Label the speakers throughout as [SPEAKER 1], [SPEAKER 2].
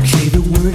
[SPEAKER 1] Okay, the word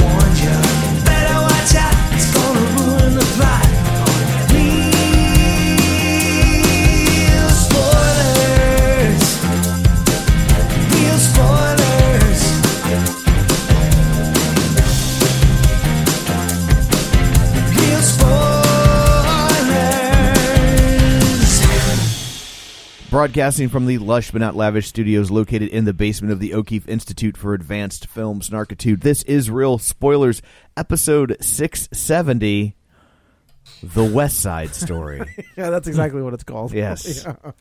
[SPEAKER 1] warned you. Better watch out, it's gonna ruin the plot. Real spoilers. Real spoilers. Real spoilers.
[SPEAKER 2] Broadcasting from the lush but not lavish studios located in the basement of the O'Keefe Institute for Advanced Film Snarkitude, this is Real Spoilers, episode 670 The West Side Story.
[SPEAKER 3] Yeah, that's exactly what it's called.
[SPEAKER 2] yes.
[SPEAKER 3] Yeah.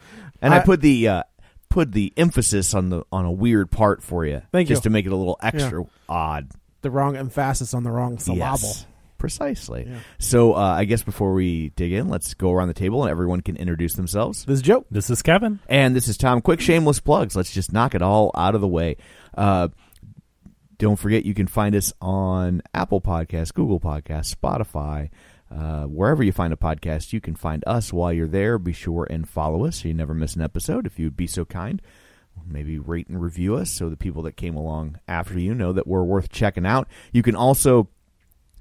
[SPEAKER 2] And I,
[SPEAKER 3] I-
[SPEAKER 2] put the. Uh, Put the emphasis on the on a weird part for you,
[SPEAKER 3] Thank you.
[SPEAKER 2] just to make it a little extra odd.
[SPEAKER 3] The wrong emphasis on the wrong syllable.
[SPEAKER 2] Yes, precisely. So uh, I guess before we dig in, let's go around the table and everyone can introduce themselves.
[SPEAKER 3] This is Joe.
[SPEAKER 4] This is Kevin.
[SPEAKER 2] And this is Tom. Quick, shameless plugs. Let's just knock it all out of the way. Uh, don't forget, you can find us on Apple Podcasts, Google Podcasts, Spotify, uh, wherever you find a podcast. You can find us while you're there. Be sure and follow us so you never miss an episode. If you'd be so kind, maybe rate and review us so the people that came along after you know that we're worth checking out. You can also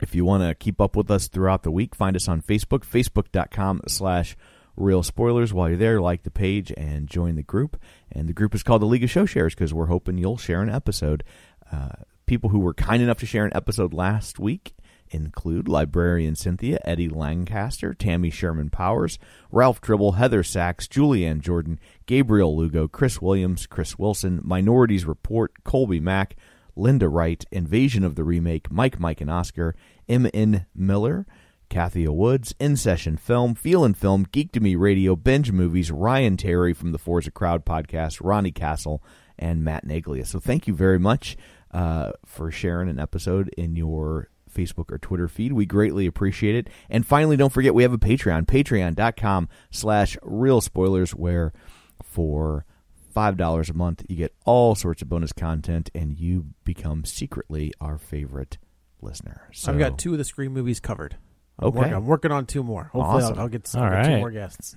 [SPEAKER 2] if you want to keep up with us throughout the week, find us on Facebook, facebook.com slash real spoilers. While you're there, like the page and join the group. And the group is called the League of Show Shares because we're hoping you'll share an episode. Uh, people who were kind enough to share an episode last week include librarian Cynthia, Eddie Lancaster, Tammy Sherman Powers, Ralph Dribble, Heather Sachs, Julianne Jordan, Gabriel Lugo, Chris Williams, Chris Wilson, Minorities Report, Colby Mack, Linda Wright, Invasion of the Remake, Mike, Mike, and Oscar, M. N. Miller, Kathia Woods, In Session Film, Feelin' Film, Geek to Me Radio, Binge Movies, Ryan Terry from the Forza Crowd podcast, Ronnie Castle, and Matt Naglia. So thank you very much uh, for sharing an episode in your Facebook or Twitter feed. We greatly appreciate it. And finally, don't forget we have a Patreon, patreon.com slash real spoilers, where for five dollars a month you get all sorts of bonus content and you become secretly our favorite listener. So
[SPEAKER 3] I've got two of the Scream movies covered. I'm
[SPEAKER 2] Okay.
[SPEAKER 3] working, I'm working on two more. Hopefully,
[SPEAKER 2] Awesome.
[SPEAKER 3] I'll, I'll get,
[SPEAKER 4] All
[SPEAKER 3] I'll get two
[SPEAKER 4] right.
[SPEAKER 3] more guests.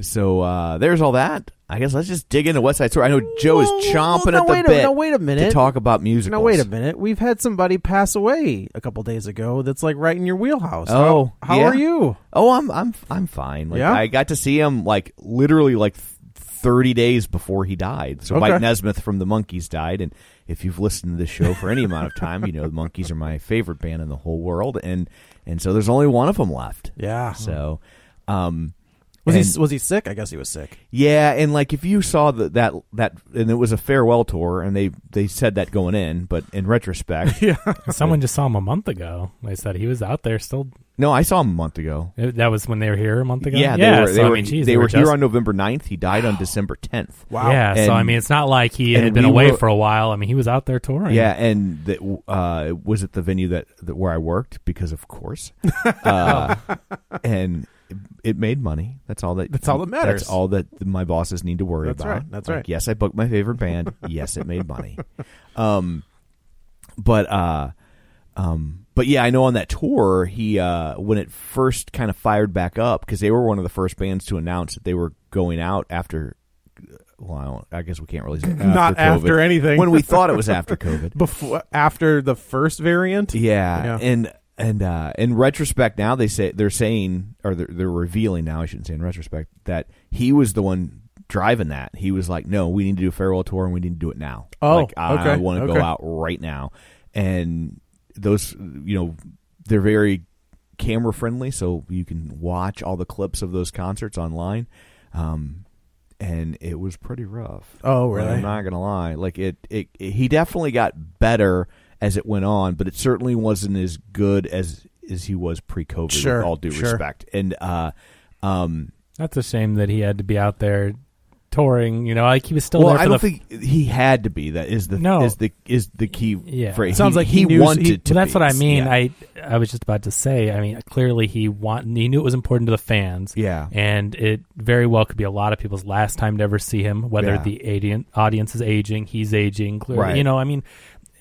[SPEAKER 2] So uh, there's all that. I guess let's just dig into West Side Story. I know Joe is
[SPEAKER 3] Well,
[SPEAKER 2] chomping
[SPEAKER 3] no,
[SPEAKER 2] at the
[SPEAKER 3] wait a-
[SPEAKER 2] bit.
[SPEAKER 3] no, wait a minute.
[SPEAKER 2] to talk about musicals.
[SPEAKER 3] Now wait a minute. We've had somebody pass away a couple days ago. That's like right in your wheelhouse.
[SPEAKER 2] Oh,
[SPEAKER 3] how, how
[SPEAKER 2] yeah.
[SPEAKER 3] are you?
[SPEAKER 2] Oh, I'm I'm I'm fine. Like,
[SPEAKER 3] Yeah?
[SPEAKER 2] I got to see him like literally like th- 30 days before he died. So
[SPEAKER 3] Okay.
[SPEAKER 2] Mike Nesmith from the Monkees died, and if you've listened to this show for any amount of time, you know the Monkees are my favorite band in the whole world, and and so there's only one of them left.
[SPEAKER 3] Yeah.
[SPEAKER 2] So, um,
[SPEAKER 3] was
[SPEAKER 2] and-
[SPEAKER 3] he was he sick? I guess he was sick.
[SPEAKER 2] yeah, and like if you saw the, that that and it was a farewell tour, and they they said that going in, but in retrospect,
[SPEAKER 4] Someone just saw him a month ago. They said he was out there still.
[SPEAKER 2] no, I saw him a month ago.
[SPEAKER 4] That was when they were here a month ago.
[SPEAKER 2] Yeah, they were
[SPEAKER 4] so,
[SPEAKER 2] they
[SPEAKER 4] I
[SPEAKER 2] were,
[SPEAKER 4] mean, geez,
[SPEAKER 2] they were here
[SPEAKER 4] just-
[SPEAKER 2] on November 9th. He died on December tenth.
[SPEAKER 3] Wow.
[SPEAKER 4] Yeah,
[SPEAKER 2] And-
[SPEAKER 4] so I mean, it's not like he
[SPEAKER 2] and
[SPEAKER 4] had been
[SPEAKER 2] we
[SPEAKER 4] away
[SPEAKER 2] were-
[SPEAKER 4] for a while. I mean, he was out there touring.
[SPEAKER 2] Yeah, and that uh, was at the venue that, that where I worked because of course, uh, and it made money. That's all that.
[SPEAKER 3] That's all that matters.
[SPEAKER 2] That's all that my bosses need to worry
[SPEAKER 3] That's
[SPEAKER 2] about.
[SPEAKER 3] right, that's
[SPEAKER 2] Like,
[SPEAKER 3] right.
[SPEAKER 2] Yes, I booked my favorite band. yes, it made money. Um, but uh, um, but yeah, I know on that tour he uh when it first kind of fired back up because they were one of the first bands to announce that they were going out after uh, well, I, don't, I guess we can't really say
[SPEAKER 3] Not after
[SPEAKER 2] COVID.
[SPEAKER 3] anything.
[SPEAKER 2] when we thought it was after COVID.
[SPEAKER 3] before after the first variant.
[SPEAKER 2] Yeah,
[SPEAKER 3] Yeah.
[SPEAKER 2] and and uh, in retrospect, now they say they're saying or they're, they're revealing now. I shouldn't say in retrospect that he was the one driving that. He was like, "No, we need to do a farewell tour, and we need to do it now.
[SPEAKER 3] Oh,
[SPEAKER 2] like, I,
[SPEAKER 3] okay,
[SPEAKER 2] want to go
[SPEAKER 3] okay.
[SPEAKER 2] out right now." And those, you know, they're very camera friendly, so you can watch all the clips of those concerts online. Um, and it was pretty rough.
[SPEAKER 3] Oh,
[SPEAKER 2] Like,
[SPEAKER 3] really?
[SPEAKER 2] I'm not gonna lie. Like it, it, it- he definitely got better as it went on, but it certainly wasn't as good as as he was pre-COVID.
[SPEAKER 3] Sure,
[SPEAKER 2] with all due
[SPEAKER 3] sure.
[SPEAKER 2] respect, and uh, um,
[SPEAKER 4] That's a shame that he had to be out there touring. You know, like he was still
[SPEAKER 2] well,
[SPEAKER 4] there for
[SPEAKER 2] I
[SPEAKER 4] the
[SPEAKER 2] don't think he had to be. That is the
[SPEAKER 4] No.
[SPEAKER 2] is the is the key
[SPEAKER 4] Yeah.
[SPEAKER 2] phrase.
[SPEAKER 3] Sounds
[SPEAKER 2] He-
[SPEAKER 3] like
[SPEAKER 2] he,
[SPEAKER 3] he knew-
[SPEAKER 2] wanted
[SPEAKER 3] he-
[SPEAKER 2] to.
[SPEAKER 4] Well, that's
[SPEAKER 2] be.
[SPEAKER 4] what I mean.
[SPEAKER 2] Yeah.
[SPEAKER 4] I I was just about to say. I mean, clearly he want he knew it was important to the fans.
[SPEAKER 2] Yeah.
[SPEAKER 4] and it very well could be a lot of people's last time to ever see him. Whether
[SPEAKER 2] Yeah.
[SPEAKER 4] the audi- audience is aging, he's aging. Clearly,
[SPEAKER 2] Right.
[SPEAKER 4] you know. I mean,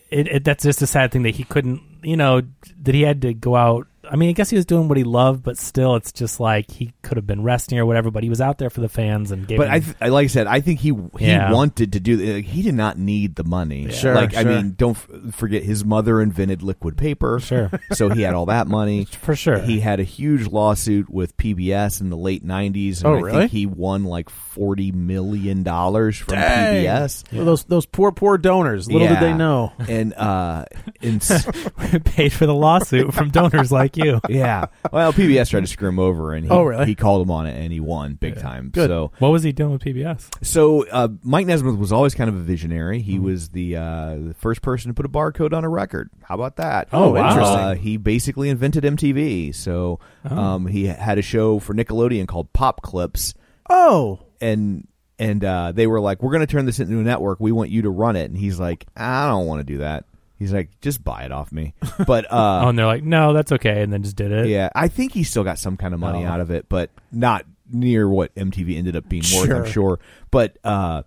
[SPEAKER 4] it, it, that's just a sad thing that he couldn't. You know that he had to go out. I mean, I guess he was doing what he loved, but still, it's just like he could have been resting or whatever. But he was out there for the fans and gave.
[SPEAKER 2] But
[SPEAKER 4] them-
[SPEAKER 2] I, th- I- like I said, I think he he
[SPEAKER 4] Yeah.
[SPEAKER 2] wanted to do. Like, he did not need the money.
[SPEAKER 3] Sure,
[SPEAKER 2] Like I
[SPEAKER 3] sure.
[SPEAKER 2] mean, don't f- forget his mother invented liquid paper.
[SPEAKER 4] Sure.
[SPEAKER 2] So he had all that money
[SPEAKER 4] For sure.
[SPEAKER 2] He had a huge lawsuit with PBS in the late '90s. And
[SPEAKER 3] Oh,
[SPEAKER 2] I
[SPEAKER 3] really?
[SPEAKER 2] think he won like forty million dollars from
[SPEAKER 3] Dang.
[SPEAKER 2] PBS.
[SPEAKER 3] Well, those those poor poor donors. Little
[SPEAKER 2] Yeah.
[SPEAKER 3] did they know.
[SPEAKER 2] And uh, and s-
[SPEAKER 4] paid for the lawsuit from donors like you.
[SPEAKER 2] yeah, well, PBS tried to screw him over, and he,
[SPEAKER 3] Oh, really?
[SPEAKER 2] he called him on it, and he won big time.
[SPEAKER 3] Good.
[SPEAKER 2] So
[SPEAKER 4] What was he doing with PBS?
[SPEAKER 2] So uh, Mike Nesmith was always kind of a visionary. He
[SPEAKER 3] Mm-hmm.
[SPEAKER 2] was the, uh, the first person to put a barcode on a record. How about that?
[SPEAKER 3] Oh, wow. interesting. Oh.
[SPEAKER 2] Uh, he basically invented MTV. So um, he had a show for Nickelodeon called Pop Clips,
[SPEAKER 3] Oh,
[SPEAKER 2] and and uh, they were like, "We're going to turn this into a network. We want you to run it." And he's like, "I don't want to do that." He's like, "Just buy it off me." But uh,
[SPEAKER 4] oh, and they're like, no, that's okay, and then just did it.
[SPEAKER 2] yeah, I think he still got some kind of money
[SPEAKER 4] Oh.
[SPEAKER 2] out of it, but not near what MTV ended up being worth,
[SPEAKER 3] Sure.
[SPEAKER 2] I'm sure. But uh,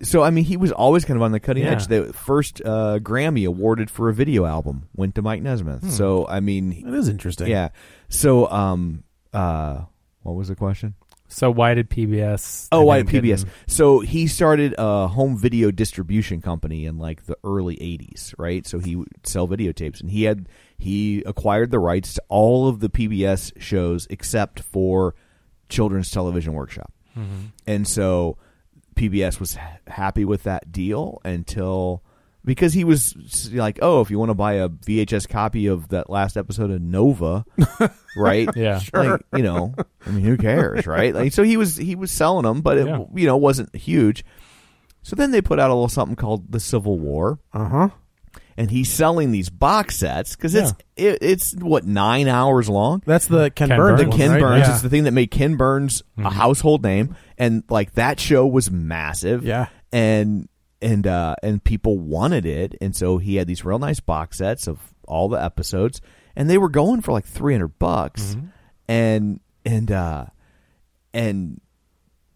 [SPEAKER 2] so I mean, he was always kind of on the cutting
[SPEAKER 4] Yeah.
[SPEAKER 2] edge. The first uh, Grammy awarded for a video album went to Mike Nesmith.
[SPEAKER 4] Hmm.
[SPEAKER 2] So I mean,
[SPEAKER 3] that is interesting.
[SPEAKER 2] yeah. So um, uh, what was the question?
[SPEAKER 4] So why did PBS?
[SPEAKER 2] Oh,
[SPEAKER 4] and
[SPEAKER 2] why
[SPEAKER 4] then
[SPEAKER 2] PBS?
[SPEAKER 4] couldn't-
[SPEAKER 2] So he started a home video distribution company in like the early '80s, right? So he would sell videotapes, and he had he acquired the rights to all of the PBS shows except for Children's Television Workshop,
[SPEAKER 4] Mm-hmm.
[SPEAKER 2] and so PBS was ha- happy with that deal until because he was s- like, "Oh, if you want to buy a VHS copy of that last episode of Nova, right?
[SPEAKER 4] Yeah.
[SPEAKER 2] like, you know, I mean, who cares, right? Like, so he was he was selling them, but it
[SPEAKER 4] Yeah.
[SPEAKER 2] you know wasn't huge. So then they put out a little something called the Civil War,
[SPEAKER 3] Uh huh.
[SPEAKER 2] and he's selling these box sets because it's it, it's what nine hours long.
[SPEAKER 3] That's the Ken,
[SPEAKER 4] Ken
[SPEAKER 3] Burns.
[SPEAKER 4] Burns.
[SPEAKER 2] The
[SPEAKER 3] one,
[SPEAKER 2] Ken
[SPEAKER 3] right?
[SPEAKER 2] Burns
[SPEAKER 3] Yeah. Mm-hmm.
[SPEAKER 2] is the thing that made Ken Burns a household name, and like that show was massive.
[SPEAKER 3] Yeah.
[SPEAKER 2] and and uh, and people wanted it, and so he had these real nice box sets of all the episodes, and they were going for like three hundred bucks,
[SPEAKER 3] Mm-hmm.
[SPEAKER 2] and and uh, and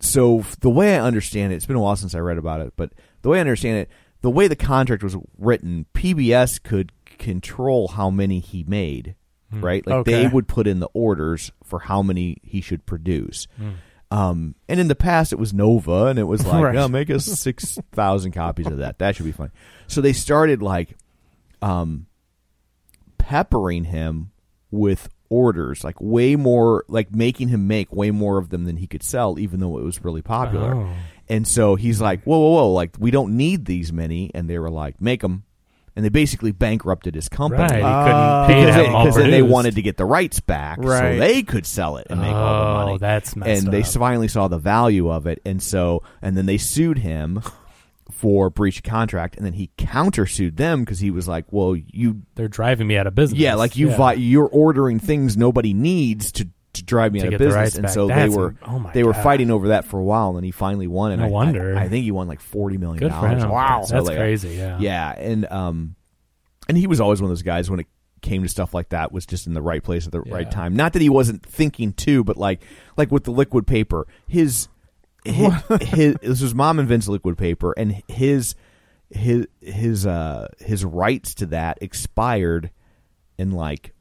[SPEAKER 2] so f- the way I understand it, it's been a while since I read about it, but the way I understand it, the way the contract was written, PBS could control how many he made, right? Like
[SPEAKER 3] Hmm. Okay.
[SPEAKER 2] they would put in the orders for how many he should produce.
[SPEAKER 3] Hmm.
[SPEAKER 2] Um, and in the past, it was Nova, and it was like,
[SPEAKER 3] Right.
[SPEAKER 2] "Oh, make us six thousand copies of that. That should be fun. So they started like, um, peppering him with orders, like way more, like making him make way more of them than he could sell, even though it was really popular.
[SPEAKER 4] Oh.
[SPEAKER 2] And so he's like, whoa, whoa, whoa, like we don't need these many. And they were like, make them. And they basically bankrupted his company.
[SPEAKER 4] Right, he
[SPEAKER 3] Ah.
[SPEAKER 4] couldn't pay to
[SPEAKER 2] Because they,
[SPEAKER 4] have them Uh, all
[SPEAKER 2] 'cause then they
[SPEAKER 4] produced.
[SPEAKER 2] wanted to get the rights back so
[SPEAKER 3] Right.
[SPEAKER 2] they could sell it and make all the
[SPEAKER 4] Oh,
[SPEAKER 2] money.
[SPEAKER 4] that's messed
[SPEAKER 2] and they
[SPEAKER 4] up.
[SPEAKER 2] finally saw the value of it, and so and then they sued him for breach of contract, and then he countersued them because he was like, "Well, you
[SPEAKER 4] They're driving me out of business.
[SPEAKER 2] yeah, like you vi- you're ordering things nobody needs to." To drive me out
[SPEAKER 4] To
[SPEAKER 2] of
[SPEAKER 4] get the
[SPEAKER 2] business,
[SPEAKER 4] rights
[SPEAKER 2] and
[SPEAKER 4] back.
[SPEAKER 2] so
[SPEAKER 4] That's-
[SPEAKER 2] they were
[SPEAKER 4] oh my
[SPEAKER 2] they were
[SPEAKER 4] God.
[SPEAKER 2] fighting over that for a while, and then he finally won. And
[SPEAKER 4] No
[SPEAKER 2] I
[SPEAKER 4] wonder.
[SPEAKER 2] I, I think he won like forty million
[SPEAKER 4] Good for
[SPEAKER 2] dollars.
[SPEAKER 4] him.
[SPEAKER 2] Wow,
[SPEAKER 4] That's crazy, yeah.
[SPEAKER 2] yeah, and um, and he was always one of those guys when it came to stuff like that was just in the right place at the right
[SPEAKER 4] Yeah.
[SPEAKER 2] time. Not that he wasn't thinking too, but like like with the liquid paper, his his, his this was mom invents liquid paper, and his his his uh his rights to that expired in like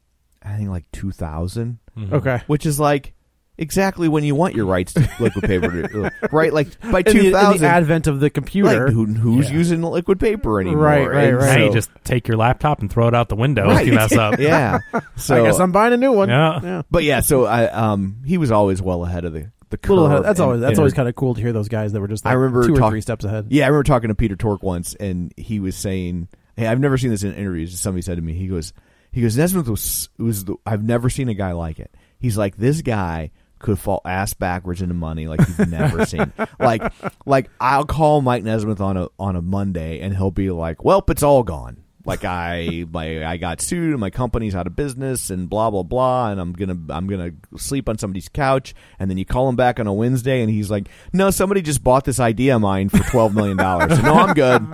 [SPEAKER 2] I think like two thousand,
[SPEAKER 4] Mm-hmm.
[SPEAKER 3] Okay.
[SPEAKER 2] which is like. exactly when you want your rights to liquid paper, to- right? Like by
[SPEAKER 3] In the, in
[SPEAKER 2] two
[SPEAKER 3] the
[SPEAKER 2] thousand,
[SPEAKER 3] advent of the computer.
[SPEAKER 2] who, who's using liquid paper anymore?
[SPEAKER 3] Right, right,
[SPEAKER 2] And
[SPEAKER 3] right.
[SPEAKER 4] Now
[SPEAKER 2] so-
[SPEAKER 4] you just take your laptop and throw it out the window if you
[SPEAKER 2] Right.
[SPEAKER 4] mess up.
[SPEAKER 2] yeah. So,
[SPEAKER 3] I guess I'm buying a new one.
[SPEAKER 4] Yeah.
[SPEAKER 2] but yeah, so I um he was always well ahead of the the curve.
[SPEAKER 3] Little ahead- that's
[SPEAKER 2] and-
[SPEAKER 3] always that's
[SPEAKER 2] and-
[SPEAKER 3] always kind of cool to hear those guys that were just like
[SPEAKER 2] I remember
[SPEAKER 3] two or
[SPEAKER 2] talk-
[SPEAKER 3] three steps ahead.
[SPEAKER 2] Yeah, I remember talking to Peter Tork once, and he was saying, "Hey, I've never seen this in interviews." Somebody said to me, "He goes, he goes, Nesmith was was the, I've never seen a guy like it. He's like this guy." Could fall ass backwards into money like you've never seen. Like, like I'll call Mike Nesmith on a on a Monday and he'll be like, "Welp, it's all gone. Like I my I got sued, and my company's out of business, and blah blah blah, and I'm gonna I'm gonna sleep on somebody's couch." And then you call him back on a Wednesday, and he's like, "No, somebody just bought this idea of mine for twelve million dollars. no, I'm good.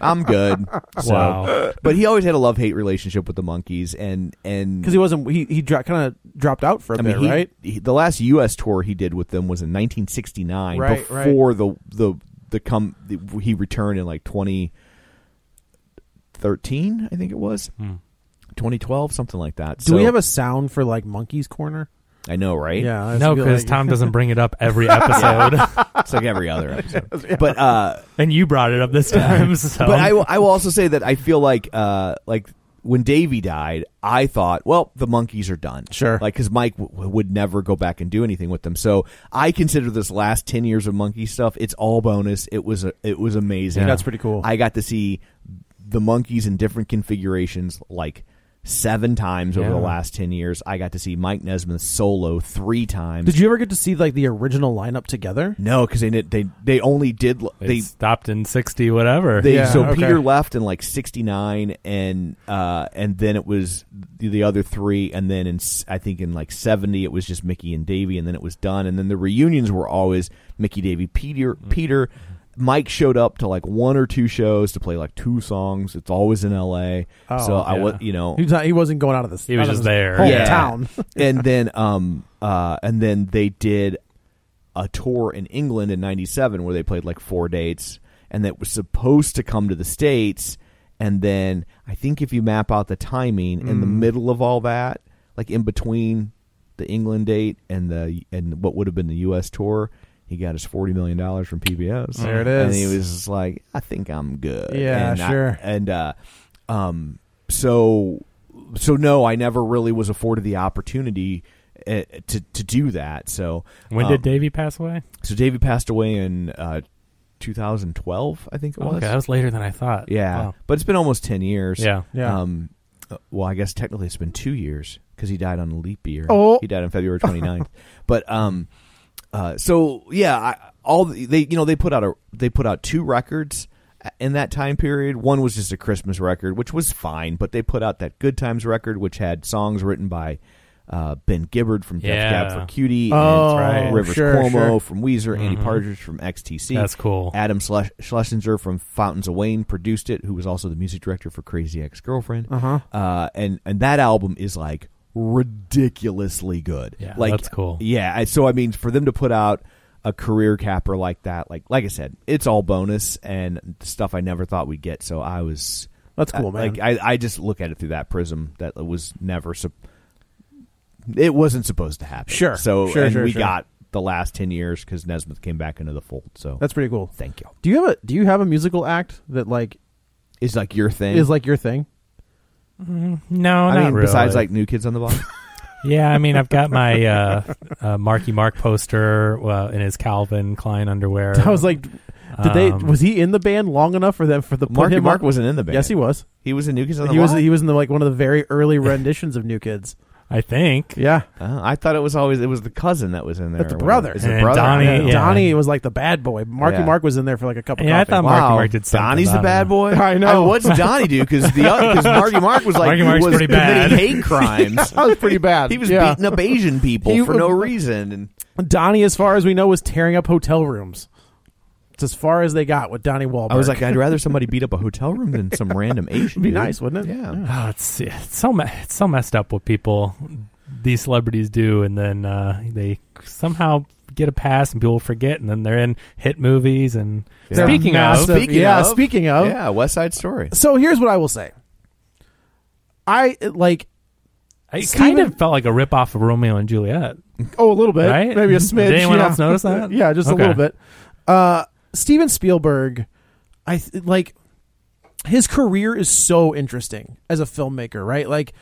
[SPEAKER 2] I'm good." So-
[SPEAKER 4] Wow.
[SPEAKER 2] But he always had a love hate relationship with the monkeys, and and
[SPEAKER 3] because he wasn't he he dro- kind of dropped out for a
[SPEAKER 2] I
[SPEAKER 3] bit,
[SPEAKER 2] mean, he,
[SPEAKER 3] right?
[SPEAKER 2] he- the last U.S. tour he did with them was in 1969,
[SPEAKER 3] Right, right.
[SPEAKER 2] before the the the come the, he returned in like 2013, I think it was 2012, something like that.
[SPEAKER 3] Hmm. Do we have a sound for like Monkey's Corner?
[SPEAKER 2] I know, right?
[SPEAKER 3] Yeah, I
[SPEAKER 4] No,
[SPEAKER 3] feel
[SPEAKER 4] because
[SPEAKER 3] like-
[SPEAKER 4] Tom doesn't bring it up every episode,
[SPEAKER 2] it's like every other episode. But uh,
[SPEAKER 4] and you brought it up this time. So,
[SPEAKER 3] Um,
[SPEAKER 2] but I will, I will also say that I feel like uh, like when Davey died, I thought, well, the monkeys are done.
[SPEAKER 3] Sure.
[SPEAKER 2] like because Mike w- would never go back and do anything with them. So I consider this last ten years of monkey stuff. It's all bonus. It was a, it was amazing.
[SPEAKER 3] That's pretty cool.
[SPEAKER 2] I got to see the monkeys in different configurations, like. Seven times over
[SPEAKER 4] Yeah.
[SPEAKER 2] the last ten years, I got to see Mike Nesmith solo three times.
[SPEAKER 3] Did you ever get to see like the original lineup together?
[SPEAKER 2] no, because they did- they they only did
[SPEAKER 4] it
[SPEAKER 2] they
[SPEAKER 4] stopped in sixty, whatever.
[SPEAKER 2] They,
[SPEAKER 3] Yeah,
[SPEAKER 2] so
[SPEAKER 3] okay.
[SPEAKER 2] Peter left in like '69, and uh, and then it was the, the other three, and then in s- I think in like '70 it was just Mickey and Davey, and then it was done, and then the reunions were always Mickey, Davey, Peter,
[SPEAKER 3] Mm-hmm.
[SPEAKER 2] Peter. Mike showed up to like one or two shows to play like two songs. It's always in L.A.
[SPEAKER 3] Oh,
[SPEAKER 2] so I was, you know,
[SPEAKER 3] He was not, he wasn't going out of the
[SPEAKER 4] He was
[SPEAKER 3] out of
[SPEAKER 4] just
[SPEAKER 3] his
[SPEAKER 4] there.
[SPEAKER 3] hometown.
[SPEAKER 4] Yeah.
[SPEAKER 2] and then um uh and then they did a tour in England in 97 where they played like four dates and that was supposed to come to the states and then I think if you map out the timing in the middle of all that like in between the England date and the and what would have been the US tour he got his forty million dollars from PBS.
[SPEAKER 3] There it
[SPEAKER 2] and
[SPEAKER 3] is.
[SPEAKER 2] he was just like, "I think I'm good."
[SPEAKER 3] Yeah,
[SPEAKER 2] And I-
[SPEAKER 3] sure.
[SPEAKER 2] and uh, um, so so no, I never really was afforded the opportunity uh, to to do that. So
[SPEAKER 4] When
[SPEAKER 2] um,
[SPEAKER 4] did Davey pass away?
[SPEAKER 2] so Davey passed away in uh, 2012, I think it was.
[SPEAKER 4] Okay, that was later than I thought.
[SPEAKER 2] yeah,
[SPEAKER 4] Wow.
[SPEAKER 2] but it's been almost ten years.
[SPEAKER 4] Yeah.
[SPEAKER 3] Yeah.
[SPEAKER 2] Um, uh, well, I guess technically it's been two years because he died on a leap year.
[SPEAKER 3] Oh.
[SPEAKER 2] he died on February 29th. but um, uh, so yeah, I, all the, they you know they put out a they put out two records uh, in that time period. One was just a Christmas record, which was fine, but they put out that Good Times record, which had songs written by. Uh, ben Gibbard from Death Cab
[SPEAKER 4] Yeah.
[SPEAKER 2] for Cutie,
[SPEAKER 3] Oh,
[SPEAKER 2] and Rivers
[SPEAKER 3] sure,
[SPEAKER 2] Cuomo
[SPEAKER 3] sure.
[SPEAKER 2] from Weezer, Andy Partridge from XTC.
[SPEAKER 4] Mm-hmm. That's cool.
[SPEAKER 2] Adam Schles- Schlesinger from Fountains of Wayne produced it, who was also the music director for Crazy Ex Girlfriend. Uh-huh. And and that album is like ridiculously good.
[SPEAKER 4] Yeah,
[SPEAKER 2] like,
[SPEAKER 4] that's cool.
[SPEAKER 2] Yeah. I- So I mean, for them to put out a career capper like that, like like I said, it's all bonus and stuff I never thought we'd get. So I was
[SPEAKER 3] That's cool,
[SPEAKER 2] I-
[SPEAKER 3] man.
[SPEAKER 2] Like I, I just look at it through that prism that it was never. sup- it wasn't supposed to happen.
[SPEAKER 3] Sure,
[SPEAKER 2] So
[SPEAKER 3] sure,
[SPEAKER 2] and
[SPEAKER 3] sure,
[SPEAKER 2] we
[SPEAKER 3] sure.
[SPEAKER 2] got the last ten years because Nesmith came back into the fold. So
[SPEAKER 3] That's pretty cool.
[SPEAKER 2] thank you.
[SPEAKER 3] Do you have a Do you have a musical act that like
[SPEAKER 2] is like your thing.
[SPEAKER 3] is like your thing?
[SPEAKER 4] No,
[SPEAKER 2] I
[SPEAKER 4] not
[SPEAKER 2] mean,
[SPEAKER 4] really.
[SPEAKER 2] besides like New Kids on the Block.
[SPEAKER 4] yeah, I mean, I've got my uh, uh, Marky Mark poster uh, in his Calvin Klein underwear.
[SPEAKER 3] I was like, did they?
[SPEAKER 4] Um,
[SPEAKER 3] Was he in the band long enough for them for the put
[SPEAKER 2] Marky
[SPEAKER 3] him
[SPEAKER 2] Mark
[SPEAKER 3] on-
[SPEAKER 2] wasn't in the band.
[SPEAKER 3] Yes, he was.
[SPEAKER 2] He was in New Kids on the
[SPEAKER 3] He was
[SPEAKER 2] Block.
[SPEAKER 3] he was in the like one of the very early renditions of New Kids.
[SPEAKER 4] I think.
[SPEAKER 3] Yeah,
[SPEAKER 2] Uh, I thought it was always it was the cousin that was in there.
[SPEAKER 3] That's the
[SPEAKER 2] or whatever.
[SPEAKER 3] brother.
[SPEAKER 2] It's the
[SPEAKER 4] And
[SPEAKER 2] brother.
[SPEAKER 4] Donnie-
[SPEAKER 2] I know.
[SPEAKER 4] Yeah.
[SPEAKER 3] Donnie was like the bad boy. Marky
[SPEAKER 2] Yeah.
[SPEAKER 3] Mark was in there for like a couple.
[SPEAKER 4] Yeah, I
[SPEAKER 3] coffee.
[SPEAKER 4] thought Marky
[SPEAKER 2] Wow,
[SPEAKER 4] Mark did something.
[SPEAKER 2] Donnie's
[SPEAKER 4] I
[SPEAKER 2] the
[SPEAKER 4] don't
[SPEAKER 2] bad
[SPEAKER 4] know.
[SPEAKER 2] boy.
[SPEAKER 3] I know.
[SPEAKER 2] what's Donnie do? Because the because Marky Mark was like
[SPEAKER 4] Marky Mark's
[SPEAKER 2] was
[SPEAKER 4] pretty bad.
[SPEAKER 2] committing hate crimes.
[SPEAKER 3] that was pretty bad.
[SPEAKER 2] he was
[SPEAKER 3] yeah.
[SPEAKER 2] beating up Asian people
[SPEAKER 3] He
[SPEAKER 2] for no
[SPEAKER 3] was-
[SPEAKER 2] reason. And
[SPEAKER 3] Donnie, as far as we know, was tearing up hotel rooms. It's as far as they got with Donnie Wahlberg.
[SPEAKER 2] I was like, I'd rather somebody beat up a hotel room than some random Asian.
[SPEAKER 3] It'd be
[SPEAKER 2] dude.
[SPEAKER 3] nice, wouldn't it?
[SPEAKER 2] Yeah.
[SPEAKER 4] Oh, it's, it's so me- it's so messed up what people these celebrities do, and then uh, they somehow get a pass, and people forget, and then they're in hit movies. And
[SPEAKER 2] Yeah.
[SPEAKER 4] speaking of,
[SPEAKER 3] Massive-
[SPEAKER 2] Speaking
[SPEAKER 3] yeah,
[SPEAKER 2] of-
[SPEAKER 3] speaking of,
[SPEAKER 2] Yeah, West Side Story.
[SPEAKER 3] so here's what I will say. I like
[SPEAKER 4] It
[SPEAKER 3] Steven-
[SPEAKER 4] kind of felt like a rip off of Romeo and Juliet.
[SPEAKER 3] Oh, a little bit,
[SPEAKER 4] Right?
[SPEAKER 3] Maybe a
[SPEAKER 4] Did
[SPEAKER 3] smidge.
[SPEAKER 4] anyone
[SPEAKER 3] yeah.
[SPEAKER 4] else notice that?
[SPEAKER 3] yeah, just
[SPEAKER 4] Okay.
[SPEAKER 3] a little bit. Uh, Steven Spielberg, I th- like his career is so interesting as a filmmaker, right? Like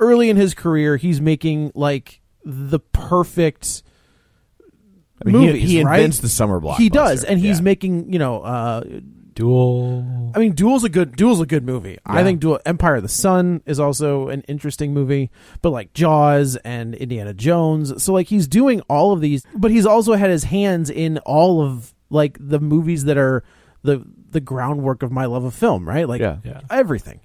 [SPEAKER 3] early in his career, he's making like the perfect
[SPEAKER 2] I mean, he-
[SPEAKER 3] movies.
[SPEAKER 2] he,
[SPEAKER 3] right?
[SPEAKER 2] invents the summer blockbuster.
[SPEAKER 3] He does, and he's
[SPEAKER 2] Yeah.
[SPEAKER 3] making you know. Uh,
[SPEAKER 4] Duel.
[SPEAKER 3] I mean, Duel's a good Duel's a good movie. I think Duel Empire of the Sun is also an interesting movie, but like Jaws and Indiana Jones. So like he's doing all of these, but he's also had his hands in all of like the movies that are the the groundwork of my love of film, right? Like
[SPEAKER 2] Yeah.
[SPEAKER 4] Yeah.
[SPEAKER 3] everything.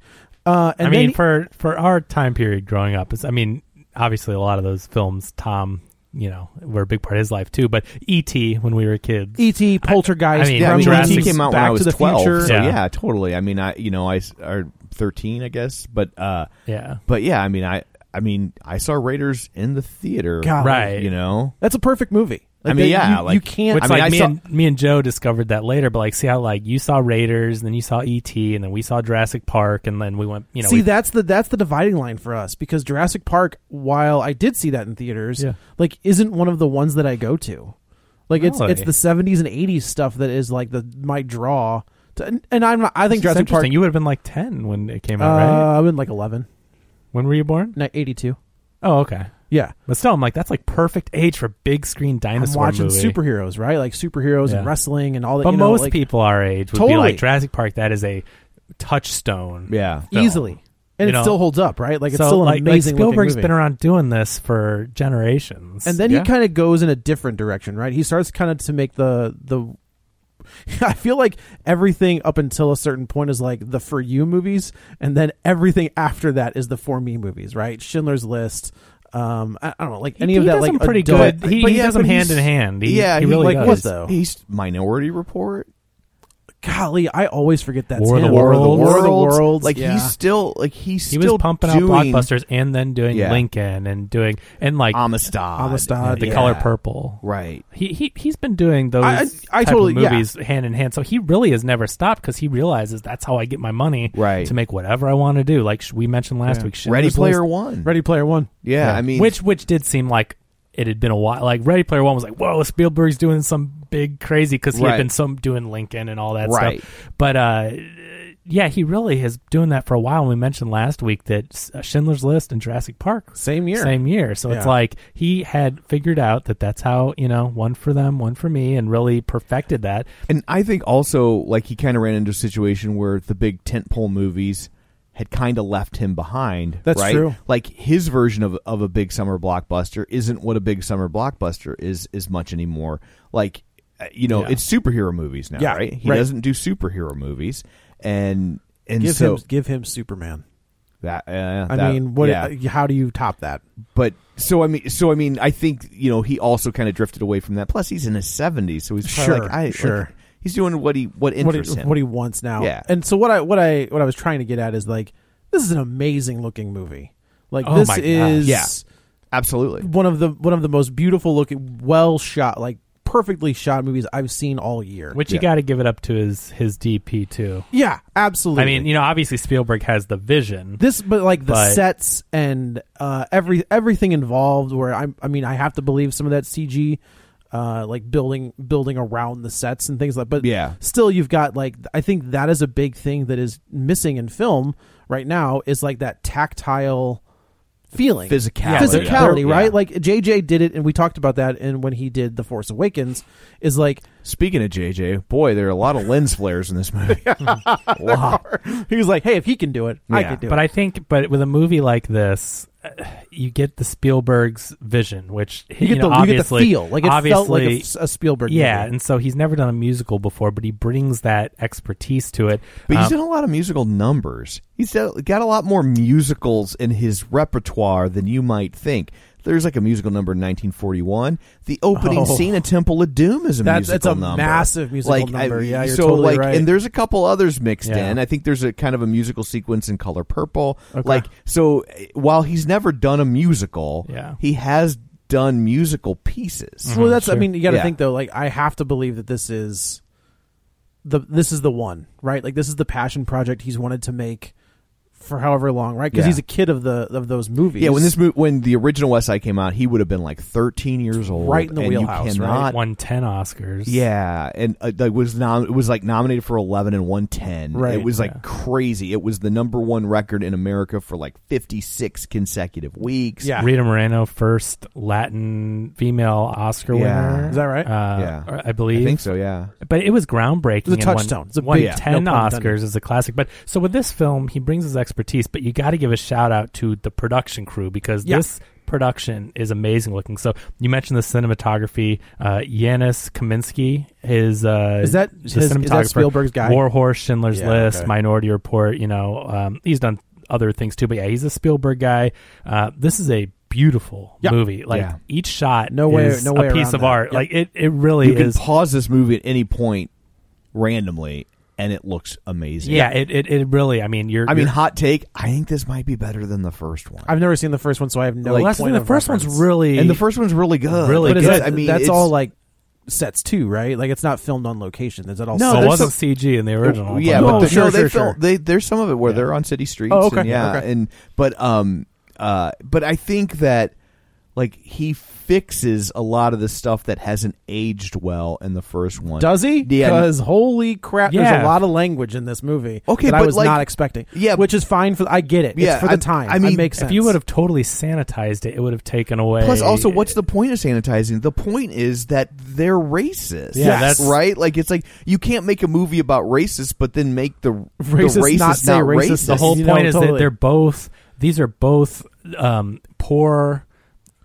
[SPEAKER 3] Uh, and
[SPEAKER 4] I mean,
[SPEAKER 3] then,
[SPEAKER 4] for for our time period growing up, it's, I mean, obviously a lot of those films, Tom, you know, were a big part of his life too. But E.T. when we were kids,
[SPEAKER 3] E.T., E Poltergeist, E
[SPEAKER 4] I mean,
[SPEAKER 2] Yeah, I mean,
[SPEAKER 3] Gremlins,
[SPEAKER 2] Jurassic came out
[SPEAKER 3] Back
[SPEAKER 2] when I was
[SPEAKER 3] to the
[SPEAKER 2] twelve.
[SPEAKER 3] Future.
[SPEAKER 2] So yeah.
[SPEAKER 4] Yeah.
[SPEAKER 2] totally. I mean, I you know I s- or thirteen, I guess. But uh,
[SPEAKER 4] yeah,
[SPEAKER 2] but yeah, I mean, I I mean, I saw Raiders in the theater.
[SPEAKER 3] God,
[SPEAKER 4] Right.
[SPEAKER 2] you know,
[SPEAKER 3] That's a perfect movie. Like,
[SPEAKER 2] I mean,
[SPEAKER 3] they-
[SPEAKER 2] yeah,
[SPEAKER 3] you,
[SPEAKER 2] like-
[SPEAKER 3] you can't.
[SPEAKER 4] Which
[SPEAKER 2] I mean,
[SPEAKER 4] like
[SPEAKER 2] I
[SPEAKER 4] me
[SPEAKER 2] saw-
[SPEAKER 4] and me and Joe discovered that later, but like see how like you saw Raiders, and then you saw ET, and then we saw Jurassic Park, and then we went, you know,
[SPEAKER 3] see
[SPEAKER 4] we-
[SPEAKER 3] that's the that's the dividing line for us because Jurassic Park, while I did see that in theaters,
[SPEAKER 4] Yeah.
[SPEAKER 3] like isn't one of the ones that I go to. Like it's
[SPEAKER 4] Really?
[SPEAKER 3] it's the seventies and eighties stuff that is like the my draw. To, and, and I'm not, I think
[SPEAKER 4] It's
[SPEAKER 3] Jurassic
[SPEAKER 4] interesting.
[SPEAKER 3] Park.
[SPEAKER 4] You would have been like ten when it came
[SPEAKER 3] uh,
[SPEAKER 4] out, right?
[SPEAKER 3] I'm in like eleven,
[SPEAKER 4] When were you born?
[SPEAKER 3] eighty two.
[SPEAKER 4] Oh, okay.
[SPEAKER 3] Yeah,
[SPEAKER 4] But still, I'm like, that's like perfect age for big screen
[SPEAKER 3] I'm
[SPEAKER 4] dinosaur
[SPEAKER 3] watching
[SPEAKER 4] movie.
[SPEAKER 3] superheroes, right? Like superheroes and
[SPEAKER 4] Yeah.
[SPEAKER 3] wrestling and all that.
[SPEAKER 4] but
[SPEAKER 3] you know,
[SPEAKER 4] most
[SPEAKER 3] like,
[SPEAKER 4] people our age would be
[SPEAKER 3] Totally.
[SPEAKER 4] like Jurassic Park. That is a touchstone.
[SPEAKER 2] yeah,
[SPEAKER 3] easily, and
[SPEAKER 4] You
[SPEAKER 3] it
[SPEAKER 4] know?
[SPEAKER 3] still holds up, right? Like it's
[SPEAKER 4] so
[SPEAKER 3] still an
[SPEAKER 4] like, like
[SPEAKER 3] amazing. looking
[SPEAKER 4] Spielberg's
[SPEAKER 3] movie.
[SPEAKER 4] been around doing this for generations.
[SPEAKER 3] and then
[SPEAKER 2] Yeah.
[SPEAKER 3] he kind of goes in a different direction right he starts kind of to make the the i feel like everything up until a certain point is like the for you movies and then everything after that is the for me movies right schindler's list um i, I don't know like any
[SPEAKER 4] he
[SPEAKER 3] of that
[SPEAKER 4] does
[SPEAKER 3] like
[SPEAKER 4] them pretty
[SPEAKER 3] adult-
[SPEAKER 4] good. He- he does them
[SPEAKER 2] but
[SPEAKER 4] hand
[SPEAKER 2] he's-
[SPEAKER 4] in hand. He-
[SPEAKER 2] yeah,
[SPEAKER 4] he really
[SPEAKER 2] like,
[SPEAKER 4] does.
[SPEAKER 2] what's-
[SPEAKER 3] Though.
[SPEAKER 2] He's Minority Report,
[SPEAKER 3] golly i always forget that
[SPEAKER 4] War of the
[SPEAKER 2] War of the
[SPEAKER 4] Worlds.
[SPEAKER 2] Worlds.
[SPEAKER 3] War of the Worlds,
[SPEAKER 2] Like
[SPEAKER 3] yeah.
[SPEAKER 2] he's still like he's
[SPEAKER 4] he
[SPEAKER 2] still
[SPEAKER 4] was pumping out
[SPEAKER 2] doing
[SPEAKER 4] blockbusters and then doing
[SPEAKER 2] Yeah.
[SPEAKER 4] Lincoln and doing and like
[SPEAKER 2] Amistad,
[SPEAKER 3] Amistad,
[SPEAKER 4] Uh, the
[SPEAKER 3] yeah.
[SPEAKER 4] color purple.
[SPEAKER 2] right?
[SPEAKER 4] He he he's been doing those
[SPEAKER 3] I- I- I
[SPEAKER 4] type
[SPEAKER 3] totally-
[SPEAKER 4] of
[SPEAKER 3] yeah.
[SPEAKER 4] movies hand in hand. So he really has never stopped because he realizes that's how I get my money
[SPEAKER 2] Right.
[SPEAKER 4] to make whatever I want to do. Like sh- we mentioned last week,
[SPEAKER 2] Ready
[SPEAKER 4] Schindler's
[SPEAKER 2] Player
[SPEAKER 4] List-
[SPEAKER 2] One,
[SPEAKER 3] ready player one
[SPEAKER 2] Yeah, I mean,
[SPEAKER 4] which which did seem like it had been a while. Like Ready Player One was like, whoa, Spielberg's doing some big crazy because he
[SPEAKER 2] Right.
[SPEAKER 4] had been some doing Lincoln and all that
[SPEAKER 2] Right.
[SPEAKER 4] stuff. But uh, yeah, he really has doing that for a while. And we mentioned last week that uh, Schindler's List and Jurassic Park
[SPEAKER 3] same year
[SPEAKER 4] same year. So it's
[SPEAKER 3] Yeah.
[SPEAKER 4] like he had figured out that that's how you know one for them, one for me, and really perfected that.
[SPEAKER 2] And I think also like he kind of ran into a situation where the big tentpole movies had kind of left him behind.
[SPEAKER 3] That's
[SPEAKER 2] right?
[SPEAKER 3] true.
[SPEAKER 2] Like his version of of a big summer blockbuster isn't what a big summer blockbuster is is much anymore. Like uh, you know,
[SPEAKER 4] Yeah.
[SPEAKER 2] it's superhero movies now,
[SPEAKER 3] Yeah,
[SPEAKER 2] right? He
[SPEAKER 3] right.
[SPEAKER 2] doesn't do superhero movies, and and
[SPEAKER 3] give
[SPEAKER 2] so
[SPEAKER 3] him give him superman
[SPEAKER 2] that uh,
[SPEAKER 3] i
[SPEAKER 2] that-
[SPEAKER 3] mean what
[SPEAKER 2] yeah
[SPEAKER 3] how do you top that
[SPEAKER 2] but so I mean, so I mean, I think you know he also kind of drifted away from that. Plus, he's in his seventies, so he's probably
[SPEAKER 3] Sure,
[SPEAKER 2] like, I, like,
[SPEAKER 3] sure.
[SPEAKER 2] he's doing what he what
[SPEAKER 3] what he,
[SPEAKER 2] interests him.
[SPEAKER 3] what he wants now.
[SPEAKER 2] Yeah.
[SPEAKER 3] And so what I what I what I was trying to get at is like this is an amazing looking movie. Like
[SPEAKER 4] Oh
[SPEAKER 3] this
[SPEAKER 4] my gosh.
[SPEAKER 3] is
[SPEAKER 2] Yeah. Absolutely,
[SPEAKER 3] one of the one of the most beautiful looking, well shot, like perfectly shot movies I've seen all year.
[SPEAKER 4] Which
[SPEAKER 2] Yeah.
[SPEAKER 4] you got to give it up to his his DP too.
[SPEAKER 3] yeah, absolutely.
[SPEAKER 4] I mean, you know, obviously Spielberg has the vision.
[SPEAKER 3] this but like the
[SPEAKER 4] But-
[SPEAKER 3] sets and uh every everything involved where i i mean i have to believe some of that cg uh like building building around the sets and things like but
[SPEAKER 2] Yeah.
[SPEAKER 3] still you've got like i think that is a big thing that is missing in film right now is like that tactile feeling
[SPEAKER 2] Physicality.
[SPEAKER 3] physicality
[SPEAKER 2] Yeah.
[SPEAKER 3] right
[SPEAKER 2] Yeah.
[SPEAKER 3] like jj did it and we talked about that and when he did the force awakens is like
[SPEAKER 2] Speaking of JJ, boy, there are a lot of lens flares in this movie. Wow.
[SPEAKER 3] he was like hey if he can do it i
[SPEAKER 2] Yeah.
[SPEAKER 3] can do
[SPEAKER 4] Ah. but
[SPEAKER 3] it
[SPEAKER 4] I think, but with a movie like this, uh, you get the Spielberg's vision, which
[SPEAKER 3] you get,
[SPEAKER 4] know,
[SPEAKER 3] the, you get the
[SPEAKER 4] obviously-
[SPEAKER 3] feel like it felt like a, a Spielberg.
[SPEAKER 4] yeah.
[SPEAKER 3] movie.
[SPEAKER 4] And so he's never done a musical before, but he brings that expertise to it.
[SPEAKER 2] But he's
[SPEAKER 3] Uh,
[SPEAKER 4] Um,
[SPEAKER 2] done a lot of musical numbers. He's got got a lot more musicals in his repertoire than you might think. There's like a musical number in 1941. The opening
[SPEAKER 3] Oh.
[SPEAKER 2] scene of Temple of Doom is a
[SPEAKER 3] That's- it's
[SPEAKER 2] musical
[SPEAKER 3] a
[SPEAKER 2] number.
[SPEAKER 3] massive musical
[SPEAKER 2] like, I-
[SPEAKER 3] number. Yeah, you're
[SPEAKER 2] so
[SPEAKER 3] totally
[SPEAKER 2] like,
[SPEAKER 3] right.
[SPEAKER 2] and there's a couple others mixed
[SPEAKER 4] Yeah.
[SPEAKER 2] in. I think there's a kind of a musical sequence in Color Purple. Like, so uh, while he's never done a musical,
[SPEAKER 4] Yeah.
[SPEAKER 2] he has done musical pieces.
[SPEAKER 3] Mm-hmm. Well, that's. I
[SPEAKER 4] sure.
[SPEAKER 3] mean, you got to
[SPEAKER 2] Yeah.
[SPEAKER 3] think though. Like, I have to believe that this is the this is the one, right? Like, this is the passion project he's wanted to make for however long, right? Because
[SPEAKER 2] Yeah.
[SPEAKER 3] he's a kid of the of those movies.
[SPEAKER 2] Yeah, when this movie, when the original West Side came out, he would have been like 13 years old,
[SPEAKER 3] Right in the
[SPEAKER 2] and
[SPEAKER 3] wheelhouse,
[SPEAKER 2] You
[SPEAKER 3] right?
[SPEAKER 2] cannot,
[SPEAKER 4] won ten Oscars.
[SPEAKER 2] Yeah, and uh, like was nom- it was like nominated for 11 and 110.
[SPEAKER 3] Right,
[SPEAKER 2] it was like
[SPEAKER 4] yeah.
[SPEAKER 2] crazy. It was the number one record in America for like 56 consecutive weeks.
[SPEAKER 3] yeah,
[SPEAKER 4] Rita Moreno, first Latin female Oscar
[SPEAKER 2] Yeah.
[SPEAKER 4] winner.
[SPEAKER 3] Is that right?
[SPEAKER 4] Uh,
[SPEAKER 2] Yeah.
[SPEAKER 4] or- I
[SPEAKER 2] I
[SPEAKER 4] believe.
[SPEAKER 2] think so. Yeah,
[SPEAKER 4] But it was groundbreaking.
[SPEAKER 3] It's a
[SPEAKER 4] and won-
[SPEAKER 3] touchstone. It's a
[SPEAKER 4] won
[SPEAKER 3] big- yeah,
[SPEAKER 4] 10
[SPEAKER 3] no pun intended.
[SPEAKER 4] Oscars as a classic. But so with this film, he brings his expertise, but you got to give a shout out to the production crew because
[SPEAKER 3] Yeah.
[SPEAKER 4] this production is amazing looking. So you mentioned the cinematography. Uh, Yanis Kaminsky, his uh,
[SPEAKER 3] Is that
[SPEAKER 4] the
[SPEAKER 3] his- is that
[SPEAKER 4] cinematographer,
[SPEAKER 3] Spielberg's guy?
[SPEAKER 4] War Horse, Schindler's
[SPEAKER 3] Yeah,
[SPEAKER 4] List,
[SPEAKER 3] okay.
[SPEAKER 4] Minority Report. You know, um, he's done other things too, but yeah, he's a Spielberg guy. Uh, this is a beautiful
[SPEAKER 3] Yeah.
[SPEAKER 4] movie. Like
[SPEAKER 2] Yeah.
[SPEAKER 4] each shot,
[SPEAKER 3] No way-
[SPEAKER 4] is
[SPEAKER 3] no way
[SPEAKER 4] a piece
[SPEAKER 3] around
[SPEAKER 4] of
[SPEAKER 3] that.
[SPEAKER 4] art.
[SPEAKER 3] Yeah.
[SPEAKER 4] Like it, it really
[SPEAKER 2] you can
[SPEAKER 4] is.
[SPEAKER 2] pause this movie at any point randomly, and it looks amazing.
[SPEAKER 4] Yeah, it, it, it really. I mean, you're.
[SPEAKER 2] I mean,
[SPEAKER 4] you're-
[SPEAKER 2] hot take. I think this might be better than the first one.
[SPEAKER 3] I've never seen the first one, so I have no.
[SPEAKER 2] Like,
[SPEAKER 4] well, that's the
[SPEAKER 3] point
[SPEAKER 4] thing, the
[SPEAKER 3] of
[SPEAKER 4] first
[SPEAKER 3] reference.
[SPEAKER 4] one's really
[SPEAKER 2] and the first one's really good.
[SPEAKER 4] Really
[SPEAKER 3] But is
[SPEAKER 4] good.
[SPEAKER 3] that,
[SPEAKER 2] I mean,
[SPEAKER 3] that's
[SPEAKER 2] it's-
[SPEAKER 3] all like sets too, right? Like it's not filmed on location. Is that all?
[SPEAKER 2] No,
[SPEAKER 4] Well,
[SPEAKER 3] set?
[SPEAKER 4] it
[SPEAKER 2] oh, there's Oh,
[SPEAKER 4] wasn't CG in the original. oh,
[SPEAKER 2] Yeah,
[SPEAKER 3] No,
[SPEAKER 2] but the,
[SPEAKER 3] sure,
[SPEAKER 2] no, they
[SPEAKER 3] sure,
[SPEAKER 2] film-
[SPEAKER 3] sure.
[SPEAKER 2] they- there's some of it where they're on city streets.
[SPEAKER 3] Oh, okay,
[SPEAKER 2] and yeah,
[SPEAKER 3] okay.
[SPEAKER 2] and but um, uh, but I think that like he fixes a lot of the stuff that hasn't aged well in the first one.
[SPEAKER 3] Does he?
[SPEAKER 2] Yeah,
[SPEAKER 3] Because holy crap, there's
[SPEAKER 4] Yeah.
[SPEAKER 3] a lot of language in this movie.
[SPEAKER 2] Okay,
[SPEAKER 3] that I
[SPEAKER 2] but,
[SPEAKER 3] was
[SPEAKER 2] like-
[SPEAKER 3] not expecting.
[SPEAKER 2] Yeah.
[SPEAKER 3] which is fine for. I get it.
[SPEAKER 2] Yeah,
[SPEAKER 3] it's for
[SPEAKER 2] I-
[SPEAKER 3] the time.
[SPEAKER 2] I
[SPEAKER 3] I mean,
[SPEAKER 2] mean,
[SPEAKER 3] it makes sense.
[SPEAKER 4] if you would have totally sanitized it, it would have taken away.
[SPEAKER 2] Plus, also, what's the point of sanitizing? The point is that they're racist.
[SPEAKER 4] Yeah, Yes. that's-
[SPEAKER 2] right. Like it's like you can't make a movie about racists, but then make the
[SPEAKER 3] Racist
[SPEAKER 2] the racist
[SPEAKER 3] not say racist.
[SPEAKER 2] racist.
[SPEAKER 4] the whole
[SPEAKER 3] you
[SPEAKER 4] point
[SPEAKER 3] know,
[SPEAKER 4] is that
[SPEAKER 3] totally.
[SPEAKER 4] they're both. These are both um, poor,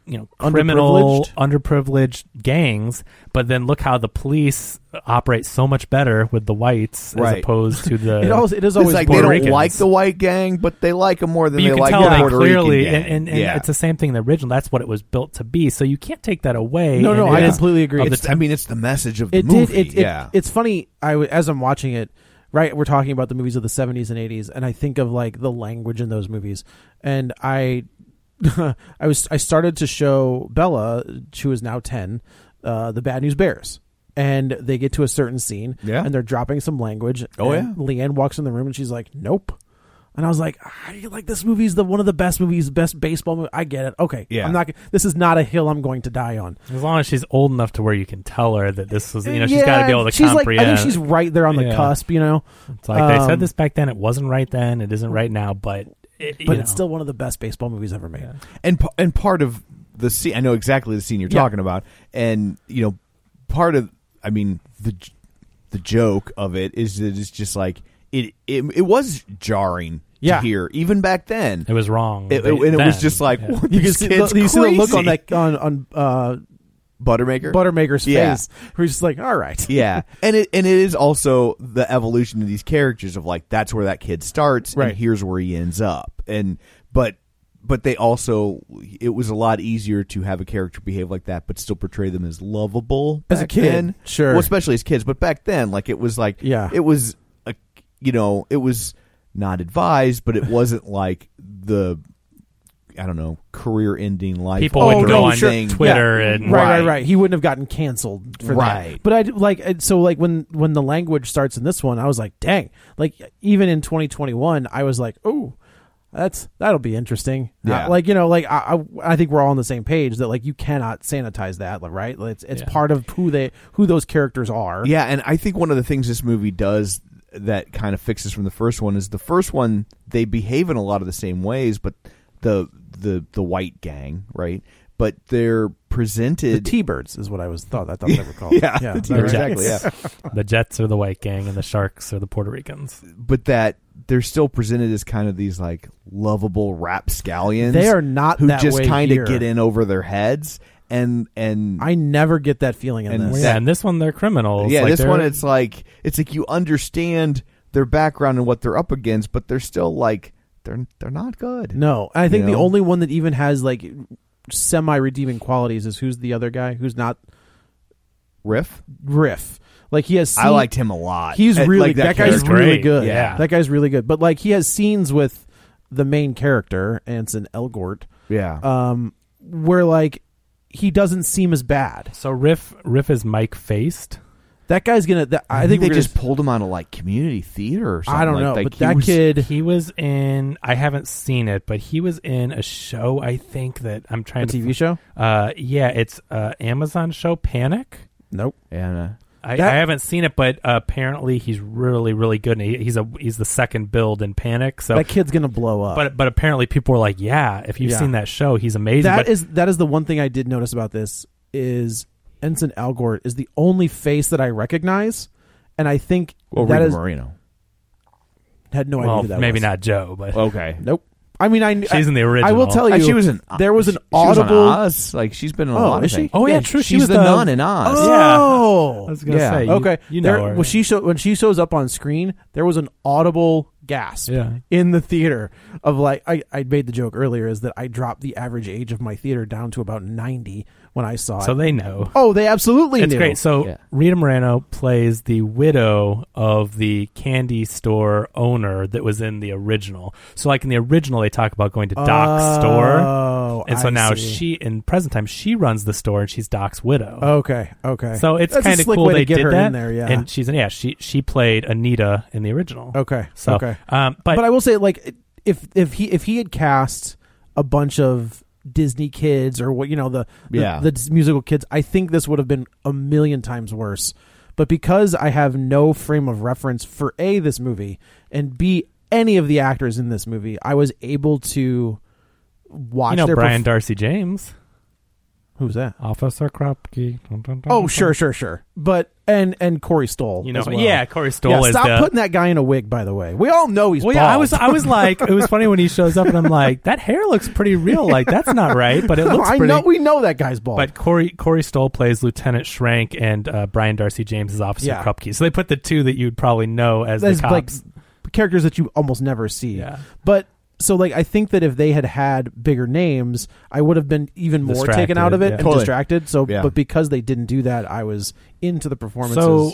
[SPEAKER 4] you know, criminal, underprivileged. gangs. But then look how the police operate so much better with the whites
[SPEAKER 2] Right.
[SPEAKER 4] as opposed to the.
[SPEAKER 3] it, also, it is
[SPEAKER 2] It's
[SPEAKER 3] always
[SPEAKER 2] like they
[SPEAKER 3] Puerto
[SPEAKER 2] don't
[SPEAKER 3] Ricans.
[SPEAKER 2] like the white gang, but they like them more than
[SPEAKER 4] but you
[SPEAKER 2] they
[SPEAKER 4] can
[SPEAKER 2] like
[SPEAKER 4] tell
[SPEAKER 2] the
[SPEAKER 4] they
[SPEAKER 2] Puerto
[SPEAKER 4] clearly,
[SPEAKER 2] Rican gang.
[SPEAKER 4] and, and, and
[SPEAKER 2] yeah.
[SPEAKER 4] it's the same thing in the original. That's what it was built to be. So you can't take that away.
[SPEAKER 3] No,
[SPEAKER 4] and
[SPEAKER 3] no,
[SPEAKER 4] it
[SPEAKER 3] I
[SPEAKER 4] is-
[SPEAKER 3] completely agree.
[SPEAKER 4] of the
[SPEAKER 2] It's- I mean, it's the message of the
[SPEAKER 3] it
[SPEAKER 2] movie.
[SPEAKER 3] did. It, it-
[SPEAKER 2] yeah,
[SPEAKER 3] it's funny. I w- as I'm watching it, right? We're talking about the movies of the 70s and 80s, and I think of like the language in those movies, and I, I was I started to show Bella, who is now 10, uh, the Bad News Bears. And they get to a certain scene,
[SPEAKER 2] Yeah.
[SPEAKER 3] and they're dropping some language.
[SPEAKER 2] Oh,
[SPEAKER 3] and
[SPEAKER 2] yeah.
[SPEAKER 3] Leanne walks in the room, and she's like, "Nope." And I was like, I, "Like this movie's the one of the best movies, best baseball movie. I get it. Okay,
[SPEAKER 2] Yeah.
[SPEAKER 3] I'm not. This is not a hill I'm going to die on."
[SPEAKER 4] As long as she's old enough to where you can tell her that this was, you know, she's
[SPEAKER 3] Yeah,
[SPEAKER 4] got to be able to
[SPEAKER 3] she's Like,
[SPEAKER 4] comprehend.
[SPEAKER 3] I think she's right there on the
[SPEAKER 4] Yeah.
[SPEAKER 3] cusp, you know.
[SPEAKER 4] it's like they
[SPEAKER 3] um,
[SPEAKER 4] said this back then. It wasn't right then. It isn't right now. But it, you
[SPEAKER 3] But
[SPEAKER 4] know.
[SPEAKER 3] it's still one of the best baseball movies ever made.
[SPEAKER 2] and p- and part of the scene. I know exactly the scene you're
[SPEAKER 3] Yeah.
[SPEAKER 2] talking about, and you know, part of. I mean the j- the joke of it is that it's just like it. It, it was jarring
[SPEAKER 3] Yeah.
[SPEAKER 2] to hear even back then.
[SPEAKER 4] it was wrong.
[SPEAKER 2] It- it-
[SPEAKER 4] They-
[SPEAKER 2] and it was
[SPEAKER 4] then.
[SPEAKER 2] just like
[SPEAKER 4] Yeah.
[SPEAKER 2] what,
[SPEAKER 3] You can
[SPEAKER 2] these
[SPEAKER 3] see
[SPEAKER 2] kids
[SPEAKER 3] the, you see the look on
[SPEAKER 2] crazy.
[SPEAKER 3] that on on uh,
[SPEAKER 2] Buttermaker.
[SPEAKER 3] Buttermaker's
[SPEAKER 2] Yeah.
[SPEAKER 3] face, where he's just like, "All right,
[SPEAKER 2] yeah, and it and it is also the evolution of these characters of like that's where that kid starts,
[SPEAKER 3] Right.
[SPEAKER 2] and here's where he ends up, and but but they also it was a lot easier to have a character behave like that, but still portray them as lovable
[SPEAKER 3] As a
[SPEAKER 2] back
[SPEAKER 3] kid,
[SPEAKER 2] then.
[SPEAKER 3] sure.
[SPEAKER 2] well, especially as kids, but back then, like it was like
[SPEAKER 3] Yeah.
[SPEAKER 2] it was a you know it was not advised, but it wasn't like the. I don't know, career-ending life.
[SPEAKER 4] People
[SPEAKER 3] Oh,
[SPEAKER 4] would
[SPEAKER 3] no,
[SPEAKER 4] go on
[SPEAKER 3] sure.
[SPEAKER 2] thing.
[SPEAKER 4] Twitter
[SPEAKER 3] Yeah.
[SPEAKER 4] and
[SPEAKER 3] right, right,
[SPEAKER 2] Right.
[SPEAKER 3] right." He wouldn't have gotten canceled for
[SPEAKER 2] Right.
[SPEAKER 3] that. But I d- like it- so like when when the language starts in this one, I was like, "Dang!" Like even in 2021, I was like, "Oh." That's that'll be interesting. Uh,
[SPEAKER 2] Yeah.
[SPEAKER 3] like you know, like I, I, I think we're all on the same page that like you cannot sanitize that, like, right? Like, it's it's
[SPEAKER 4] Yeah.
[SPEAKER 3] part of who they who those characters are.
[SPEAKER 2] Yeah, and I think one of the things this movie does that kind of fixes from the first one is the first one they behave in a lot of the same ways, but the the the white gang, right? But they're
[SPEAKER 3] The
[SPEAKER 2] presented
[SPEAKER 3] T Birds is what I was thought. I thought they were called.
[SPEAKER 2] yeah,
[SPEAKER 3] yeah,
[SPEAKER 2] the
[SPEAKER 3] is
[SPEAKER 2] T-
[SPEAKER 3] that right?
[SPEAKER 2] exactly, yeah.
[SPEAKER 4] the Jets are the white gang and the Sharks are the Puerto Ricans.
[SPEAKER 2] But that they're still presented as kind of these like lovable rapscallions.
[SPEAKER 3] They are not
[SPEAKER 2] who
[SPEAKER 3] that
[SPEAKER 2] just
[SPEAKER 3] way
[SPEAKER 2] kind
[SPEAKER 3] here.
[SPEAKER 2] of get in over their heads and and
[SPEAKER 3] I never get that feeling in
[SPEAKER 2] And
[SPEAKER 3] this.
[SPEAKER 2] that-
[SPEAKER 4] Yeah, and this one they're criminals.
[SPEAKER 2] yeah,
[SPEAKER 4] Like,
[SPEAKER 2] this
[SPEAKER 4] they're-
[SPEAKER 2] one it's like it's like you understand their background and what they're up against, but they're still like they're they're not good.
[SPEAKER 3] No, I think
[SPEAKER 2] You
[SPEAKER 3] the
[SPEAKER 2] know?
[SPEAKER 3] only one that even has like semi redeeming qualities is who's the other guy who's not
[SPEAKER 2] Riff.
[SPEAKER 3] Riff. Like he has.
[SPEAKER 2] I
[SPEAKER 3] scene-
[SPEAKER 2] liked him a lot.
[SPEAKER 3] He's
[SPEAKER 2] Uh,
[SPEAKER 3] really
[SPEAKER 2] like
[SPEAKER 3] that,
[SPEAKER 4] character.
[SPEAKER 3] guy's
[SPEAKER 4] He's
[SPEAKER 2] character.
[SPEAKER 4] great.
[SPEAKER 3] really good.
[SPEAKER 4] yeah.
[SPEAKER 3] that guy's really good. But like he has scenes with the main character, and it's an Elgort,
[SPEAKER 2] yeah.
[SPEAKER 3] um, where like he doesn't seem as bad.
[SPEAKER 4] So Riff Riff is Mike Faced.
[SPEAKER 3] That guy's gonna. That, I, think
[SPEAKER 2] they
[SPEAKER 3] we're gonna-
[SPEAKER 2] just pulled him out of like community theater or something.
[SPEAKER 3] I don't
[SPEAKER 2] like
[SPEAKER 3] know,
[SPEAKER 2] that.
[SPEAKER 3] but
[SPEAKER 2] He
[SPEAKER 3] that
[SPEAKER 2] was-
[SPEAKER 3] kid.
[SPEAKER 4] He was in. I haven't seen it, but he was in a show. I think that I'm trying
[SPEAKER 3] a
[SPEAKER 4] to.
[SPEAKER 3] TV show?
[SPEAKER 4] Uh, yeah, it's uh Amazon show Panic.
[SPEAKER 3] Nope.
[SPEAKER 2] And, uh,
[SPEAKER 4] I,
[SPEAKER 3] That-
[SPEAKER 4] I haven't seen it, but apparently he's really, really good. And he, he's a he's the second build in Panic. So,
[SPEAKER 3] that kid's gonna blow up.
[SPEAKER 4] but but apparently people were like, yeah, if you've
[SPEAKER 3] Yeah.
[SPEAKER 4] seen that show, he's amazing.
[SPEAKER 3] That
[SPEAKER 4] but
[SPEAKER 3] is that is the one thing I did notice about this is Ensign Algort is the only face that I recognize, and I think
[SPEAKER 2] well,
[SPEAKER 3] that
[SPEAKER 2] Rita
[SPEAKER 3] is
[SPEAKER 2] Moreno.
[SPEAKER 3] had no idea
[SPEAKER 4] well,
[SPEAKER 3] who that
[SPEAKER 4] maybe
[SPEAKER 3] was.
[SPEAKER 4] not Joe,
[SPEAKER 3] Oh.
[SPEAKER 4] but
[SPEAKER 2] Okay.
[SPEAKER 3] Nope. I mean, I kn-
[SPEAKER 4] She's in the
[SPEAKER 3] I will
[SPEAKER 4] original.
[SPEAKER 3] tell
[SPEAKER 2] Uh,
[SPEAKER 3] you,
[SPEAKER 2] she was an.
[SPEAKER 3] there was an
[SPEAKER 2] she- she was on
[SPEAKER 3] audible.
[SPEAKER 2] Oz. Like she's been in a
[SPEAKER 3] Oh,
[SPEAKER 2] lot
[SPEAKER 3] is
[SPEAKER 2] of
[SPEAKER 3] she?
[SPEAKER 2] things.
[SPEAKER 4] oh yeah,
[SPEAKER 3] Yeah,
[SPEAKER 4] true.
[SPEAKER 2] she's
[SPEAKER 4] She was
[SPEAKER 2] the, nun in Oz.
[SPEAKER 4] Oh,
[SPEAKER 3] Oh,
[SPEAKER 4] I was gonna
[SPEAKER 2] Yeah.
[SPEAKER 4] say, you-
[SPEAKER 3] okay.
[SPEAKER 4] you, know
[SPEAKER 3] There-
[SPEAKER 4] her.
[SPEAKER 3] when she show, when she shows up on screen, there was an audible gasp
[SPEAKER 4] Yeah.
[SPEAKER 3] in the theater of like I, I made the joke earlier is that I dropped the average age of my theater down to about ninety when I saw it.
[SPEAKER 4] so they know.
[SPEAKER 3] oh, they absolutely
[SPEAKER 4] It's
[SPEAKER 3] knew.
[SPEAKER 4] great. So
[SPEAKER 2] Yeah.
[SPEAKER 4] Rita Moreno plays the widow of the candy store owner that was in the original. So like in the original, they talk about going to Doc's store,
[SPEAKER 3] Oh,
[SPEAKER 4] and so
[SPEAKER 3] I
[SPEAKER 4] now
[SPEAKER 3] see.
[SPEAKER 4] she in present time she runs the store and she's Doc's widow.
[SPEAKER 3] Okay, okay.
[SPEAKER 4] So it's
[SPEAKER 3] That's a
[SPEAKER 4] kind of
[SPEAKER 3] slick
[SPEAKER 4] cool
[SPEAKER 3] way to
[SPEAKER 4] they
[SPEAKER 3] get
[SPEAKER 4] did
[SPEAKER 3] her
[SPEAKER 4] that.
[SPEAKER 3] in there, yeah.
[SPEAKER 4] And she's yeah she she played Anita in the original.
[SPEAKER 3] okay,
[SPEAKER 4] So
[SPEAKER 3] okay.
[SPEAKER 4] um, but,
[SPEAKER 3] But I will say, like, if if he if he had cast a bunch of Disney kids or what you know the the,
[SPEAKER 2] Yeah.
[SPEAKER 3] the dis- musical kids, I think this would have been a million times worse. But because I have no frame of reference for a this movie and b any of the actors in this movie, I was able to watch
[SPEAKER 4] you know
[SPEAKER 3] their
[SPEAKER 4] Brian
[SPEAKER 3] perf-
[SPEAKER 4] Darcy James,
[SPEAKER 3] who's that?
[SPEAKER 4] Officer Kropke. Dun, dun, dun,
[SPEAKER 3] Oh,
[SPEAKER 4] dun.
[SPEAKER 3] sure, sure, sure. But and and Corey Stoll,
[SPEAKER 4] You know,
[SPEAKER 3] as well.
[SPEAKER 4] yeah, Corey Stoll
[SPEAKER 3] Yeah,
[SPEAKER 4] is
[SPEAKER 3] stop
[SPEAKER 4] the,
[SPEAKER 3] putting that guy in a wig. By the way, we all know he's
[SPEAKER 4] Well,
[SPEAKER 3] bald.
[SPEAKER 4] yeah, I was, I was like, it was funny when he shows up, and I'm like, that hair looks pretty real. Like, that's not right, but it
[SPEAKER 3] No,
[SPEAKER 4] looks
[SPEAKER 3] I
[SPEAKER 4] pretty.
[SPEAKER 3] know we know that guy's bald.
[SPEAKER 4] but Corey Corey Stoll plays Lieutenant Schrank, and uh, Brian Darcy James is Officer
[SPEAKER 3] Yeah.
[SPEAKER 4] Krupke. So they put the two that you'd probably know as
[SPEAKER 3] That's
[SPEAKER 4] the cops.
[SPEAKER 3] like characters that you almost never see.
[SPEAKER 4] Yeah.
[SPEAKER 3] But so like I think that if they had had bigger names, I would have been even more taken
[SPEAKER 4] Distracted,
[SPEAKER 3] out of it
[SPEAKER 4] yeah.
[SPEAKER 3] and
[SPEAKER 2] Totally.
[SPEAKER 3] distracted. So
[SPEAKER 2] Yeah.
[SPEAKER 3] but because they didn't do that, I was into the performances.
[SPEAKER 4] so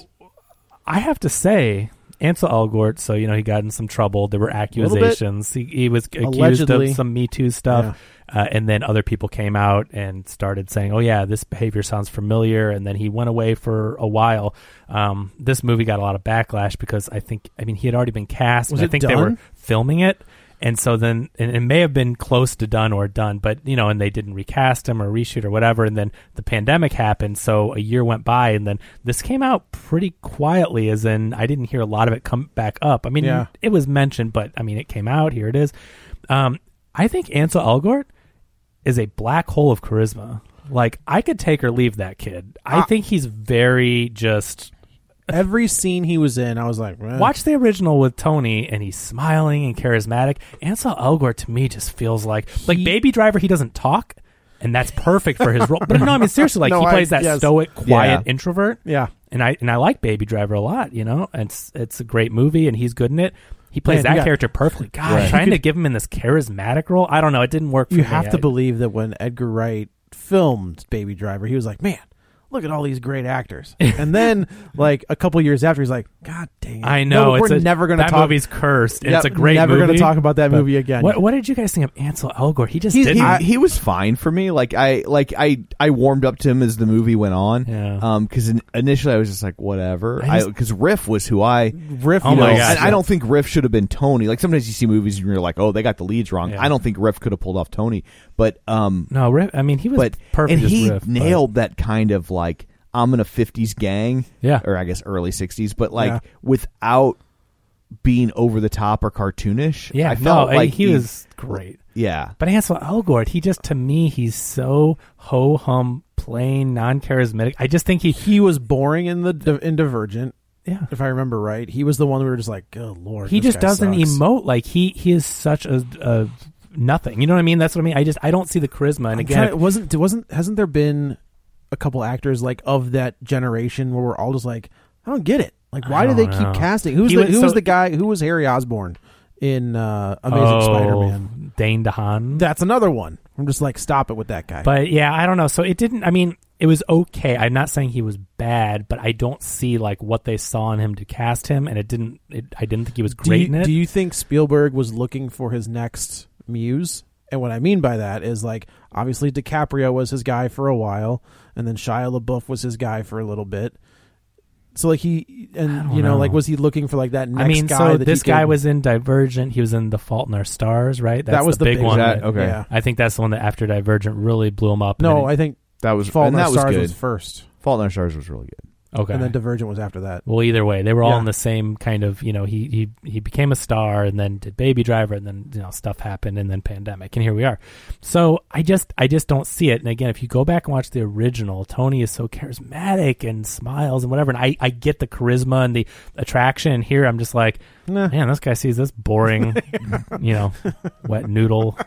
[SPEAKER 4] I have to say, Ansel Elgort. So you know, he got in some trouble. There were
[SPEAKER 3] bit.
[SPEAKER 4] accusations. He, he was accused
[SPEAKER 3] Allegedly.
[SPEAKER 4] of some Me Too stuff, uh, and then other people came out and started saying, "Oh yeah, this behavior sounds familiar." And then he went away for a while. Um, this movie got a lot of backlash because I think, I mean, he had already been cast.
[SPEAKER 3] Was
[SPEAKER 4] and I
[SPEAKER 3] it
[SPEAKER 4] think they
[SPEAKER 3] done?
[SPEAKER 4] were filming it. And so then, and it may have been close to done or done, but you know, and they didn't recast him or reshoot or whatever. And then the pandemic happened, so a year went by, and then this came out pretty quietly, as in I didn't hear a lot of it come back up. I mean,
[SPEAKER 3] Yeah.
[SPEAKER 4] it was mentioned, but I mean, it came out. Here it is. Um, I think Ansel Elgort is a black hole of charisma. Like I could take or leave that kid. I
[SPEAKER 3] Ah.
[SPEAKER 4] think he's very just
[SPEAKER 3] every scene he was in, I was like, eh.
[SPEAKER 4] Watch the original with Tony, and he's smiling and charismatic. Ansel Elgort to me just feels like like Baby Driver. He doesn't talk, and that's perfect for his role. But no, I mean seriously, like
[SPEAKER 3] No,
[SPEAKER 4] he
[SPEAKER 3] I-
[SPEAKER 4] plays that
[SPEAKER 3] yes.
[SPEAKER 4] stoic, quiet
[SPEAKER 2] Yeah.
[SPEAKER 4] introvert.
[SPEAKER 3] Yeah.
[SPEAKER 4] and I and I like Baby Driver a lot. You know, And it's it's a great movie, and he's good in it. He plays
[SPEAKER 3] Man, you
[SPEAKER 4] that
[SPEAKER 3] got-
[SPEAKER 4] character perfectly. God,
[SPEAKER 2] Right.
[SPEAKER 4] trying to give him in this charismatic role. I don't know. It didn't work. for
[SPEAKER 3] You
[SPEAKER 4] me.
[SPEAKER 3] have to
[SPEAKER 4] I-
[SPEAKER 3] believe that when Edgar Wright filmed Baby Driver, he was like, Man, look at all these great actors. and then like a couple years after he's like, God dang it.
[SPEAKER 4] I know.
[SPEAKER 3] No,
[SPEAKER 4] it's
[SPEAKER 3] we're
[SPEAKER 4] a-
[SPEAKER 3] never gonna
[SPEAKER 4] that
[SPEAKER 3] talk
[SPEAKER 4] movie's cursed. and
[SPEAKER 3] Yep,
[SPEAKER 4] it's a great.
[SPEAKER 3] never
[SPEAKER 4] movie,
[SPEAKER 3] gonna talk about that
[SPEAKER 4] but
[SPEAKER 3] movie again.
[SPEAKER 4] What, what did you guys think of Ansel Elgort? He just
[SPEAKER 3] He's-
[SPEAKER 2] he,
[SPEAKER 4] didn't.
[SPEAKER 3] I-
[SPEAKER 2] he was fine for me. Like I like I I warmed up to him as the movie went on.
[SPEAKER 4] Yeah.
[SPEAKER 2] because initially I was just like whatever.
[SPEAKER 4] I
[SPEAKER 2] I
[SPEAKER 4] just-
[SPEAKER 2] because Riff was who I.
[SPEAKER 3] Riff
[SPEAKER 4] Oh
[SPEAKER 2] you
[SPEAKER 3] was-
[SPEAKER 4] my
[SPEAKER 2] know,
[SPEAKER 4] gosh,
[SPEAKER 2] and I
[SPEAKER 4] yeah.
[SPEAKER 2] don't think Riff should have been Tony. Like sometimes you see movies and you're like, oh, they got the leads wrong.
[SPEAKER 4] Yeah.
[SPEAKER 2] I don't think Riff could have pulled off Tony, but um,
[SPEAKER 4] No, Riff, I mean he was
[SPEAKER 2] but
[SPEAKER 4] perfect.
[SPEAKER 2] and
[SPEAKER 4] as
[SPEAKER 2] he
[SPEAKER 4] Riff, but-
[SPEAKER 2] nailed that kind of like I'm in a '50s gang,
[SPEAKER 4] Yeah.
[SPEAKER 2] or I guess early '60s, but like
[SPEAKER 3] Yeah.
[SPEAKER 2] without being over the top or cartoonish.
[SPEAKER 4] Yeah,
[SPEAKER 2] I felt
[SPEAKER 4] no,
[SPEAKER 2] like
[SPEAKER 4] he, was great.
[SPEAKER 2] Yeah,
[SPEAKER 4] But Ansel Elgort, he just to me, he's so ho hum, plain, non charismatic. I just think he,
[SPEAKER 3] he was boring in the in Divergent,
[SPEAKER 4] yeah,
[SPEAKER 3] if I remember right. He was the one we were just like, good lord.
[SPEAKER 4] he
[SPEAKER 3] this
[SPEAKER 4] just
[SPEAKER 3] guy
[SPEAKER 4] doesn't
[SPEAKER 3] sucks."
[SPEAKER 4] emote like he he is such a, a nothing. You know what I mean? That's what I mean. I just I don't see the charisma. And
[SPEAKER 3] I'm
[SPEAKER 4] again,
[SPEAKER 3] trying- wasn't wasn't hasn't there been a couple actors like of that generation where we're all just like, I don't get it. Like, why do
[SPEAKER 4] don't
[SPEAKER 3] they
[SPEAKER 4] know.
[SPEAKER 3] keep casting? Who's
[SPEAKER 4] He
[SPEAKER 3] the
[SPEAKER 4] was-
[SPEAKER 3] who
[SPEAKER 4] so-
[SPEAKER 3] was the guy? Who was Harry Osborn in uh, Amazing
[SPEAKER 4] oh,
[SPEAKER 3] Spider-Man?
[SPEAKER 4] Dane DeHaan.
[SPEAKER 3] That's another one. I'm just like, stop it with that guy.
[SPEAKER 4] But yeah, I don't know. So it didn't. I mean, it was okay. I'm not saying he was bad, but I don't see like what they saw in him to cast him, and it didn't. It, I didn't think he was
[SPEAKER 3] do
[SPEAKER 4] great
[SPEAKER 3] you,
[SPEAKER 4] in it.
[SPEAKER 3] do you think Spielberg was looking for his next muse? And what I mean by that is like obviously DiCaprio was his guy for a while, and then Shia LaBeouf was his guy for a little bit. So like he and
[SPEAKER 4] don't
[SPEAKER 3] you know,
[SPEAKER 4] know.
[SPEAKER 3] like was he looking for like that next
[SPEAKER 4] I mean,
[SPEAKER 3] guy?
[SPEAKER 4] so
[SPEAKER 3] that
[SPEAKER 4] this
[SPEAKER 3] he
[SPEAKER 4] guy
[SPEAKER 3] could-
[SPEAKER 4] was in Divergent. He was in The Fault in Our Stars, right?
[SPEAKER 3] that was the big,
[SPEAKER 4] one.
[SPEAKER 2] That-
[SPEAKER 4] that-
[SPEAKER 2] okay.
[SPEAKER 3] Yeah.
[SPEAKER 4] I think that's the one that after Divergent really blew him up. and
[SPEAKER 3] No,
[SPEAKER 4] then
[SPEAKER 3] I think
[SPEAKER 2] That was
[SPEAKER 3] Fault in
[SPEAKER 2] and
[SPEAKER 3] Our
[SPEAKER 2] that
[SPEAKER 3] Stars
[SPEAKER 2] was good.
[SPEAKER 3] was first,
[SPEAKER 2] Fault in Our Stars was really good.
[SPEAKER 4] he- okay.
[SPEAKER 3] and then Divergent was after that.
[SPEAKER 4] well, either way, they were all
[SPEAKER 3] Yeah.
[SPEAKER 4] in the same kind of you know he he he became a star and then did Baby Driver and then you know stuff happened and then pandemic and here we are. So I just I just don't see it. And again, if you go back and watch the original, Tony is so charismatic and smiles and whatever. And I I get the charisma and the attraction. And here I'm just like,
[SPEAKER 3] Nah.
[SPEAKER 4] man, this guy sees this boring, you know, wet noodle.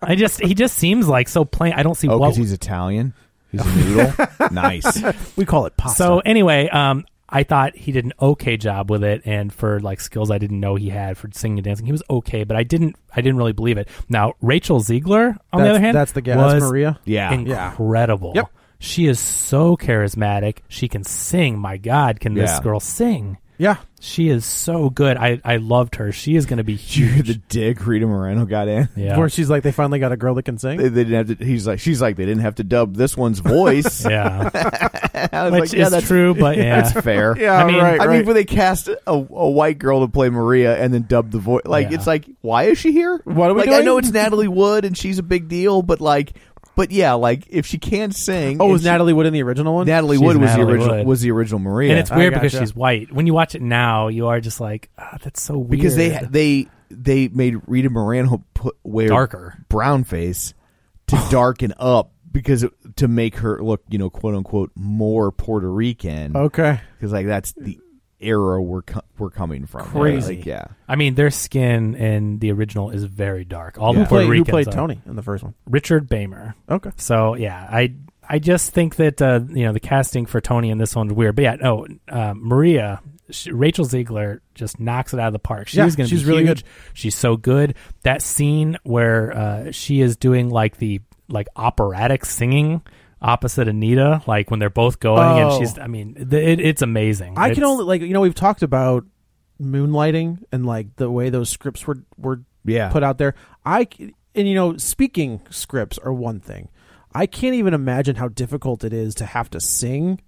[SPEAKER 4] I just he just seems like so plain. I don't see
[SPEAKER 2] Oh,
[SPEAKER 4] what
[SPEAKER 2] because he's Italian. He's a noodle. nice.
[SPEAKER 3] We call it pasta.
[SPEAKER 4] so anyway, um, I thought he did an okay job with it, and for like skills I didn't know he had for singing and dancing, he was okay. But I didn't, I didn't really believe it. Now Rachel Ziegler, on
[SPEAKER 3] That's-
[SPEAKER 4] the other hand,
[SPEAKER 3] that's the guy. That's
[SPEAKER 4] was
[SPEAKER 3] Maria.
[SPEAKER 2] Yeah.
[SPEAKER 3] Yeah.
[SPEAKER 4] incredible.
[SPEAKER 3] Yep.
[SPEAKER 4] She is so charismatic. She can sing. My God, can this
[SPEAKER 2] Yeah.
[SPEAKER 4] girl sing?
[SPEAKER 3] Yeah,
[SPEAKER 4] She is so good. I, I loved her. She is going to be
[SPEAKER 2] You're
[SPEAKER 4] huge.
[SPEAKER 2] the dick Rita Moreno got in.
[SPEAKER 4] yeah.
[SPEAKER 3] where she's like, they finally got a girl that can sing.
[SPEAKER 2] They, they didn't have to. He's like, she's like, they didn't have to dub this one's voice.
[SPEAKER 4] yeah.
[SPEAKER 2] I was
[SPEAKER 4] Which
[SPEAKER 2] like, yeah,
[SPEAKER 4] is
[SPEAKER 2] that's
[SPEAKER 4] true, but yeah.
[SPEAKER 2] That's fair.
[SPEAKER 3] Yeah,
[SPEAKER 4] I mean- right,
[SPEAKER 2] I mean,
[SPEAKER 3] right.
[SPEAKER 2] when they cast a, a white girl to play Maria and then dub the voice, like
[SPEAKER 4] Yeah.
[SPEAKER 2] it's like, why is she here?
[SPEAKER 3] What are we
[SPEAKER 2] like, I
[SPEAKER 3] doing?
[SPEAKER 2] know it's Natalie Wood and she's a big deal, but like, but yeah, like if she can't sing,
[SPEAKER 3] oh,
[SPEAKER 2] and
[SPEAKER 3] was
[SPEAKER 2] she-
[SPEAKER 3] Natalie Wood in the original one?
[SPEAKER 2] Natalie
[SPEAKER 4] She's
[SPEAKER 2] Wood was the
[SPEAKER 4] Natalie
[SPEAKER 2] original
[SPEAKER 4] Wood.
[SPEAKER 2] was the original Maria,
[SPEAKER 4] And it's
[SPEAKER 3] I
[SPEAKER 4] weird because
[SPEAKER 3] gotcha.
[SPEAKER 4] she's white. When you watch it now, you are just like, ah, that's so weird.
[SPEAKER 2] because they they they made Rita Moreno put wear
[SPEAKER 4] Darker.
[SPEAKER 2] brown face to darken up because it, to make her look you know quote unquote more Puerto Rican
[SPEAKER 3] Okay.
[SPEAKER 2] because like that's the era we're co- we're coming from right?
[SPEAKER 4] Crazy.
[SPEAKER 2] Like, yeah
[SPEAKER 4] I mean, their skin in the original is very dark. All
[SPEAKER 3] Who
[SPEAKER 4] the
[SPEAKER 3] played,
[SPEAKER 4] Puerto
[SPEAKER 3] who
[SPEAKER 4] Ricans uh,
[SPEAKER 3] played
[SPEAKER 4] are-
[SPEAKER 3] Tony in the first one?
[SPEAKER 4] Richard Bamer.
[SPEAKER 3] Okay.
[SPEAKER 4] So yeah, I I just think that uh, you know the casting for Tony in this one's weird. But yeah, no, uh, Maria, she, Rachel Ziegler just knocks it out of the park. She
[SPEAKER 3] Yeah,
[SPEAKER 4] was going to
[SPEAKER 3] she's
[SPEAKER 4] be
[SPEAKER 3] really
[SPEAKER 4] huge.
[SPEAKER 3] good.
[SPEAKER 4] She's so good. That scene where uh, she is doing like the like operatic singing opposite Anita, like when they're both going, and
[SPEAKER 3] Oh.
[SPEAKER 4] she's I mean, th- it, it's amazing.
[SPEAKER 3] I can
[SPEAKER 4] It's-
[SPEAKER 3] only like you know we've talked about moonlighting and like the way those scripts were were
[SPEAKER 2] Yeah.
[SPEAKER 3] put out there. I c- and you know speaking scripts are one thing. I can't even imagine how difficult it is to have to sing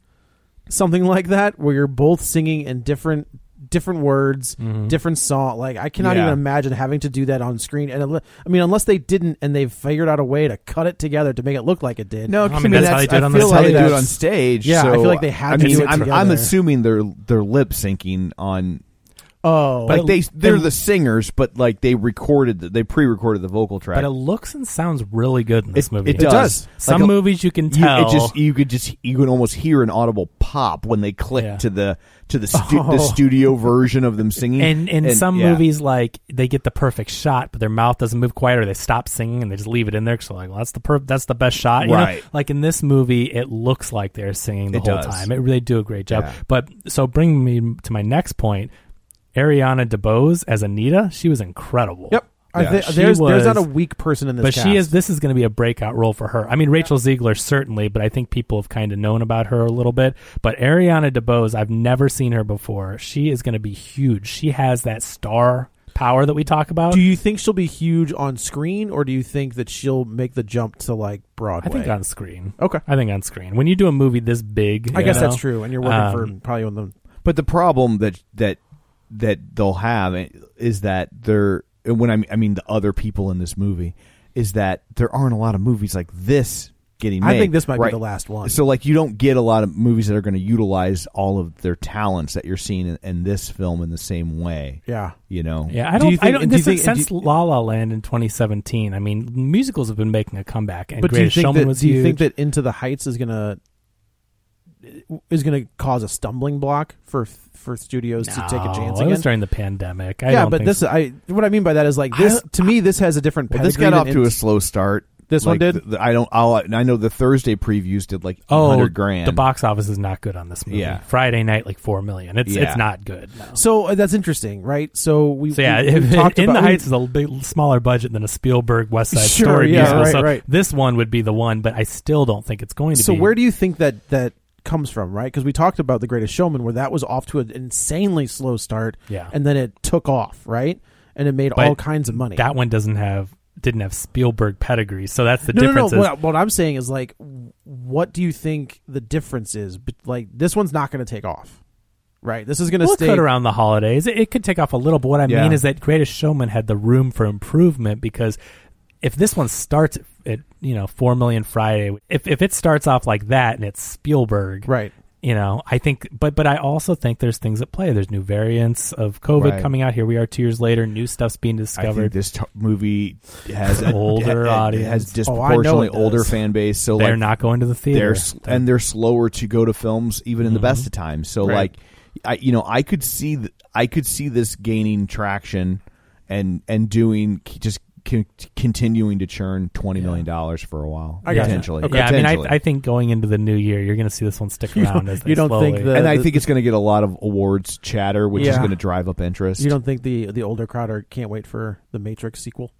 [SPEAKER 3] something like that where you're both singing in different different words, different song. Like I cannot
[SPEAKER 2] Yeah.
[SPEAKER 3] even imagine having to do that on screen. And unle- I mean, unless they didn't and they've figured out a way to cut it together to make it look like it did.
[SPEAKER 2] No, 'cause
[SPEAKER 4] mean,
[SPEAKER 2] I mean,
[SPEAKER 4] that's
[SPEAKER 2] that's,
[SPEAKER 4] how they did
[SPEAKER 2] I
[SPEAKER 4] on the
[SPEAKER 2] feel how
[SPEAKER 3] stage.
[SPEAKER 2] they do it
[SPEAKER 3] That's-
[SPEAKER 2] on stage.
[SPEAKER 3] yeah, I
[SPEAKER 2] so,
[SPEAKER 3] feel like they had
[SPEAKER 2] I
[SPEAKER 3] to
[SPEAKER 2] mean,
[SPEAKER 3] do it
[SPEAKER 2] I'm, I'm
[SPEAKER 3] together.
[SPEAKER 2] assuming they're they're lip syncing on
[SPEAKER 3] oh,
[SPEAKER 2] like they they're
[SPEAKER 4] it-
[SPEAKER 2] the singers, but like they recorded the, they pre-recorded the vocal track.
[SPEAKER 4] But it looks and sounds really good in this
[SPEAKER 2] It-
[SPEAKER 4] movie.
[SPEAKER 2] it It does. does.
[SPEAKER 4] Some
[SPEAKER 2] Like a-
[SPEAKER 4] movies you can
[SPEAKER 2] you,
[SPEAKER 4] tell.
[SPEAKER 2] it just you could just you can almost hear an audible pop when they click
[SPEAKER 4] Yeah.
[SPEAKER 2] to the to the, stu- the studio version of them singing.
[SPEAKER 4] and in some
[SPEAKER 2] yeah.
[SPEAKER 4] movies, like they get the perfect shot, but their mouth doesn't move quite, or they stop singing and they just leave it in there because like, well, that's the per- that's the best shot. you know?
[SPEAKER 2] Right.
[SPEAKER 4] Like in this movie, it looks like they're singing the
[SPEAKER 2] It
[SPEAKER 4] whole
[SPEAKER 2] does.
[SPEAKER 4] time. It really do a great job.
[SPEAKER 2] Yeah.
[SPEAKER 4] But so bring me to my next point. Ariana DeBose as Anita, she was incredible.
[SPEAKER 3] Yep. I
[SPEAKER 2] Yeah.
[SPEAKER 3] thi-
[SPEAKER 4] She
[SPEAKER 3] there's there's not a
[SPEAKER 4] was-
[SPEAKER 3] weak person in this.
[SPEAKER 4] But she
[SPEAKER 3] cast.
[SPEAKER 4] is. This is going to be a breakout role for her. I mean, Rachel Ziegler certainly, but I think people have kind of known about her a little bit. But Ariana DeBose, I've never seen her before. She is going to be huge. She has that star power that we talk about.
[SPEAKER 3] Do you think she'll be huge on screen, or do you think that she'll make the jump to like Broadway?
[SPEAKER 4] I think on screen.
[SPEAKER 3] Okay.
[SPEAKER 4] I think on screen. When you do a movie this big,
[SPEAKER 3] I
[SPEAKER 4] you
[SPEAKER 3] guess
[SPEAKER 4] know,
[SPEAKER 3] that's true. And you're working
[SPEAKER 4] um,
[SPEAKER 3] for probably on the
[SPEAKER 2] But the problem that that that they'll have is that there. and When I mean, I mean the other people in this movie is that there aren't a lot of movies like this getting
[SPEAKER 3] I
[SPEAKER 2] made.
[SPEAKER 3] think this might be
[SPEAKER 2] right?
[SPEAKER 3] the last one.
[SPEAKER 2] So like you don't get a lot of movies that are going to utilize all of their talents that you're seeing in, in this film in the same way.
[SPEAKER 3] yeah.
[SPEAKER 2] You know.
[SPEAKER 4] Yeah,
[SPEAKER 3] Do
[SPEAKER 4] I don't.
[SPEAKER 3] you
[SPEAKER 4] I
[SPEAKER 3] think-
[SPEAKER 4] don't.
[SPEAKER 3] and do
[SPEAKER 4] This
[SPEAKER 3] you
[SPEAKER 4] is,
[SPEAKER 3] think- and
[SPEAKER 4] since
[SPEAKER 3] do you-
[SPEAKER 4] La La Land in 2017. I mean, musicals have been making a comeback, and
[SPEAKER 3] But do you
[SPEAKER 4] Greatest
[SPEAKER 3] think
[SPEAKER 4] Showman
[SPEAKER 3] that
[SPEAKER 4] was
[SPEAKER 3] do you
[SPEAKER 4] huge.
[SPEAKER 3] think that Into the Heights is gonna is gonna cause a stumbling block for for studios to take a chance
[SPEAKER 4] No, it was
[SPEAKER 3] again?
[SPEAKER 4] during the pandemic. I
[SPEAKER 3] yeah,
[SPEAKER 4] don't
[SPEAKER 3] but
[SPEAKER 4] think
[SPEAKER 3] this
[SPEAKER 4] so.
[SPEAKER 3] I what I mean by that is like
[SPEAKER 4] I
[SPEAKER 3] this
[SPEAKER 4] don't-
[SPEAKER 3] to me this has a different.
[SPEAKER 2] Well, this
[SPEAKER 3] pedigree
[SPEAKER 2] got off
[SPEAKER 3] than
[SPEAKER 2] to
[SPEAKER 3] Into-
[SPEAKER 2] a slow start.
[SPEAKER 3] This one
[SPEAKER 2] Like,
[SPEAKER 3] did?
[SPEAKER 2] th- th- I don't. I'll, I know the Thursday previews did like
[SPEAKER 4] Oh,
[SPEAKER 2] 100 grand.
[SPEAKER 4] The box office is not good on this movie.
[SPEAKER 2] Yeah.
[SPEAKER 4] Friday night, like four million. It's
[SPEAKER 2] Yeah.
[SPEAKER 4] it's not good. No.
[SPEAKER 3] So uh, that's interesting, right? So we
[SPEAKER 4] So yeah,
[SPEAKER 3] we, we've
[SPEAKER 4] if,
[SPEAKER 3] talked
[SPEAKER 4] in
[SPEAKER 3] about
[SPEAKER 4] the
[SPEAKER 3] we-
[SPEAKER 4] Heights is a bit smaller budget than a Spielberg West Side
[SPEAKER 3] Sure,
[SPEAKER 4] Story
[SPEAKER 3] yeah,
[SPEAKER 4] musical.
[SPEAKER 3] right,
[SPEAKER 4] so
[SPEAKER 3] right.
[SPEAKER 4] this one would be the one, but I still don't think it's going to
[SPEAKER 3] So
[SPEAKER 4] be.
[SPEAKER 3] where do you think that that comes from, right? Because we talked about the Greatest Showman, where that was off to an insanely slow start,
[SPEAKER 4] Yeah.
[SPEAKER 3] and then it took off, right? And it made
[SPEAKER 4] But
[SPEAKER 3] all kinds of money.
[SPEAKER 4] that one doesn't have didn't have Spielberg pedigree. So that's the
[SPEAKER 3] no, no, no.
[SPEAKER 4] difference. is-
[SPEAKER 3] What, what I'm saying is, like, what do you think the difference is? But, like, this one's not going to take off. right? This is going to
[SPEAKER 4] We'll
[SPEAKER 3] stay
[SPEAKER 4] cut around the holidays. It, it could take off a little, but what I
[SPEAKER 2] Yeah.
[SPEAKER 4] mean is that Greatest Showman had the room for improvement because if this one starts at, at you know four million Friday, if if it starts off like that and it's Spielberg,
[SPEAKER 3] right.
[SPEAKER 4] you know, I think, but but I also think there's things at play. There's new variants of COVID
[SPEAKER 2] Right.
[SPEAKER 4] coming out. Here we are, two years later, new stuff's being
[SPEAKER 2] I think
[SPEAKER 4] discovered.
[SPEAKER 2] this t- movie has a,
[SPEAKER 4] Older
[SPEAKER 2] it has
[SPEAKER 4] audience. Oh,
[SPEAKER 2] disproportionately
[SPEAKER 3] it does.
[SPEAKER 2] older fan base. So
[SPEAKER 4] They're
[SPEAKER 2] like,
[SPEAKER 4] not going to the theater.
[SPEAKER 2] they're s- and they're slower to go to films even in
[SPEAKER 4] Mm-hmm.
[SPEAKER 2] the best of times. So
[SPEAKER 3] Right.
[SPEAKER 2] like, I you know I could see th- I could see this gaining traction and and doing c- just con- continuing to churn twenty million dollars for a while
[SPEAKER 3] I gotcha.
[SPEAKER 2] potentially.
[SPEAKER 3] Okay.
[SPEAKER 4] Yeah, I mean, I,
[SPEAKER 2] Potentially.
[SPEAKER 4] I think going into the new year, you're going to see this one stick
[SPEAKER 3] You don't-
[SPEAKER 4] around. as they
[SPEAKER 3] you don't think
[SPEAKER 4] slowly-
[SPEAKER 3] the-
[SPEAKER 2] and I think it's going to get a lot of awards chatter, which is
[SPEAKER 3] Yeah.
[SPEAKER 2] going to drive up interest.
[SPEAKER 3] You don't think the the older crowd are can't wait for the Matrix sequel?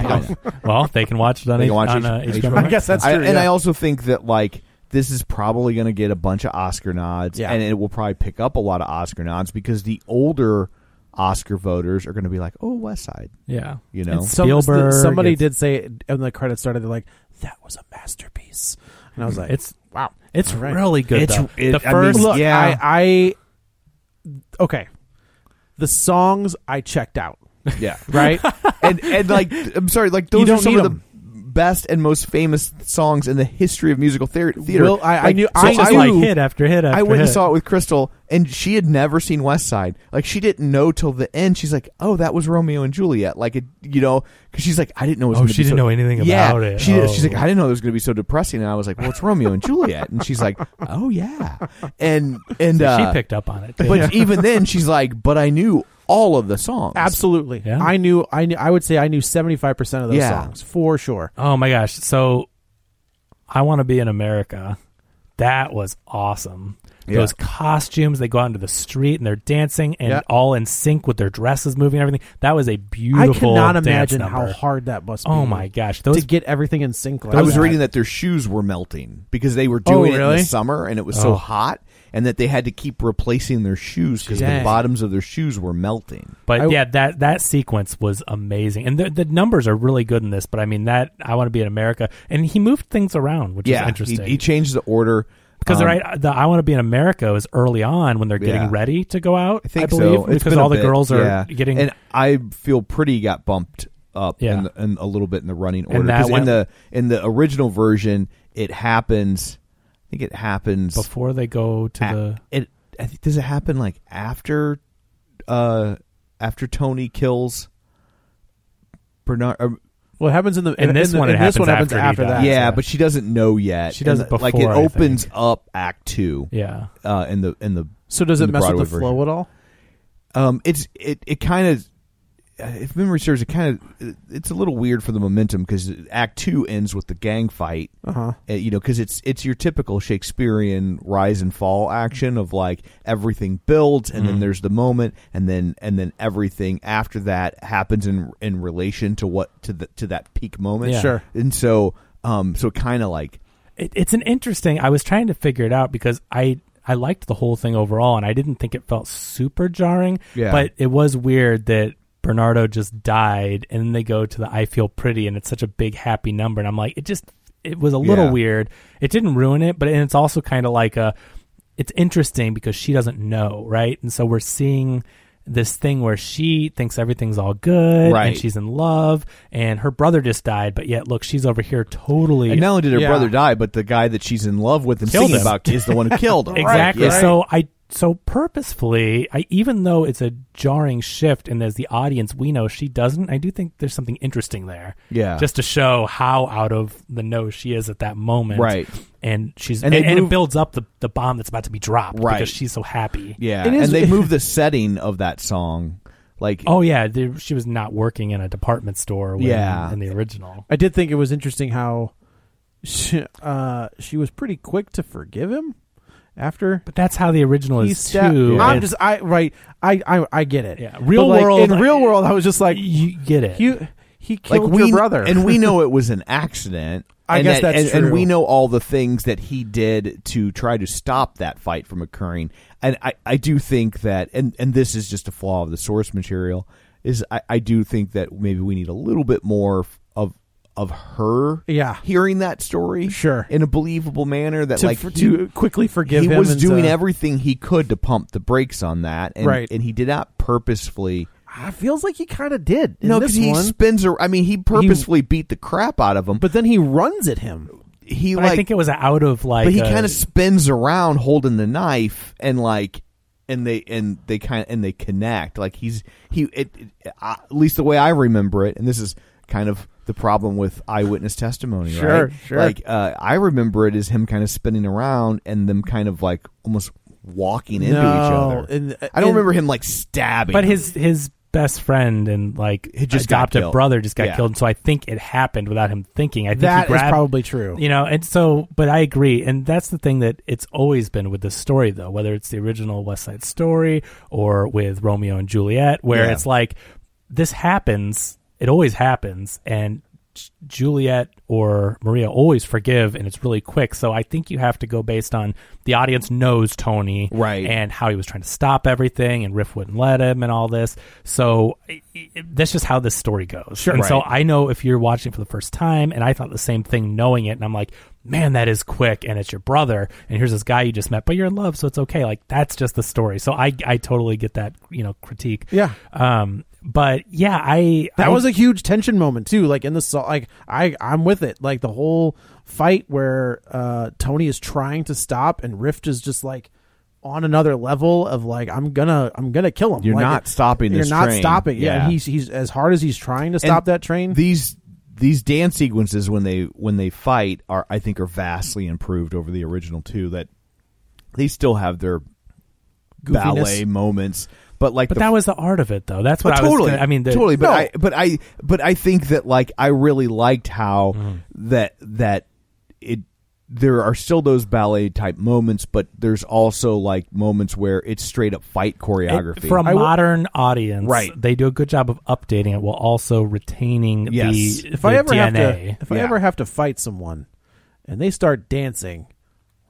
[SPEAKER 2] Yeah.
[SPEAKER 4] I don't- well, they can watch it on,
[SPEAKER 2] They
[SPEAKER 4] H-
[SPEAKER 2] can watch
[SPEAKER 4] on
[SPEAKER 2] H-
[SPEAKER 4] uh,
[SPEAKER 2] H-
[SPEAKER 4] HBO
[SPEAKER 2] I
[SPEAKER 4] Max.
[SPEAKER 3] guess that's
[SPEAKER 2] I-
[SPEAKER 3] true,
[SPEAKER 2] and
[SPEAKER 3] yeah.
[SPEAKER 2] I also think that like this is probably going to get a bunch of Oscar nods,
[SPEAKER 3] Yeah.
[SPEAKER 2] and it will probably pick up a lot of Oscar nods because the older Oscar voters are going to be like, "Oh, West Side,"
[SPEAKER 4] Yeah.
[SPEAKER 2] you know.
[SPEAKER 4] It's- Spielberg,
[SPEAKER 3] somebody
[SPEAKER 4] it's-
[SPEAKER 3] did say when the credits started, they're like, "That was a masterpiece," and I was like,
[SPEAKER 4] It's
[SPEAKER 3] wow,
[SPEAKER 4] it's
[SPEAKER 3] All right.
[SPEAKER 4] really good.
[SPEAKER 2] It's-
[SPEAKER 4] though.
[SPEAKER 2] it-
[SPEAKER 4] the
[SPEAKER 2] I mean,
[SPEAKER 4] first
[SPEAKER 3] Look,
[SPEAKER 2] yeah.
[SPEAKER 3] I, I okay. The songs I checked out.
[SPEAKER 2] yeah,
[SPEAKER 3] Right?
[SPEAKER 2] and and like I'm sorry, like
[SPEAKER 3] You
[SPEAKER 2] those are
[SPEAKER 3] don't
[SPEAKER 2] some
[SPEAKER 3] need
[SPEAKER 2] of the
[SPEAKER 3] 'em.
[SPEAKER 2] best and most famous songs in the history of musical theater. theater.
[SPEAKER 3] Well, I- I
[SPEAKER 2] Like,
[SPEAKER 3] knew-
[SPEAKER 2] so
[SPEAKER 3] I
[SPEAKER 4] it's just
[SPEAKER 3] knew-
[SPEAKER 4] like hit after hit after
[SPEAKER 2] I went
[SPEAKER 4] hit.
[SPEAKER 2] and saw it with Crystal, and she had never seen West Side. Like she didn't know till the end. She's like, "Oh, that was Romeo and Juliet." Like it, you know, because she's like, "I didn't know." It was
[SPEAKER 4] Oh,
[SPEAKER 2] gonna
[SPEAKER 4] she
[SPEAKER 2] be
[SPEAKER 4] didn't
[SPEAKER 2] so-
[SPEAKER 4] know anything
[SPEAKER 2] yeah,
[SPEAKER 4] about it.
[SPEAKER 2] She did- she's
[SPEAKER 4] Oh.
[SPEAKER 2] like, "I didn't know it was going to be so depressing." And I was like, "Well, it's Romeo and Juliet," and she's like, "Oh yeah," and and
[SPEAKER 4] Yeah,
[SPEAKER 2] uh,
[SPEAKER 4] she picked up on it. Too.
[SPEAKER 2] But even then, she's like, "But I knew all of the songs."
[SPEAKER 3] Absolutely.
[SPEAKER 4] Yeah.
[SPEAKER 3] I knew I knew I would say I knew 75% of those
[SPEAKER 2] Yeah.
[SPEAKER 3] songs for sure.
[SPEAKER 4] oh my gosh! So, I want to be in America. That was awesome.
[SPEAKER 2] Yeah.
[SPEAKER 4] Those costumes, they go out into the street and they're dancing and
[SPEAKER 3] Yeah.
[SPEAKER 4] all in sync with their dresses moving and everything. That was a
[SPEAKER 3] I
[SPEAKER 4] beautiful
[SPEAKER 3] cannot
[SPEAKER 4] dance
[SPEAKER 3] imagine how
[SPEAKER 4] number.
[SPEAKER 3] hard that must be.
[SPEAKER 4] Oh my gosh.
[SPEAKER 3] To
[SPEAKER 4] Those
[SPEAKER 3] get everything in sync like
[SPEAKER 2] I was
[SPEAKER 3] that.
[SPEAKER 2] reading that their shoes were melting because they were
[SPEAKER 3] Oh,
[SPEAKER 2] doing it in
[SPEAKER 3] really?
[SPEAKER 2] the summer and it was so
[SPEAKER 4] Oh.
[SPEAKER 2] hot, and that they had to keep replacing their shoes because the
[SPEAKER 3] Dang.
[SPEAKER 2] bottoms of their shoes were melting.
[SPEAKER 4] But
[SPEAKER 3] I-
[SPEAKER 4] yeah, that that sequence was amazing, and the the numbers are really good in this. But I mean, that I want to be in America, and he moved things around, which
[SPEAKER 2] yeah,
[SPEAKER 4] is interesting.
[SPEAKER 2] He, he changed the order
[SPEAKER 4] because
[SPEAKER 2] um,
[SPEAKER 4] right, the I want to be in America is early on when they're getting
[SPEAKER 2] Yeah.
[SPEAKER 4] ready to go out.
[SPEAKER 2] I think
[SPEAKER 4] believe
[SPEAKER 2] so. It's
[SPEAKER 4] because
[SPEAKER 2] been a
[SPEAKER 4] all the
[SPEAKER 2] bit,
[SPEAKER 4] girls are
[SPEAKER 2] yeah.
[SPEAKER 4] getting.
[SPEAKER 2] and I feel pretty got bumped up
[SPEAKER 4] Yeah.
[SPEAKER 2] in, the, in a little bit in the running order
[SPEAKER 4] that
[SPEAKER 2] 'Cause in
[SPEAKER 4] went-
[SPEAKER 2] the in the original version it happens. I think it happens
[SPEAKER 4] before they go to
[SPEAKER 2] a-
[SPEAKER 4] the
[SPEAKER 2] it. I think, does it happen like after uh after Tony kills Bernard? Or,
[SPEAKER 3] Well, it happens in the
[SPEAKER 4] In this
[SPEAKER 3] the-
[SPEAKER 4] one, it
[SPEAKER 3] in this
[SPEAKER 4] happens
[SPEAKER 3] one happens
[SPEAKER 4] after he
[SPEAKER 3] after,
[SPEAKER 4] dies.
[SPEAKER 3] that.
[SPEAKER 4] That's
[SPEAKER 2] yeah,
[SPEAKER 4] right.
[SPEAKER 2] but she doesn't know yet.
[SPEAKER 4] She does it
[SPEAKER 2] And, like it
[SPEAKER 4] before, I
[SPEAKER 2] opens
[SPEAKER 4] think.
[SPEAKER 2] up Act Two.
[SPEAKER 4] yeah.
[SPEAKER 2] Uh, in the in the
[SPEAKER 3] So does
[SPEAKER 2] in
[SPEAKER 3] it
[SPEAKER 2] the
[SPEAKER 3] mess
[SPEAKER 2] Broadway
[SPEAKER 3] with the flow
[SPEAKER 2] version.
[SPEAKER 3] at all?
[SPEAKER 2] Um, it's it it kind of if memory serves, it kind of it's a little weird for the momentum because Act Two ends with the gang fight.
[SPEAKER 3] Uh-huh.
[SPEAKER 2] Uh, you know, because it's it's your typical Shakespearean rise and fall action of like everything builds and
[SPEAKER 4] Mm-hmm.
[SPEAKER 2] then there's the moment and then and then everything after that happens in in relation to what to the to that peak moment.
[SPEAKER 4] Yeah. Sure.
[SPEAKER 2] And so um so kind of like
[SPEAKER 4] it, it's an interesting i was trying to figure it out because i i liked the whole thing overall and i didn't think it felt super jarring
[SPEAKER 2] Yeah.
[SPEAKER 4] but it was weird that bernardo just died and then they go to the i feel pretty and it's such a big happy number and i'm like it just it was a little
[SPEAKER 2] Yeah.
[SPEAKER 4] weird it didn't ruin it but and it's also kind of like a it's interesting because she doesn't know right and so we're seeing this thing where she thinks everything's all good
[SPEAKER 2] Right.
[SPEAKER 4] and she's in love and her brother just died but yet look she's over here totally
[SPEAKER 2] and not only did her
[SPEAKER 3] Yeah.
[SPEAKER 2] brother die, but the guy that she's in love with and
[SPEAKER 4] Killed
[SPEAKER 2] thinking
[SPEAKER 4] him.
[SPEAKER 2] about is the one who killed him.
[SPEAKER 4] exactly
[SPEAKER 2] Yeah.
[SPEAKER 4] so i so purposefully i even though it's a jarring shift and as the audience we know she doesn't i do think there's something interesting there
[SPEAKER 2] Yeah.
[SPEAKER 4] just to show how out of the know she is at that moment
[SPEAKER 2] Right.
[SPEAKER 4] and she's
[SPEAKER 2] And
[SPEAKER 4] and,
[SPEAKER 2] they
[SPEAKER 4] and,
[SPEAKER 2] move-
[SPEAKER 4] it builds up the, the bomb that's about to be dropped
[SPEAKER 2] Right.
[SPEAKER 4] because she's so happy
[SPEAKER 2] Yeah,
[SPEAKER 3] It is-
[SPEAKER 2] and they moved the setting of that song, like
[SPEAKER 4] oh yeah there- she was not working in a department store when,
[SPEAKER 2] Yeah.
[SPEAKER 4] in the original
[SPEAKER 3] I did think it was interesting how she, uh, she was pretty quick to forgive him after
[SPEAKER 4] but that's how the original
[SPEAKER 3] he
[SPEAKER 4] is
[SPEAKER 3] stabbed.
[SPEAKER 4] too
[SPEAKER 3] I'm
[SPEAKER 4] It's-
[SPEAKER 3] just I right I I, I get it.
[SPEAKER 4] Yeah.
[SPEAKER 3] But,
[SPEAKER 4] Real
[SPEAKER 3] like,
[SPEAKER 4] world-
[SPEAKER 3] in real world I was just like
[SPEAKER 4] you get it
[SPEAKER 3] you he
[SPEAKER 2] like
[SPEAKER 3] killed your
[SPEAKER 2] we
[SPEAKER 3] brother
[SPEAKER 2] and we know it was an accident.
[SPEAKER 3] I
[SPEAKER 2] and
[SPEAKER 3] guess
[SPEAKER 2] that,
[SPEAKER 3] that's
[SPEAKER 2] and, and
[SPEAKER 3] true.
[SPEAKER 2] we know all the things that he did to try to stop that fight from occurring. And I, I do think that, and and this is just a flaw of the source material, is I, I do think that maybe we need a little bit more of of her
[SPEAKER 3] Yeah.
[SPEAKER 2] hearing that story
[SPEAKER 3] Sure.
[SPEAKER 2] in a believable manner that
[SPEAKER 3] to,
[SPEAKER 2] like
[SPEAKER 3] for-
[SPEAKER 2] he-
[SPEAKER 3] to quickly forgive
[SPEAKER 2] he
[SPEAKER 3] him
[SPEAKER 2] was
[SPEAKER 3] and
[SPEAKER 2] doing
[SPEAKER 3] to-
[SPEAKER 2] everything he could to pump the brakes on that and,
[SPEAKER 3] Right.
[SPEAKER 2] and he did not purposefully
[SPEAKER 3] Ah, feels like he kind of did in
[SPEAKER 2] no
[SPEAKER 3] this
[SPEAKER 2] he
[SPEAKER 3] one,
[SPEAKER 2] spins ar- i mean he purposefully beat the crap out of him but
[SPEAKER 3] but then he runs at him.
[SPEAKER 2] he
[SPEAKER 4] But
[SPEAKER 2] like
[SPEAKER 4] I think it was out of like.
[SPEAKER 2] but he
[SPEAKER 4] a-
[SPEAKER 2] kind of spins around holding the knife and like and they and they kind of and they connect like he's he it, it- uh, at least the way i remember it and this is kind of the problem with eyewitness testimony
[SPEAKER 3] Sure,
[SPEAKER 2] right?
[SPEAKER 3] sure.
[SPEAKER 2] like uh, i remember it as him kind of spinning around and them kind of like almost walking into each
[SPEAKER 3] No,
[SPEAKER 2] other
[SPEAKER 3] and- uh,
[SPEAKER 2] i don't
[SPEAKER 3] and-
[SPEAKER 2] remember him like stabbing
[SPEAKER 4] But
[SPEAKER 2] him.
[SPEAKER 4] his his best friend and like
[SPEAKER 2] He just got
[SPEAKER 4] adoptive
[SPEAKER 2] killed.
[SPEAKER 4] brother just got
[SPEAKER 2] Yeah.
[SPEAKER 4] killed, so I think it happened without him thinking. I think
[SPEAKER 3] That
[SPEAKER 4] he
[SPEAKER 3] is
[SPEAKER 4] grabbed-
[SPEAKER 3] probably true.
[SPEAKER 4] You know, and so, but I agree, and that's the thing that it's always been with this story, though, whether it's the original West Side Story or with Romeo and Juliet, where
[SPEAKER 2] Yeah.
[SPEAKER 4] it's like this happens, it always happens, and J- Juliet or Maria always forgive, and it's really quick. So I think you have to go based on the audience knows Tony,
[SPEAKER 2] Right.
[SPEAKER 4] and how he was trying to stop everything, and Riff wouldn't let him, and all this. So i- i- that's just how this story goes. Sure. And so
[SPEAKER 2] Right.
[SPEAKER 4] I know if you're watching for the first time, and I thought the same thing knowing it, and I'm like, man, that is quick, and it's your brother, and here's this guy you just met, but you're in love, so it's okay. Like that's just the story. So I I totally get that you know critique.
[SPEAKER 3] Yeah.
[SPEAKER 4] Um. But yeah, I
[SPEAKER 3] That
[SPEAKER 4] I,
[SPEAKER 3] was a huge tension moment too. Like in the so- like I I'm with it. Like the whole fight where uh Tony is trying to stop and Rift is just like on another level of like I'm gonna I'm gonna kill him.
[SPEAKER 2] You're
[SPEAKER 3] Like,
[SPEAKER 2] not stopping
[SPEAKER 3] You're
[SPEAKER 2] this
[SPEAKER 3] not
[SPEAKER 2] train.
[SPEAKER 3] stopping. Yeah,
[SPEAKER 2] Yeah.
[SPEAKER 3] and he's he's as hard as he's trying to stop
[SPEAKER 2] And
[SPEAKER 3] that train.
[SPEAKER 2] These these dance sequences when they when they fight are I think are vastly improved over the original two. That they still have their ballet moments, but like
[SPEAKER 4] But
[SPEAKER 2] the
[SPEAKER 4] that was the art of it, though. That's what
[SPEAKER 2] but
[SPEAKER 4] I was.
[SPEAKER 2] Oh, totally.
[SPEAKER 4] gonna- I mean, the,
[SPEAKER 2] totally. But I, but I, but I think that like I really liked how
[SPEAKER 4] Mm-hmm.
[SPEAKER 2] that that it there are still those ballet type moments, but there's also like moments where it's straight up fight choreography.
[SPEAKER 4] for a
[SPEAKER 3] I will-
[SPEAKER 4] modern audience,
[SPEAKER 2] Right.
[SPEAKER 4] They do a good job of updating it while also retaining
[SPEAKER 2] Yes.
[SPEAKER 4] the,
[SPEAKER 3] if I
[SPEAKER 4] the
[SPEAKER 3] ever have
[SPEAKER 4] DNA.
[SPEAKER 3] to if I
[SPEAKER 2] Yeah.
[SPEAKER 3] ever have to fight someone and they start dancing,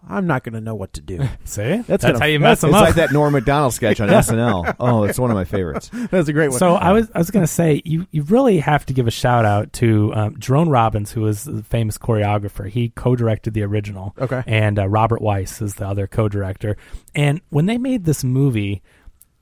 [SPEAKER 3] I'm not gonna know what to do.
[SPEAKER 4] See,
[SPEAKER 3] That's
[SPEAKER 4] that's,
[SPEAKER 3] gonna-
[SPEAKER 4] how you
[SPEAKER 3] that's-
[SPEAKER 4] mess
[SPEAKER 2] it's
[SPEAKER 4] them up.
[SPEAKER 2] like that Norm Macdonald sketch on SNL. Oh, it's one of my favorites.
[SPEAKER 3] That's a great one.
[SPEAKER 4] So I was I was gonna say you you really have to give a shout out to um, Jerome Robbins, who is the famous choreographer. He co-directed the original.
[SPEAKER 3] Okay.
[SPEAKER 4] and uh, Robert Weiss is the other co-director. And when they made this movie.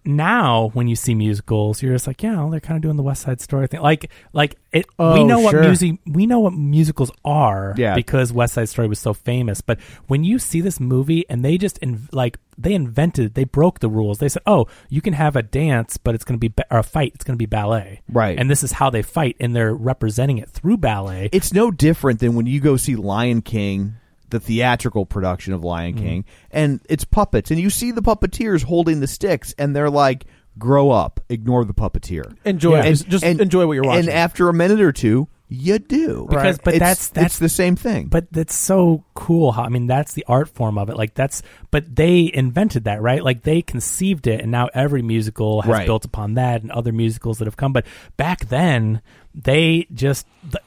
[SPEAKER 4] Now, when you see musicals, you're just like, yeah, well, they're kind of doing the West Side Story thing. Like, like it, we
[SPEAKER 3] Oh,
[SPEAKER 4] know what
[SPEAKER 3] sure.
[SPEAKER 4] music, we know what musicals are,
[SPEAKER 2] Yeah.
[SPEAKER 4] because West Side Story was so famous. But when you see this movie and they just in, like they invented, they broke the rules. They said, "Oh, you can have a dance, but it's going to be ba- or a fight. It's going to be ballet,
[SPEAKER 2] Right.
[SPEAKER 4] And this is how they fight, and they're representing it through ballet.
[SPEAKER 2] it's no different than when you go see Lion King, the theatrical production of Lion King, and it's puppets, and you see the puppeteers holding the sticks, and they're like, "Grow up, ignore the puppeteer,
[SPEAKER 3] Enjoy-
[SPEAKER 2] And-
[SPEAKER 3] just
[SPEAKER 2] and-
[SPEAKER 3] enjoy what you're
[SPEAKER 2] And
[SPEAKER 3] watching.
[SPEAKER 2] after a minute or two, you do
[SPEAKER 4] Because- Right. but
[SPEAKER 2] It's-
[SPEAKER 4] that's-
[SPEAKER 2] it's
[SPEAKER 4] that's-
[SPEAKER 2] the same thing.
[SPEAKER 4] but that's so cool. How, I mean, that's the art form of it. Like that's, but they invented that, right? Like they conceived it, and now every musical has
[SPEAKER 2] Right.
[SPEAKER 4] built upon that, and other musicals that have come. But back then, they just the,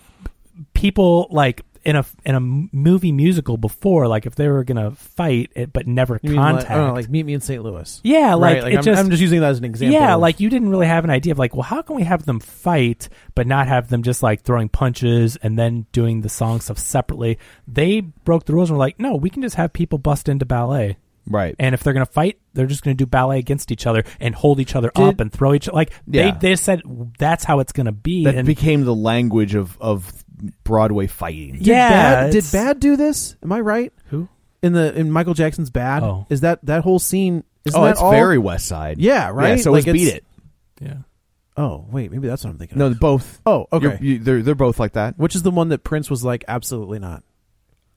[SPEAKER 4] people like in a in a movie musical before, like if they were gonna fight it, but never
[SPEAKER 3] You mean like- I
[SPEAKER 4] contact.
[SPEAKER 3] don't know, like, meet me in St. Louis.
[SPEAKER 4] Yeah, like,
[SPEAKER 3] right?
[SPEAKER 4] it
[SPEAKER 3] I'm,
[SPEAKER 4] just-
[SPEAKER 3] I'm just using that as an example.
[SPEAKER 4] yeah,
[SPEAKER 3] of-
[SPEAKER 4] like you didn't really have an idea of like, well, how can we have them fight but not have them just like throwing punches and then doing the song stuff separately? They broke the rules and were like, no, we can just have people bust into ballet.
[SPEAKER 2] right.
[SPEAKER 4] And if they're going to fight, they're just going to do ballet against each other and hold each other up and throw each like
[SPEAKER 2] Yeah.
[SPEAKER 4] they they said that's how it's going to be.
[SPEAKER 2] that
[SPEAKER 4] and
[SPEAKER 2] became the language of of Broadway fighting.
[SPEAKER 3] Did
[SPEAKER 4] yeah,
[SPEAKER 3] Bad, did
[SPEAKER 4] it's-
[SPEAKER 3] Bad do this? Am I right?
[SPEAKER 4] Who?
[SPEAKER 3] in the in Michael Jackson's Bad?
[SPEAKER 4] Oh.
[SPEAKER 3] Is that that whole scene? Isn't
[SPEAKER 2] oh,
[SPEAKER 3] that
[SPEAKER 2] it's
[SPEAKER 3] all?
[SPEAKER 2] very West Side.
[SPEAKER 3] Yeah, right?
[SPEAKER 2] so
[SPEAKER 3] Like,
[SPEAKER 2] it's beat
[SPEAKER 3] it's-
[SPEAKER 2] it.
[SPEAKER 4] Yeah.
[SPEAKER 3] Oh wait, maybe that's what I'm thinking.
[SPEAKER 2] No,
[SPEAKER 3] of.
[SPEAKER 2] both.
[SPEAKER 3] Oh, okay.
[SPEAKER 2] You're- you- they're they're both like that.
[SPEAKER 3] Which is the one that Prince was like, absolutely not.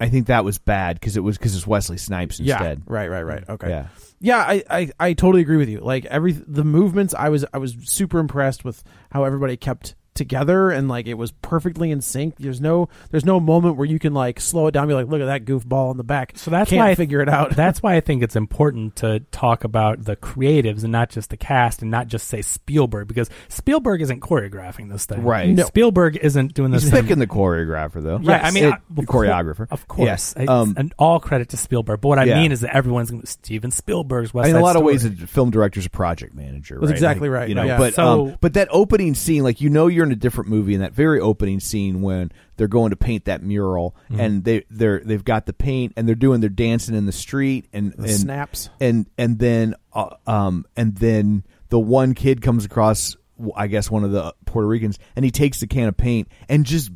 [SPEAKER 2] I think that was bad because it was because it's Wesley Snipes instead.
[SPEAKER 3] Right. Right. Right. Okay.
[SPEAKER 2] Yeah.
[SPEAKER 3] Yeah. I, I I totally agree with you. Like every the movements, I was I was super impressed with how everybody kept together and like it was perfectly in sync. There's no there's no moment where you can like slow it down. And be like, look at that goofball in the back.
[SPEAKER 4] So that's
[SPEAKER 3] Can't
[SPEAKER 4] why I
[SPEAKER 3] figure it out.
[SPEAKER 4] that's why I think it's important to talk about the creatives and not just the cast and not just say Spielberg because Spielberg isn't choreographing this thing.
[SPEAKER 2] Right. No.
[SPEAKER 4] Spielberg isn't doing this
[SPEAKER 2] He's
[SPEAKER 4] thing.
[SPEAKER 2] picking the choreographer though.
[SPEAKER 4] Right. I mean,
[SPEAKER 2] It-
[SPEAKER 4] I-
[SPEAKER 2] the choreographer.
[SPEAKER 4] Of course.
[SPEAKER 2] Yes.
[SPEAKER 4] It's-
[SPEAKER 2] Um,
[SPEAKER 4] and all credit to Spielberg. But what
[SPEAKER 2] Yeah.
[SPEAKER 4] I mean is that everyone's going to Steven Spielberg's West
[SPEAKER 2] in a
[SPEAKER 4] Side
[SPEAKER 2] lot
[SPEAKER 4] Story.
[SPEAKER 2] of ways, a film director's a project manager.
[SPEAKER 3] That's
[SPEAKER 2] right?
[SPEAKER 3] exactly right,
[SPEAKER 2] You know,
[SPEAKER 3] yeah.
[SPEAKER 2] but
[SPEAKER 4] So-
[SPEAKER 2] um, but that opening scene, like you know, you're you're in a different movie in that very opening scene when they're going to paint that mural
[SPEAKER 3] Mm-hmm.
[SPEAKER 2] and they they're they've got the paint and they're doing their dancing in the street and, and
[SPEAKER 3] snaps.
[SPEAKER 2] and and then uh, um and then the one kid comes across w- I guess one of the Puerto Ricans and he takes the can of paint and just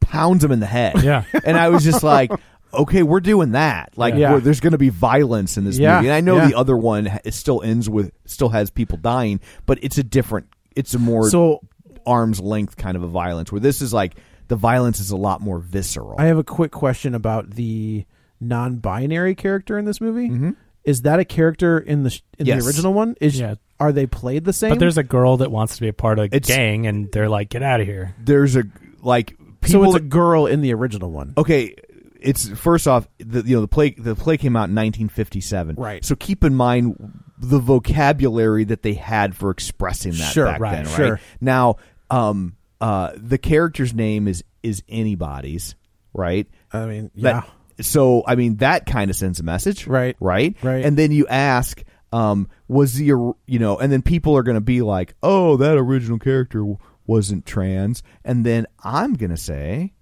[SPEAKER 2] pounds him in the head.
[SPEAKER 4] Yeah.
[SPEAKER 2] and I was just like. Okay, we're doing that. Like,
[SPEAKER 3] Yeah.
[SPEAKER 2] we're- there's going to be violence in this
[SPEAKER 3] Yeah,
[SPEAKER 2] movie, and I know
[SPEAKER 3] yeah.
[SPEAKER 2] the other one ha- it still ends with still has people dying, but it's a different, it's a more
[SPEAKER 3] So-
[SPEAKER 2] arm's length kind of a violence. Where this is like the violence is a lot more visceral.
[SPEAKER 3] I have a quick question about the non-binary character in this movie. Is that a character in the sh- in
[SPEAKER 2] Mm-hmm. Yes.
[SPEAKER 3] the original one? Is
[SPEAKER 4] Yeah.
[SPEAKER 3] are they played the same?
[SPEAKER 4] But there's a girl that wants to be a part of a
[SPEAKER 2] It's-
[SPEAKER 4] gang, and they're like, "Get out of here."
[SPEAKER 2] there's a like
[SPEAKER 3] so
[SPEAKER 2] people Oh,
[SPEAKER 3] it's a girl in the original one.
[SPEAKER 2] okay it's first off the you know the play the play came out in 1957
[SPEAKER 3] Right.
[SPEAKER 2] so keep in mind the vocabulary that they had for expressing that
[SPEAKER 3] Sure,
[SPEAKER 2] back
[SPEAKER 3] right,
[SPEAKER 2] then right
[SPEAKER 3] sure.
[SPEAKER 2] now um uh the character's name is is anybody's right
[SPEAKER 3] I mean, yeah.
[SPEAKER 2] that- so I mean that kind of sends a message,
[SPEAKER 3] Right.
[SPEAKER 2] Right.
[SPEAKER 3] Right.
[SPEAKER 2] And then you ask, um, was the or- you know, and then people are going to be like, oh, that original character w- wasn't trans, and then I'm going to say,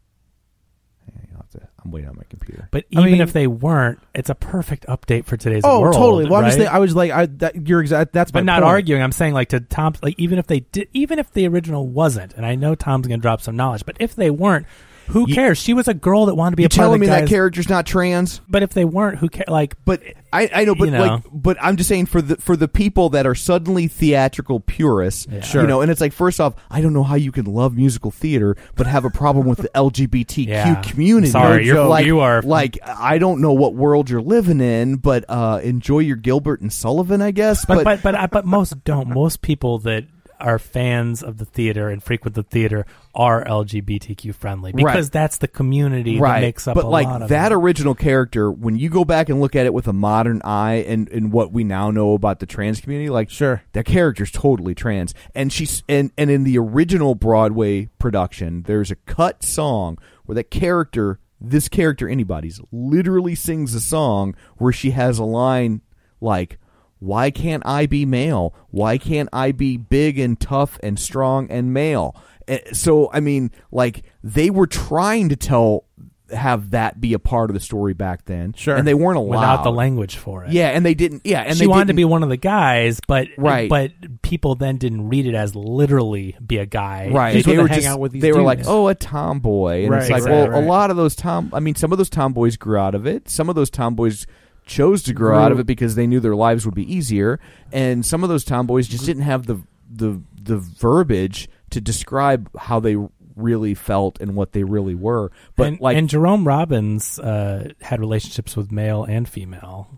[SPEAKER 2] Hang on, I'll have to- I'm waiting on my computer.
[SPEAKER 4] But
[SPEAKER 3] I
[SPEAKER 4] even
[SPEAKER 3] mean-
[SPEAKER 4] if they weren't, it's a perfect update for today's
[SPEAKER 3] oh,
[SPEAKER 4] world.
[SPEAKER 3] totally. Well, I'm just
[SPEAKER 4] right?
[SPEAKER 3] thinking- I was like, I, that, you're exact. That's
[SPEAKER 4] but
[SPEAKER 3] my
[SPEAKER 4] not
[SPEAKER 3] point.
[SPEAKER 4] arguing. I'm saying like to Tom, like even if they did, even if the original wasn't, and I know Tom's gonna drop some knowledge, but if they weren't, who
[SPEAKER 2] You-
[SPEAKER 4] cares? She was a girl that wanted to be
[SPEAKER 2] You
[SPEAKER 4] a part
[SPEAKER 2] telling
[SPEAKER 4] of
[SPEAKER 2] me
[SPEAKER 4] the
[SPEAKER 2] that
[SPEAKER 4] guys-
[SPEAKER 2] character's not trans?
[SPEAKER 4] But if they weren't, who cares? Like,
[SPEAKER 2] But I, I know, but
[SPEAKER 4] You
[SPEAKER 2] like,
[SPEAKER 4] know.
[SPEAKER 2] but I'm just saying for the for the people that are suddenly theatrical purists,
[SPEAKER 4] Sure.
[SPEAKER 2] you know, and it's like first off, I don't know how you can love musical theater but have a problem with the LGBTQ
[SPEAKER 4] Yeah.
[SPEAKER 2] community.
[SPEAKER 4] Sorry, you're-
[SPEAKER 2] like,
[SPEAKER 4] you are-
[SPEAKER 2] like I don't know what world you're living in, but uh, enjoy your Gilbert and Sullivan, I guess.
[SPEAKER 4] but but but, I but most don't. Most people that are fans of the theater and frequent the theater are LGBTQ friendly because
[SPEAKER 2] Right.
[SPEAKER 4] that's the community that makes up.
[SPEAKER 2] but
[SPEAKER 4] a
[SPEAKER 2] like
[SPEAKER 4] lot of
[SPEAKER 2] that
[SPEAKER 4] it.
[SPEAKER 2] original character when you go back and look at it with a modern eye and and what we now know about the trans community like
[SPEAKER 3] Sure.
[SPEAKER 2] that character's totally trans and she's and and in the original broadway production there's a cut song where that character this character anybody's literally sings a song where she has a line like why can't i be male why can't i be big and tough and strong and male Eh, so i mean like they were trying to tell have that be a part of the story back then
[SPEAKER 3] Sure.
[SPEAKER 2] and they weren't allowed
[SPEAKER 4] without the language for it.
[SPEAKER 2] yeah and they didn't yeah and
[SPEAKER 4] she
[SPEAKER 2] they
[SPEAKER 4] wanted to
[SPEAKER 2] didn't-
[SPEAKER 4] be one of the guys, but
[SPEAKER 2] Right.
[SPEAKER 4] but people then didn't read it as literally be a guy.
[SPEAKER 2] Right.
[SPEAKER 3] Just
[SPEAKER 2] they
[SPEAKER 3] wanna
[SPEAKER 2] were
[SPEAKER 3] hang
[SPEAKER 2] just,
[SPEAKER 3] out with these
[SPEAKER 2] they were like,
[SPEAKER 3] dudes.
[SPEAKER 2] oh, a tomboy. And
[SPEAKER 3] Right,
[SPEAKER 2] it's like,
[SPEAKER 3] right,
[SPEAKER 2] well,
[SPEAKER 3] right.
[SPEAKER 2] a lot of those tom I mean, some of those tomboys grew out of it. Some of those tomboys chose to grow out of it because they knew their lives would be easier. And some of those tomboys just didn't have the the the verbiage to describe how they really felt and what they really were. But
[SPEAKER 4] and,
[SPEAKER 2] like
[SPEAKER 4] and Jerome Robbins uh, had relationships with male and female.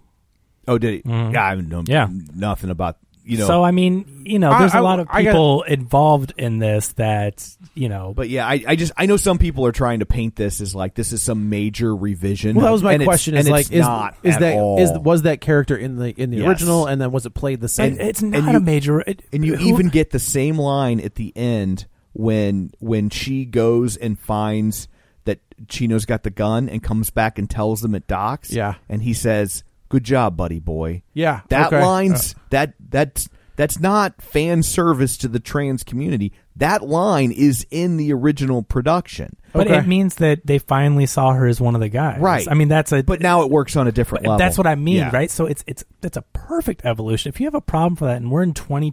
[SPEAKER 2] Oh, did he?
[SPEAKER 3] Mm-hmm.
[SPEAKER 2] Yeah, I know
[SPEAKER 4] Yeah.
[SPEAKER 2] nothing about you know
[SPEAKER 4] so I mean, you know,
[SPEAKER 3] I-
[SPEAKER 4] there's a
[SPEAKER 3] I-
[SPEAKER 4] lot of
[SPEAKER 3] I gotta-
[SPEAKER 4] people involved in this that you know.
[SPEAKER 2] But yeah, I, I just I know some people are trying to paint this as like this is some major revision.
[SPEAKER 3] Well, that was my
[SPEAKER 2] and it's-
[SPEAKER 3] question. Is
[SPEAKER 2] and
[SPEAKER 3] like,
[SPEAKER 2] it's
[SPEAKER 3] is,
[SPEAKER 2] not
[SPEAKER 3] is
[SPEAKER 2] at
[SPEAKER 3] that
[SPEAKER 2] all.
[SPEAKER 3] is- was that character in the in the
[SPEAKER 2] Yes.
[SPEAKER 3] original, and then was it played the same?
[SPEAKER 4] it- it's
[SPEAKER 2] and
[SPEAKER 4] not
[SPEAKER 2] you-
[SPEAKER 4] a major. It,
[SPEAKER 2] and you
[SPEAKER 4] who-
[SPEAKER 2] even get the same line at the end when when she goes and finds that Chino's got the gun and comes back and tells them at docks.
[SPEAKER 3] Yeah.
[SPEAKER 2] and he says, "Good job, buddy boy."
[SPEAKER 3] Yeah,
[SPEAKER 2] that
[SPEAKER 3] okay. Uh,
[SPEAKER 4] Uh.
[SPEAKER 2] line's that that's that's not fan service to the trans community. That line is in the original production,
[SPEAKER 4] but
[SPEAKER 3] Okay.
[SPEAKER 4] it means that they finally saw her as one of the guys.
[SPEAKER 2] Right.
[SPEAKER 4] I mean, that's a.
[SPEAKER 2] but now it works on a different level.
[SPEAKER 4] That's what I mean,
[SPEAKER 2] Yeah.
[SPEAKER 4] right? So it's it's that's a perfect evolution. If you have a problem for that, and we're in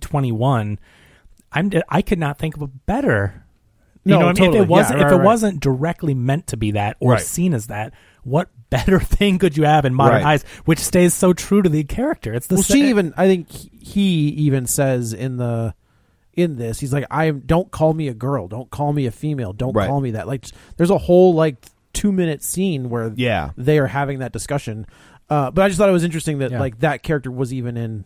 [SPEAKER 4] 2021, I'm I could not think of a better. You
[SPEAKER 3] No,
[SPEAKER 4] know what I mean?
[SPEAKER 3] totally.
[SPEAKER 4] If it wasn't
[SPEAKER 3] Yeah,
[SPEAKER 4] if
[SPEAKER 3] right,
[SPEAKER 4] it
[SPEAKER 3] right.
[SPEAKER 4] wasn't directly meant to be that or
[SPEAKER 2] Right.
[SPEAKER 4] seen as that, what better thing could you have in modern
[SPEAKER 2] Right.
[SPEAKER 4] eyes, which stays so true to the character? It's the
[SPEAKER 3] well,
[SPEAKER 4] sa-
[SPEAKER 3] she even I think he- he even says in the in this he's like I am don't call me a girl, don't call me a female, don't
[SPEAKER 2] Right.
[SPEAKER 3] call me that. Like there's a whole like 2 minute scene where
[SPEAKER 2] Yeah.
[SPEAKER 3] they are having that discussion. Uh, but I just thought it was interesting that
[SPEAKER 4] Yeah.
[SPEAKER 3] like that character was even in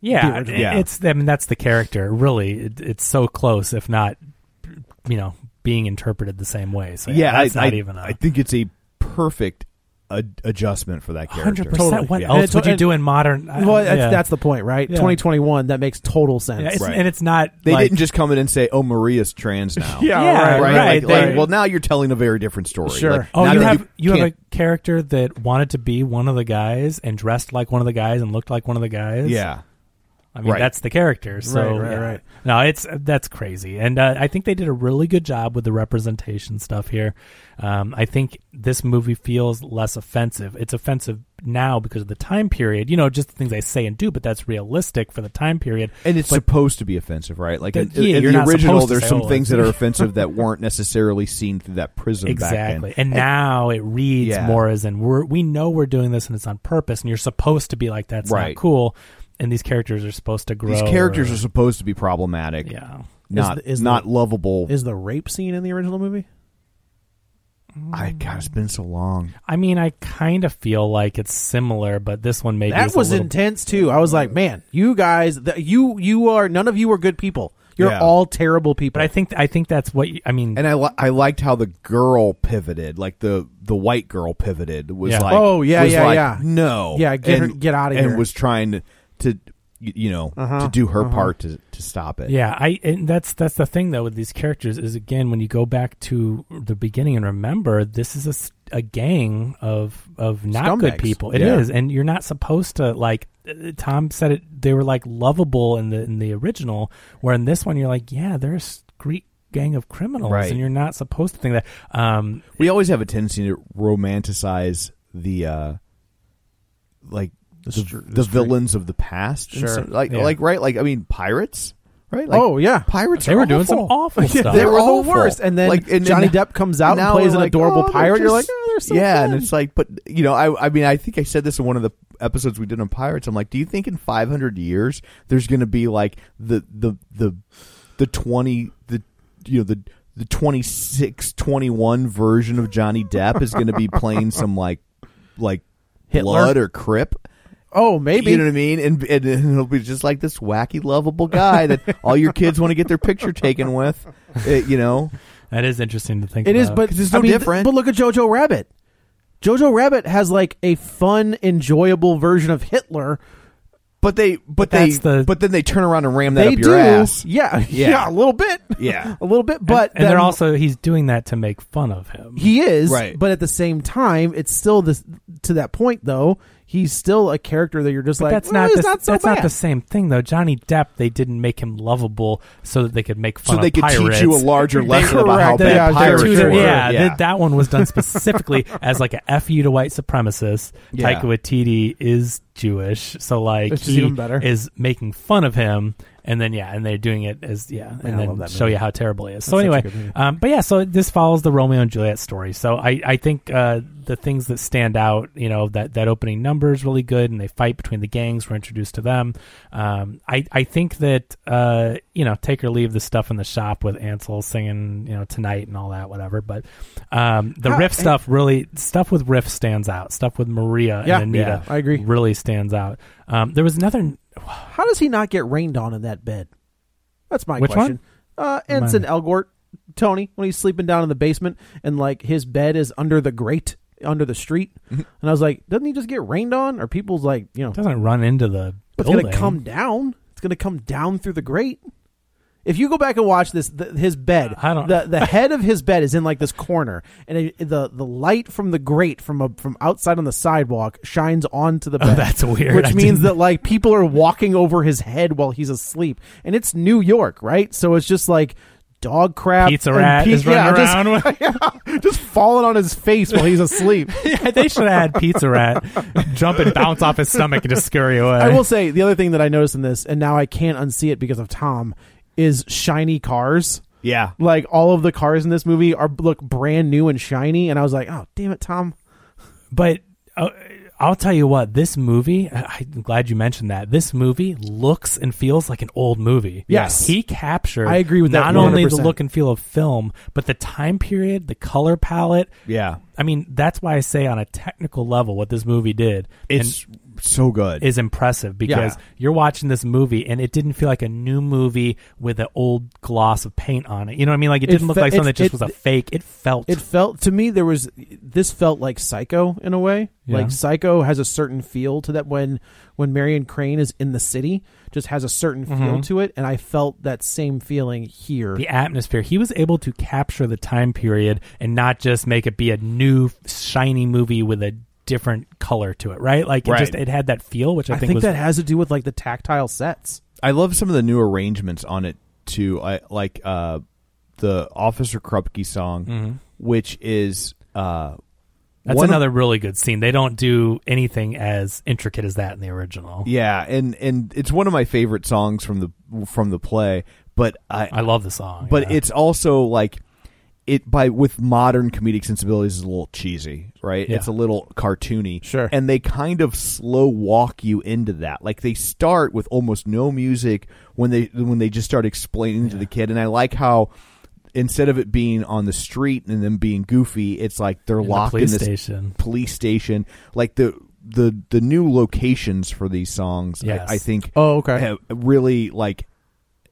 [SPEAKER 4] yeah,
[SPEAKER 3] the
[SPEAKER 4] it-
[SPEAKER 3] original.
[SPEAKER 2] Yeah.
[SPEAKER 4] it's I mean that's the character really. It, it's so close, if not, you know, being interpreted the same way. So
[SPEAKER 2] yeah,
[SPEAKER 4] that's
[SPEAKER 2] I,
[SPEAKER 4] not
[SPEAKER 2] I-
[SPEAKER 4] even. a-
[SPEAKER 2] I think it's a perfect ad- adjustment for that character.
[SPEAKER 4] Hundred percent. What
[SPEAKER 2] Yeah.
[SPEAKER 3] And
[SPEAKER 4] else
[SPEAKER 3] it's-
[SPEAKER 4] would you
[SPEAKER 3] and-
[SPEAKER 4] do in modern? I-
[SPEAKER 3] Well, that's,
[SPEAKER 4] yeah.
[SPEAKER 3] that's the point, right?
[SPEAKER 4] Yeah.
[SPEAKER 3] 2021 that makes total
[SPEAKER 4] Yeah,
[SPEAKER 3] sense.
[SPEAKER 4] it's,
[SPEAKER 2] Right.
[SPEAKER 4] and it's not.
[SPEAKER 2] They
[SPEAKER 4] like-
[SPEAKER 2] didn't just come in and say, "Oh, Maria's trans now."
[SPEAKER 3] Yeah,
[SPEAKER 4] Yeah,
[SPEAKER 2] right.
[SPEAKER 4] right.
[SPEAKER 2] Like- like,
[SPEAKER 4] they-
[SPEAKER 2] well, now you're telling a very different story.
[SPEAKER 3] Sure.
[SPEAKER 2] Like,
[SPEAKER 4] Oh,
[SPEAKER 2] now
[SPEAKER 4] you
[SPEAKER 2] that
[SPEAKER 4] have you, have
[SPEAKER 2] can't-
[SPEAKER 4] a character that wanted to be one of the guys and dressed like one of the guys and looked like one of the guys.
[SPEAKER 2] yeah.
[SPEAKER 4] I mean,
[SPEAKER 2] Right.
[SPEAKER 4] that's the character. So
[SPEAKER 3] Right, right,
[SPEAKER 4] yeah.
[SPEAKER 3] right.
[SPEAKER 4] No, it's that's crazy, and uh, I think they did a really good job with the representation stuff here. Um, I think this movie feels less offensive. It's offensive now because of the time period. You know, just the things I say and do, but that's realistic for the time period.
[SPEAKER 2] And it's
[SPEAKER 4] But-
[SPEAKER 2] supposed to be offensive, right? Like
[SPEAKER 4] Yeah,
[SPEAKER 2] in, in the
[SPEAKER 4] you're not
[SPEAKER 2] original,
[SPEAKER 4] supposed to
[SPEAKER 2] there's
[SPEAKER 4] say,
[SPEAKER 2] some
[SPEAKER 4] "Oh,
[SPEAKER 2] things that
[SPEAKER 4] that's-
[SPEAKER 2] are offensive that weren't necessarily seen through that prism.
[SPEAKER 4] exactly.
[SPEAKER 2] back then.
[SPEAKER 4] And now it reads
[SPEAKER 2] Yeah.
[SPEAKER 4] more as in we're, we know we're doing this and it's on purpose, and you're supposed to be like that's
[SPEAKER 2] Right.
[SPEAKER 4] not cool. And these characters are supposed to grow.
[SPEAKER 2] these characters
[SPEAKER 4] or-
[SPEAKER 2] are supposed to be problematic,
[SPEAKER 4] yeah.
[SPEAKER 2] not
[SPEAKER 3] the- is
[SPEAKER 2] not
[SPEAKER 3] the-
[SPEAKER 2] lovable.
[SPEAKER 3] Is the rape scene in the original movie?
[SPEAKER 2] I God, it's been so long.
[SPEAKER 4] I mean, I kind of feel like it's similar, but this one maybe
[SPEAKER 3] that
[SPEAKER 4] is a
[SPEAKER 3] was
[SPEAKER 4] little-
[SPEAKER 3] intense too. I was like, man, you guys, th- you you are none of you are good people. You're
[SPEAKER 2] Yeah.
[SPEAKER 3] all terrible people.
[SPEAKER 4] But I think I think that's what you, I mean.
[SPEAKER 2] And I li- I liked how the girl pivoted, like the the white girl pivoted was
[SPEAKER 4] Yeah.
[SPEAKER 2] like,
[SPEAKER 3] Oh, yeah,
[SPEAKER 2] was
[SPEAKER 3] yeah,
[SPEAKER 2] like,
[SPEAKER 3] yeah.
[SPEAKER 2] no,
[SPEAKER 3] Yeah, get her- get outta
[SPEAKER 2] and
[SPEAKER 3] here. Uh-huh,
[SPEAKER 2] was trying to, to y- you know to do her part to to stop it.
[SPEAKER 4] yeah, I and that's that's the thing though with these characters is again when you go back to the beginning and remember this is a s- a, gang of of not
[SPEAKER 3] Scumbags.
[SPEAKER 4] good people. It is,
[SPEAKER 2] Yeah.
[SPEAKER 4] and you're not supposed to like. uh, Tom said it. They were like lovable in the in the original, where in this one you're like, yeah, they're a s- Greek gang of criminals,
[SPEAKER 2] Right.
[SPEAKER 4] and you're not supposed to think that. Um,
[SPEAKER 2] we always have a tendency to romanticize the uh like the,
[SPEAKER 3] str-
[SPEAKER 2] the villains of the past and
[SPEAKER 3] Sure.
[SPEAKER 2] some- like
[SPEAKER 4] Yeah.
[SPEAKER 2] like right like i mean pirates right like,
[SPEAKER 3] Oh, yeah.
[SPEAKER 2] pirates
[SPEAKER 4] they
[SPEAKER 2] are
[SPEAKER 4] were doing some
[SPEAKER 2] awful.
[SPEAKER 4] awful stuff.
[SPEAKER 3] they
[SPEAKER 2] They
[SPEAKER 3] were
[SPEAKER 2] were
[SPEAKER 3] all the
[SPEAKER 2] awful.
[SPEAKER 3] worst. And then
[SPEAKER 2] Like, and
[SPEAKER 3] Johnny
[SPEAKER 2] then-
[SPEAKER 3] Depp comes out and
[SPEAKER 2] now
[SPEAKER 3] plays
[SPEAKER 2] we're
[SPEAKER 3] an
[SPEAKER 2] like,
[SPEAKER 3] adorable
[SPEAKER 2] oh, they're
[SPEAKER 3] pirate. You're like,
[SPEAKER 2] just-
[SPEAKER 3] oh, they're so
[SPEAKER 2] yeah, and
[SPEAKER 3] fun."
[SPEAKER 2] it's like, but you know, I, I mean, I think I said this in one of the episodes we did on pirates. I'm like, do you think in 500 years there's going to be like the the the the 20 the you know the the 26 21 version of Johnny Depp is going to be playing some like like
[SPEAKER 3] Hitler?
[SPEAKER 2] blood or crip?
[SPEAKER 3] oh, maybe
[SPEAKER 2] You know what I mean? And, and, and it'll be just like this wacky, lovable guy that all your kids want to get their picture taken with. uh, you know,
[SPEAKER 4] That is interesting to think.
[SPEAKER 3] It is,
[SPEAKER 4] about.
[SPEAKER 3] but
[SPEAKER 2] 'Cause it's no
[SPEAKER 3] I mean, th-
[SPEAKER 2] different.
[SPEAKER 3] But look at Jojo Rabbit. Jojo Rabbit has like a fun, enjoyable version of Hitler.
[SPEAKER 2] But they, but,
[SPEAKER 4] But
[SPEAKER 2] they,
[SPEAKER 4] that's the-
[SPEAKER 2] but then they turn around and ram that
[SPEAKER 3] They
[SPEAKER 2] up
[SPEAKER 3] do,
[SPEAKER 2] your ass.
[SPEAKER 3] yeah, yeah,
[SPEAKER 2] Yeah.
[SPEAKER 3] a little bit,
[SPEAKER 2] Yeah.
[SPEAKER 3] a little bit.
[SPEAKER 4] And-
[SPEAKER 3] But
[SPEAKER 4] and, they're
[SPEAKER 3] then-
[SPEAKER 4] also he's doing that to make fun of him.
[SPEAKER 3] he is,
[SPEAKER 2] Right.
[SPEAKER 3] But at the same time, it's still this. To that point, though, he's still a character that you're just like,
[SPEAKER 4] that's
[SPEAKER 3] "Well,
[SPEAKER 4] not
[SPEAKER 3] he's
[SPEAKER 4] the,
[SPEAKER 3] not so
[SPEAKER 4] that's
[SPEAKER 3] bad.
[SPEAKER 4] not the same thing though. Johnny Depp, they didn't make him lovable so that they could make fun
[SPEAKER 2] So
[SPEAKER 4] of
[SPEAKER 2] they could
[SPEAKER 4] pirates.
[SPEAKER 2] teach you a larger lesson about how
[SPEAKER 3] Correct.
[SPEAKER 2] bad
[SPEAKER 3] Yeah,
[SPEAKER 2] pirates
[SPEAKER 3] they're-
[SPEAKER 2] were.
[SPEAKER 3] sure.
[SPEAKER 4] Yeah, That, that one was done specifically as like a F you to white supremacists.
[SPEAKER 2] Yeah.
[SPEAKER 4] Taika Waititi is Jewish, so like
[SPEAKER 3] Which is
[SPEAKER 4] he
[SPEAKER 3] even better.
[SPEAKER 4] is making fun of him, and then yeah, and they're doing it as yeah, and
[SPEAKER 3] I
[SPEAKER 4] then
[SPEAKER 3] love that
[SPEAKER 4] show
[SPEAKER 3] movie.
[SPEAKER 4] you how terrible he is. so
[SPEAKER 3] such a
[SPEAKER 4] anyway,
[SPEAKER 3] good movie.
[SPEAKER 4] um, but yeah, so this follows the Romeo and Juliet story. So I I think uh, the things that stand out, you know, that that opening number is really good, and they fight between the gangs. We're introduced to them. Um, I I think that uh, you know, take or leave the stuff in the shop with Ansel singing, you know, tonight and all that, whatever. But um, the
[SPEAKER 3] How-
[SPEAKER 4] riff stuff really stuff with riff stands out. Stuff with Maria
[SPEAKER 3] Yeah,
[SPEAKER 4] and Anita,
[SPEAKER 3] yeah, I agree.
[SPEAKER 4] really stands out. Um, there was another
[SPEAKER 3] How does he not get rained on in that bed? That's my
[SPEAKER 4] Which
[SPEAKER 3] question. Uh, Ensign Elgort, Tony, when he's sleeping down in the basement and like his bed is under the grate, under the street, and I was like, doesn't he just get rained on? Or people's like, you know,
[SPEAKER 4] Mm-hmm. doesn't run into the.
[SPEAKER 3] but it's
[SPEAKER 4] building.
[SPEAKER 3] gonna come down. It's gonna come down through the grate. If you go back and watch this, the, his bed,
[SPEAKER 4] I don't-
[SPEAKER 3] the the head of his bed is in like this corner, and it, the the light from the grate from a, from outside on the sidewalk shines onto the bed.
[SPEAKER 4] Oh, that's weird.
[SPEAKER 3] Which
[SPEAKER 4] I
[SPEAKER 3] means
[SPEAKER 4] didn't-
[SPEAKER 3] that like people are walking over his head while he's asleep, and it's New York, right? So it's just like dog crap,
[SPEAKER 4] Pizza
[SPEAKER 3] and
[SPEAKER 4] rat
[SPEAKER 3] pe-
[SPEAKER 4] is running
[SPEAKER 3] yeah, just-
[SPEAKER 4] around. with-
[SPEAKER 3] yeah, just falling on his face while he's asleep.
[SPEAKER 4] Yeah, they should have had Pizza Rat jump and bounce off his stomach and just scurry away.
[SPEAKER 3] I will say the other thing that I noticed in this, and now I can't unsee it because of Tom, is shiny cars.
[SPEAKER 2] Yeah.
[SPEAKER 3] Like all of the cars in this movie are look brand new and shiny, and I was like, oh damn it, Tom.
[SPEAKER 4] but uh, I'll tell you what, this movie, I- I'm glad you mentioned that. This movie looks and feels like an old movie.
[SPEAKER 3] Yes.
[SPEAKER 4] He captured
[SPEAKER 3] I agree with that
[SPEAKER 4] not only the
[SPEAKER 3] 100%.
[SPEAKER 4] look and feel of film, but the time period, the color palette.
[SPEAKER 2] Yeah.
[SPEAKER 4] I mean, that's why I say on a technical level what this movie did. and-
[SPEAKER 2] It's so good.
[SPEAKER 4] is impressive because
[SPEAKER 3] Yeah.
[SPEAKER 4] you're watching this movie and it didn't feel like a new movie with an old gloss of paint on it. You know what I mean? Like it
[SPEAKER 3] It
[SPEAKER 4] didn't look
[SPEAKER 3] fe-
[SPEAKER 4] like something that
[SPEAKER 3] it-
[SPEAKER 4] just
[SPEAKER 3] it-
[SPEAKER 4] was a fake. It felt
[SPEAKER 3] It felt to me there was this felt like Psycho in a way.
[SPEAKER 4] Yeah.
[SPEAKER 3] Like Psycho has a certain feel to that when when Marion Crane is in the city, just has a certain
[SPEAKER 2] Mm-hmm.
[SPEAKER 3] feel to it, and I felt that same feeling here.
[SPEAKER 4] the atmosphere. He was able to capture the time period and not just make it be a new shiny movie with a different color to it, right? Like it
[SPEAKER 2] Right.
[SPEAKER 4] just it had that feel, which I,
[SPEAKER 3] I
[SPEAKER 4] think,
[SPEAKER 3] think
[SPEAKER 4] was
[SPEAKER 3] that has to do with like the tactile sets.
[SPEAKER 2] I love some of the new arrangements on it too. I like uh, the Officer Krupke song, which is uh,
[SPEAKER 4] Mm-hmm. That's
[SPEAKER 2] one of-
[SPEAKER 4] another really good scene. They don't do anything as intricate as that in the original.
[SPEAKER 2] yeah, and and it's one of my favorite songs from the from the play. But I,
[SPEAKER 4] I love the song.
[SPEAKER 2] but
[SPEAKER 4] yeah.
[SPEAKER 2] it's also like it by with modern comedic sensibilities is a little cheesy, right?
[SPEAKER 4] Yeah.
[SPEAKER 2] It's a little cartoony,
[SPEAKER 3] Sure.
[SPEAKER 2] And they kind of slow walk you into that. Like they start with almost no music when they when they just start explaining to the kid. And I like how instead of it being on the street and them being goofy, it's like they're
[SPEAKER 4] the
[SPEAKER 2] locked
[SPEAKER 4] police
[SPEAKER 2] in this
[SPEAKER 4] station.
[SPEAKER 2] police station. Like the the the new locations for these songs, I-
[SPEAKER 4] Yes.
[SPEAKER 2] I, think.
[SPEAKER 3] Oh, okay.
[SPEAKER 2] Have really like.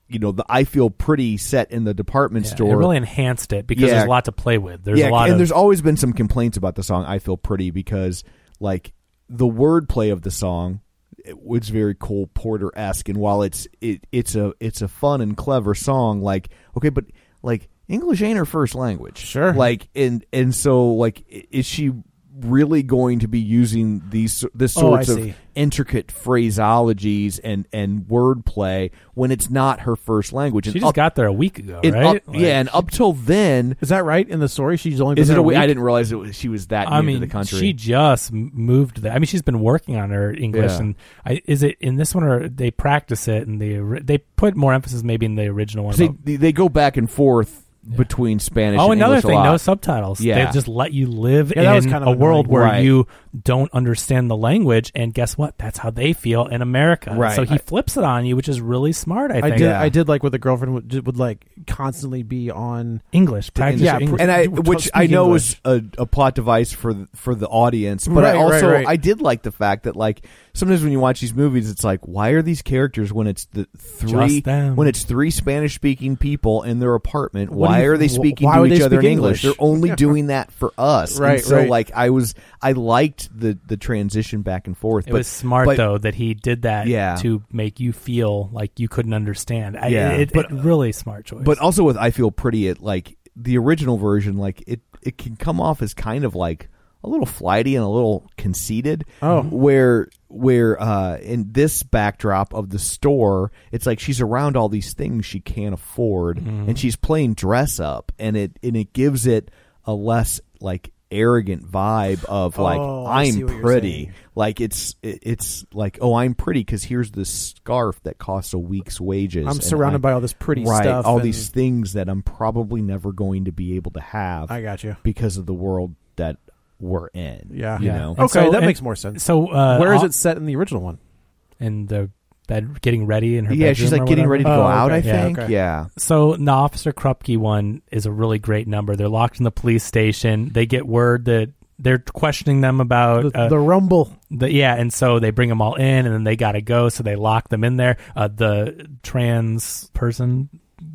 [SPEAKER 2] You know, the I feel pretty set in the department
[SPEAKER 4] Yeah,
[SPEAKER 2] store
[SPEAKER 4] It really enhanced it because
[SPEAKER 2] Yeah.
[SPEAKER 4] there's a lot to play with. There's
[SPEAKER 2] yeah,
[SPEAKER 4] a lot
[SPEAKER 2] and
[SPEAKER 4] of
[SPEAKER 2] there's always been some complaints about the song "I Feel Pretty" because like the wordplay of the song it was very Cole Porter esque, and while it's it, it's a it's a fun and clever song, like okay, but like English ain't her first language,
[SPEAKER 3] Sure.
[SPEAKER 2] Like and and so like i- is she really going to be using these this
[SPEAKER 3] Oh, I
[SPEAKER 2] sorts of
[SPEAKER 3] see.
[SPEAKER 2] intricate phraseologies and and wordplay when it's not her first language?
[SPEAKER 4] she
[SPEAKER 2] And
[SPEAKER 4] just
[SPEAKER 2] up-
[SPEAKER 4] got there a week ago,
[SPEAKER 2] and
[SPEAKER 4] right?
[SPEAKER 2] up-
[SPEAKER 4] Like,
[SPEAKER 2] yeah, and up till then,
[SPEAKER 3] Is that right in the story? She's only been
[SPEAKER 2] is it
[SPEAKER 3] there
[SPEAKER 2] a
[SPEAKER 3] week?
[SPEAKER 2] week? I didn't realize it was, she was that
[SPEAKER 4] I
[SPEAKER 2] new
[SPEAKER 4] mean,
[SPEAKER 2] to the country.
[SPEAKER 4] she just m- moved there. I mean, she's been working on her English,
[SPEAKER 2] Yeah.
[SPEAKER 4] and I, is it in this one or they practice it? And they they put more emphasis maybe in the original one.
[SPEAKER 2] they,
[SPEAKER 4] about-
[SPEAKER 2] they go back and forth between Spanish.
[SPEAKER 4] oh,
[SPEAKER 2] and
[SPEAKER 4] another
[SPEAKER 2] English a
[SPEAKER 4] thing,
[SPEAKER 2] lot.
[SPEAKER 4] no subtitles.
[SPEAKER 2] Yeah.
[SPEAKER 4] they just let you live
[SPEAKER 3] Yeah, that was
[SPEAKER 4] in
[SPEAKER 3] kind of
[SPEAKER 4] a world
[SPEAKER 3] annoying.
[SPEAKER 4] where
[SPEAKER 2] Right.
[SPEAKER 4] you don't understand the language, and guess what? That's how they feel in America.
[SPEAKER 2] Right.
[SPEAKER 4] So he
[SPEAKER 2] I-
[SPEAKER 4] flips it on you, which is really smart. I
[SPEAKER 3] I
[SPEAKER 4] think
[SPEAKER 3] did.
[SPEAKER 2] Yeah.
[SPEAKER 3] I did like what the girlfriend would, did- would like constantly be on.
[SPEAKER 4] English practice.
[SPEAKER 3] yeah,
[SPEAKER 4] your English.
[SPEAKER 2] and I,
[SPEAKER 3] Dude, talk-
[SPEAKER 2] which I
[SPEAKER 3] speak
[SPEAKER 2] know is a, a plot device for th- for the audience, but I
[SPEAKER 3] Right, right,
[SPEAKER 2] also
[SPEAKER 3] right.
[SPEAKER 2] I did like the fact that like sometimes when you watch these movies, it's like why are these characters when it's the three
[SPEAKER 4] Just them.
[SPEAKER 2] when it's three Spanish speaking people in their apartment?
[SPEAKER 3] What do
[SPEAKER 2] why
[SPEAKER 3] you-
[SPEAKER 2] are they
[SPEAKER 3] wh-
[SPEAKER 2] speaking
[SPEAKER 3] why
[SPEAKER 2] to
[SPEAKER 3] would
[SPEAKER 2] each
[SPEAKER 3] they
[SPEAKER 2] other in
[SPEAKER 3] speak
[SPEAKER 2] English?
[SPEAKER 3] English?
[SPEAKER 2] They're only doing that for us, And
[SPEAKER 3] Right,
[SPEAKER 2] so
[SPEAKER 3] right.
[SPEAKER 2] like I was I liked the the transition back and forth.
[SPEAKER 4] It
[SPEAKER 2] but,
[SPEAKER 4] was smart
[SPEAKER 2] but-
[SPEAKER 4] though that he did that
[SPEAKER 2] Yeah.
[SPEAKER 4] to make you feel like you couldn't understand. I,
[SPEAKER 2] Yeah.
[SPEAKER 4] it, it-
[SPEAKER 2] But-
[SPEAKER 4] really smart choice.
[SPEAKER 2] But also with I Feel Pretty, it like the original version, like it it can come off as kind of like a little flighty and a little conceited.
[SPEAKER 3] Oh.
[SPEAKER 2] Where where uh in this backdrop of the store, it's like she's around all these things she can't afford
[SPEAKER 3] Mm-hmm.
[SPEAKER 2] and she's playing dress up and it and it gives it a less like arrogant vibe of like
[SPEAKER 3] Oh, I see
[SPEAKER 2] I'm
[SPEAKER 3] what you're
[SPEAKER 2] pretty
[SPEAKER 3] saying.
[SPEAKER 2] like it's it- it's like oh I'm pretty cuz here's this scarf that costs a week's wages
[SPEAKER 3] I'm
[SPEAKER 2] and
[SPEAKER 3] surrounded by all this pretty
[SPEAKER 2] right,
[SPEAKER 3] stuff.
[SPEAKER 2] All
[SPEAKER 3] and-
[SPEAKER 2] these things that I'm probably never going to be able to have
[SPEAKER 3] I got you.
[SPEAKER 2] because of the world that we're in.
[SPEAKER 3] Yeah.
[SPEAKER 2] You
[SPEAKER 3] Yeah. Oh,
[SPEAKER 2] know?
[SPEAKER 3] Okay,
[SPEAKER 4] so-
[SPEAKER 3] that
[SPEAKER 4] and-
[SPEAKER 3] makes more sense.
[SPEAKER 4] so uh,
[SPEAKER 3] Where is
[SPEAKER 4] all-
[SPEAKER 3] it set in the original one?
[SPEAKER 4] in the bed getting ready in her
[SPEAKER 2] yeah, she's
[SPEAKER 4] bedroom
[SPEAKER 2] like
[SPEAKER 4] or
[SPEAKER 2] getting
[SPEAKER 4] whatever.
[SPEAKER 2] ready to
[SPEAKER 3] Oh,
[SPEAKER 2] go out, I
[SPEAKER 3] okay.
[SPEAKER 4] Yeah,
[SPEAKER 2] think.
[SPEAKER 3] okay.
[SPEAKER 2] Yeah.
[SPEAKER 4] So the Officer Krupke one is a really great number. They're locked in the police station. They get word that they're questioning them about
[SPEAKER 3] The,
[SPEAKER 4] uh,
[SPEAKER 3] the Rumble.
[SPEAKER 4] the- yeah, and so they bring them all in, and then they gotta go, so they lock them in there. Uh, the trans person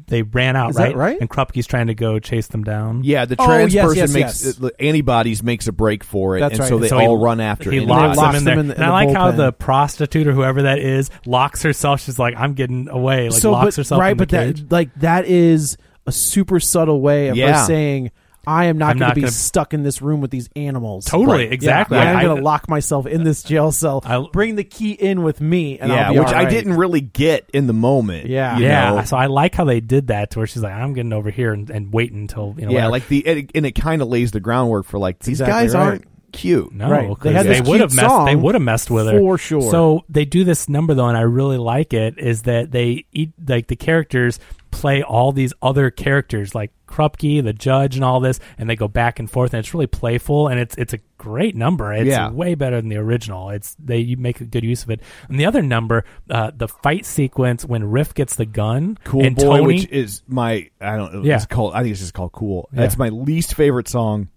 [SPEAKER 4] they ran out
[SPEAKER 3] Is that
[SPEAKER 4] right,
[SPEAKER 3] right?
[SPEAKER 4] and Krupke's trying to go chase them down.
[SPEAKER 2] Yeah, the
[SPEAKER 3] Oh,
[SPEAKER 2] trans
[SPEAKER 3] yes,
[SPEAKER 2] person
[SPEAKER 3] yes,
[SPEAKER 2] makes
[SPEAKER 3] yes.
[SPEAKER 2] uh, antibodies makes a break for it,
[SPEAKER 3] That's
[SPEAKER 2] and
[SPEAKER 3] right.
[SPEAKER 2] so they
[SPEAKER 4] So he-
[SPEAKER 2] all run after
[SPEAKER 4] He
[SPEAKER 2] it.
[SPEAKER 4] locks,
[SPEAKER 3] locks
[SPEAKER 4] them
[SPEAKER 3] them
[SPEAKER 4] in there.
[SPEAKER 3] in the- in
[SPEAKER 4] and
[SPEAKER 3] the
[SPEAKER 4] I like how
[SPEAKER 3] bullpen.
[SPEAKER 4] the prostitute or whoever that is locks herself. She's like, "I'm getting away." Like
[SPEAKER 3] so, but,
[SPEAKER 4] locks herself
[SPEAKER 3] right,
[SPEAKER 4] in the
[SPEAKER 3] but
[SPEAKER 4] cage.
[SPEAKER 3] that like that is a super subtle way of
[SPEAKER 2] Yeah.
[SPEAKER 3] her saying, "I am not
[SPEAKER 4] I'm
[SPEAKER 3] going
[SPEAKER 4] not
[SPEAKER 3] to be
[SPEAKER 4] gonna-
[SPEAKER 3] stuck in this room with these animals."
[SPEAKER 4] Totally,
[SPEAKER 3] Yeah,
[SPEAKER 4] exactly. I-
[SPEAKER 3] I'm going
[SPEAKER 4] I-
[SPEAKER 3] to lock myself in this jail cell.
[SPEAKER 4] I-
[SPEAKER 3] bring the key in with me, and
[SPEAKER 2] yeah,
[SPEAKER 3] I'll be
[SPEAKER 2] which
[SPEAKER 3] all
[SPEAKER 2] I
[SPEAKER 3] right.
[SPEAKER 2] didn't really get in the moment.
[SPEAKER 3] Yeah.
[SPEAKER 2] you
[SPEAKER 4] yeah,
[SPEAKER 2] know?
[SPEAKER 4] so I like how they did that to where she's like, "I'm getting over here and, and waiting until you know."
[SPEAKER 2] yeah,
[SPEAKER 4] whatever."
[SPEAKER 2] like the and it- and it kind of lays the groundwork for like these
[SPEAKER 3] exactly
[SPEAKER 2] guys
[SPEAKER 3] right.
[SPEAKER 2] aren't cute.
[SPEAKER 4] no,
[SPEAKER 3] right.
[SPEAKER 4] 'cause
[SPEAKER 3] They had
[SPEAKER 4] they
[SPEAKER 3] this
[SPEAKER 4] would have
[SPEAKER 3] cute
[SPEAKER 4] messed. They
[SPEAKER 3] song
[SPEAKER 4] would have messed with her
[SPEAKER 3] for sure.
[SPEAKER 4] So they do this number though, and I really like it. Is that they eat like the characters play all these other characters like Krupke, the judge, and all this, and they go back and forth, and it's really playful, and it's it's a great number. It's
[SPEAKER 2] Yeah.
[SPEAKER 4] way better than the original. It's they you make a good use of it. And the other number, uh, the fight sequence when Riff gets the gun,
[SPEAKER 2] Cool
[SPEAKER 4] and
[SPEAKER 2] Boy,
[SPEAKER 4] Tony,
[SPEAKER 2] which is my I don't know.
[SPEAKER 4] Yeah.
[SPEAKER 2] It's called. I think it's just called Cool.
[SPEAKER 4] Yeah.
[SPEAKER 2] That's my least favorite song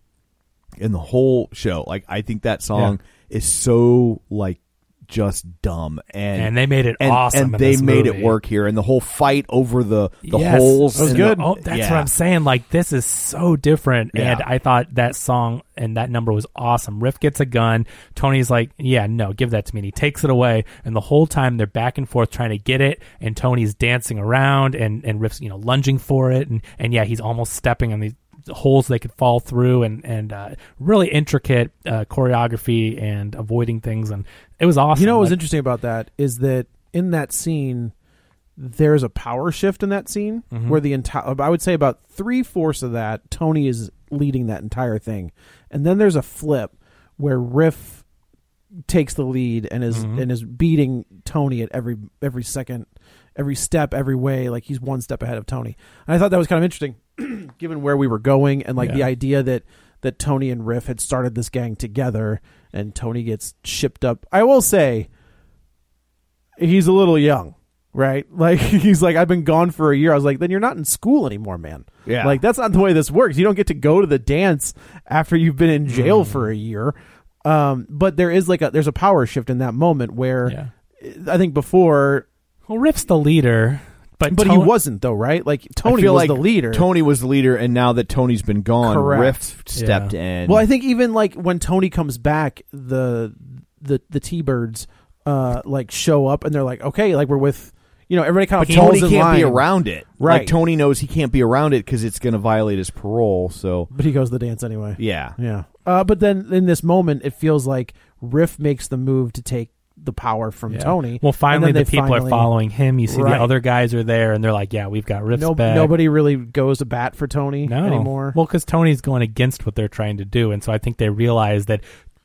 [SPEAKER 2] in the whole show. Like I think that song is so like just dumb and
[SPEAKER 4] And they made it
[SPEAKER 2] and,
[SPEAKER 4] awesome
[SPEAKER 2] and
[SPEAKER 4] in
[SPEAKER 2] they
[SPEAKER 4] this
[SPEAKER 2] made
[SPEAKER 4] movie.
[SPEAKER 2] it work here and the whole fight over the the
[SPEAKER 4] Yes.
[SPEAKER 2] holes
[SPEAKER 3] That was
[SPEAKER 2] and
[SPEAKER 3] good.
[SPEAKER 2] the-
[SPEAKER 4] Oh, that's
[SPEAKER 2] yeah.
[SPEAKER 4] what I'm saying. Like this is so different,
[SPEAKER 2] Yeah.
[SPEAKER 4] and I thought that song and that number was awesome. Riff gets a gun. Tony's like, "Yeah, no, give that to me." And he takes it away, and the whole time they're back and forth trying to get it, and Tony's dancing around, and and Riff's you know lunging for it, and and yeah, he's almost stepping on these holes they could fall through, and and uh, really intricate uh, choreography and avoiding things, and it was awesome.
[SPEAKER 3] You know what was
[SPEAKER 4] Like,
[SPEAKER 3] interesting about that is that in that scene, there's a power shift in that scene
[SPEAKER 4] Mm-hmm.
[SPEAKER 3] where the entire I would say about three fourths of that Tony is leading that entire thing, and then there's a flip where Riff takes the lead and is
[SPEAKER 4] Mm-hmm.
[SPEAKER 3] and is beating Tony at every every second, every step, every way. Like he's one step ahead of Tony. And I thought that was kind of interesting, given where we were going and like the
[SPEAKER 4] Yeah.
[SPEAKER 3] idea that that Tony and Riff had started this gang together, and Tony gets shipped up. I will say he's a little young, right? Like he's like, I've been gone for a year. I was like, then you're not in school anymore, man.
[SPEAKER 2] Yeah.
[SPEAKER 3] Like that's not the way this works. You don't get to go to the dance after you've been in
[SPEAKER 2] Mm.
[SPEAKER 3] jail for a year. Um, but there is like a there's a power shift in that moment where I think before
[SPEAKER 4] Well, Riff's the leader, but
[SPEAKER 3] but he
[SPEAKER 4] Tone-
[SPEAKER 3] wasn't though, right? Like
[SPEAKER 2] I
[SPEAKER 3] Tony
[SPEAKER 2] feel
[SPEAKER 3] was
[SPEAKER 2] like
[SPEAKER 3] the leader.
[SPEAKER 2] Tony was the leader, and now that Tony's been gone,
[SPEAKER 3] Correct.
[SPEAKER 2] Riff stepped in.
[SPEAKER 3] Well, I think even like when Tony comes back, the the the T Birds uh like show up and they're like, Okay, like we're with you know, everybody kind
[SPEAKER 2] but
[SPEAKER 3] of falls
[SPEAKER 2] Tony
[SPEAKER 3] in
[SPEAKER 2] can't be
[SPEAKER 3] line.
[SPEAKER 2] around it. Like
[SPEAKER 3] Right.
[SPEAKER 2] Tony knows he can't be around it because it's going to violate his parole. So
[SPEAKER 3] But he goes to the dance anyway.
[SPEAKER 2] yeah,
[SPEAKER 3] Yeah. Uh, but then in this moment, it feels like Riff makes the move to take the power from
[SPEAKER 4] Yeah.
[SPEAKER 3] Tony.
[SPEAKER 4] Well, finally
[SPEAKER 3] and then
[SPEAKER 4] the
[SPEAKER 3] they
[SPEAKER 4] people are
[SPEAKER 3] finally-
[SPEAKER 4] following him. You see
[SPEAKER 3] Right.
[SPEAKER 4] the other guys are there, and they're like, "Yeah, we've got Riff's
[SPEAKER 3] No,
[SPEAKER 4] back."
[SPEAKER 3] nobody really goes to bat for Tony
[SPEAKER 4] no.
[SPEAKER 3] anymore.
[SPEAKER 4] Well, because Tony's going against what they're trying to do, and so I think they realize that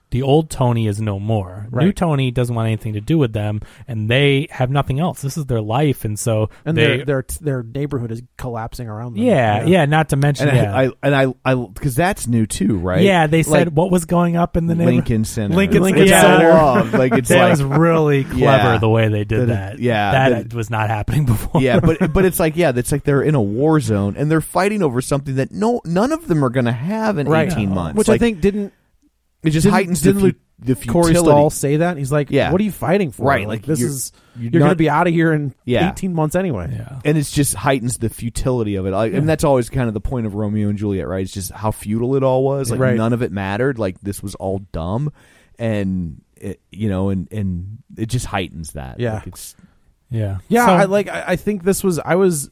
[SPEAKER 4] the old Tony is no more. New
[SPEAKER 3] Right.
[SPEAKER 4] Tony doesn't want anything to do with them, and they have nothing else. This is their life, and so
[SPEAKER 3] and
[SPEAKER 4] they,
[SPEAKER 3] their their their neighborhood is collapsing around them.
[SPEAKER 4] yeah, yeah, Not to mention,
[SPEAKER 2] and
[SPEAKER 4] yeah.
[SPEAKER 2] I, I and I I because that's new too, right?
[SPEAKER 4] Yeah, they
[SPEAKER 2] Like,
[SPEAKER 4] said what was going up in the neighborhood?
[SPEAKER 2] Lincoln Center.
[SPEAKER 4] Lincoln,
[SPEAKER 2] Lincoln
[SPEAKER 4] yeah.
[SPEAKER 2] Center. Love. Like it's
[SPEAKER 4] that
[SPEAKER 2] like
[SPEAKER 4] was really clever
[SPEAKER 2] Yeah.
[SPEAKER 4] the way they did
[SPEAKER 2] That-
[SPEAKER 4] that.
[SPEAKER 2] yeah,
[SPEAKER 4] that
[SPEAKER 2] that-
[SPEAKER 4] was not happening before.
[SPEAKER 2] yeah, but but it's like yeah, it's like they're in a war zone and they're fighting over something that no none of them are going to have in
[SPEAKER 3] Right.
[SPEAKER 2] eighteen months.
[SPEAKER 3] Which I
[SPEAKER 2] Like,
[SPEAKER 3] think didn't
[SPEAKER 2] it just
[SPEAKER 3] didn't-
[SPEAKER 2] heightens
[SPEAKER 3] didn't
[SPEAKER 2] the,
[SPEAKER 3] Luke-
[SPEAKER 2] fu- the
[SPEAKER 3] Corey
[SPEAKER 2] futility.
[SPEAKER 3] Stahl say that? He's like,
[SPEAKER 2] Yeah.
[SPEAKER 3] what are you fighting for?
[SPEAKER 2] Right, like,
[SPEAKER 3] Like, this
[SPEAKER 2] you're-
[SPEAKER 3] is
[SPEAKER 2] you're
[SPEAKER 3] you're, going
[SPEAKER 2] not-
[SPEAKER 3] to be out of here in
[SPEAKER 2] Yeah.
[SPEAKER 3] eighteen months anyway.
[SPEAKER 4] Yeah.
[SPEAKER 2] and it's just heightens the futility of it. I, And that's always kind of the point of Romeo and Juliet, right? It's just how futile it all was. Like
[SPEAKER 3] Right.
[SPEAKER 2] none of it mattered. Like this was all dumb, and it, you know, and and it just heightens that.
[SPEAKER 3] Yeah.
[SPEAKER 2] Like, it's
[SPEAKER 4] Yeah.
[SPEAKER 3] Yeah,
[SPEAKER 4] So-
[SPEAKER 3] I like I, I think this was I was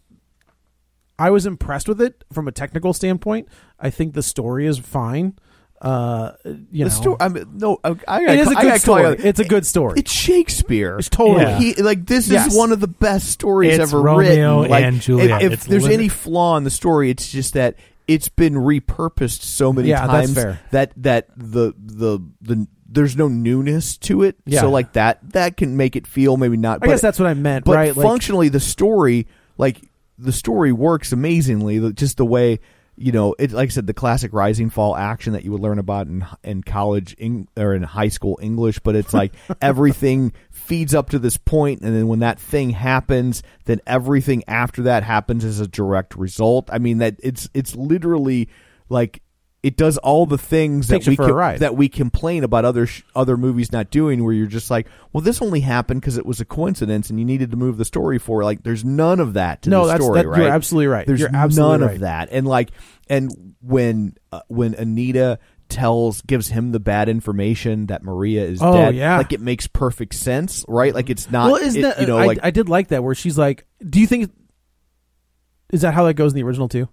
[SPEAKER 3] I was impressed with it from a technical standpoint. I think the story is fine. Uh you
[SPEAKER 2] the
[SPEAKER 3] know
[SPEAKER 2] story. I mean, no, I, I
[SPEAKER 3] It is a
[SPEAKER 2] I
[SPEAKER 3] good
[SPEAKER 2] gotta call you
[SPEAKER 3] story.
[SPEAKER 2] out.
[SPEAKER 3] It's a good story.
[SPEAKER 2] It's Shakespeare.
[SPEAKER 3] It's totally-
[SPEAKER 4] Yeah.
[SPEAKER 2] he, like this is
[SPEAKER 3] Yes.
[SPEAKER 2] one of the best stories
[SPEAKER 4] It's
[SPEAKER 2] ever
[SPEAKER 4] Romeo
[SPEAKER 2] written. Like,
[SPEAKER 4] and Juliet.
[SPEAKER 2] If, if
[SPEAKER 4] It's
[SPEAKER 2] there's
[SPEAKER 4] lit-
[SPEAKER 2] any flaw in the story, it's just that it's been repurposed so many
[SPEAKER 3] Yeah, that's
[SPEAKER 2] times
[SPEAKER 3] fair.
[SPEAKER 2] that that the the the there's no newness to it.
[SPEAKER 3] Yeah.
[SPEAKER 2] So like that that can make it feel maybe not.
[SPEAKER 3] I
[SPEAKER 2] but,
[SPEAKER 3] guess that's what I meant,
[SPEAKER 2] But
[SPEAKER 3] right? Like-
[SPEAKER 2] functionally, the story like the story works amazingly. the- Just the way. You know, it like I said, the classic rising fall action that you would learn about in in college Eng, or in high school English, but it's like everything feeds up to this point, and then when that thing happens, then everything after that happens as a direct result. I mean, that it's it's literally like it does all the things that
[SPEAKER 3] Takes you
[SPEAKER 2] we
[SPEAKER 3] for a
[SPEAKER 2] can,
[SPEAKER 3] ride.
[SPEAKER 2] that that we complain about other sh- other movies not doing where you're just like well this only happened because it was a coincidence and you needed to move the story forward like there's none of that to
[SPEAKER 3] No,
[SPEAKER 2] the
[SPEAKER 3] that's-
[SPEAKER 2] story
[SPEAKER 3] that-
[SPEAKER 2] right
[SPEAKER 3] you're absolutely right.
[SPEAKER 2] there's
[SPEAKER 3] You're absolutely
[SPEAKER 2] none of
[SPEAKER 3] right.
[SPEAKER 2] that and like and when uh, when anita tells gives him the bad information that maria is
[SPEAKER 3] Oh,
[SPEAKER 2] dead
[SPEAKER 3] yeah.
[SPEAKER 2] like it makes perfect sense right like it's not
[SPEAKER 3] well, isn't
[SPEAKER 2] it-
[SPEAKER 3] that,
[SPEAKER 2] you know
[SPEAKER 3] I,
[SPEAKER 2] like
[SPEAKER 3] I did like that where she's like, "Do you think is that how that goes in the original too?"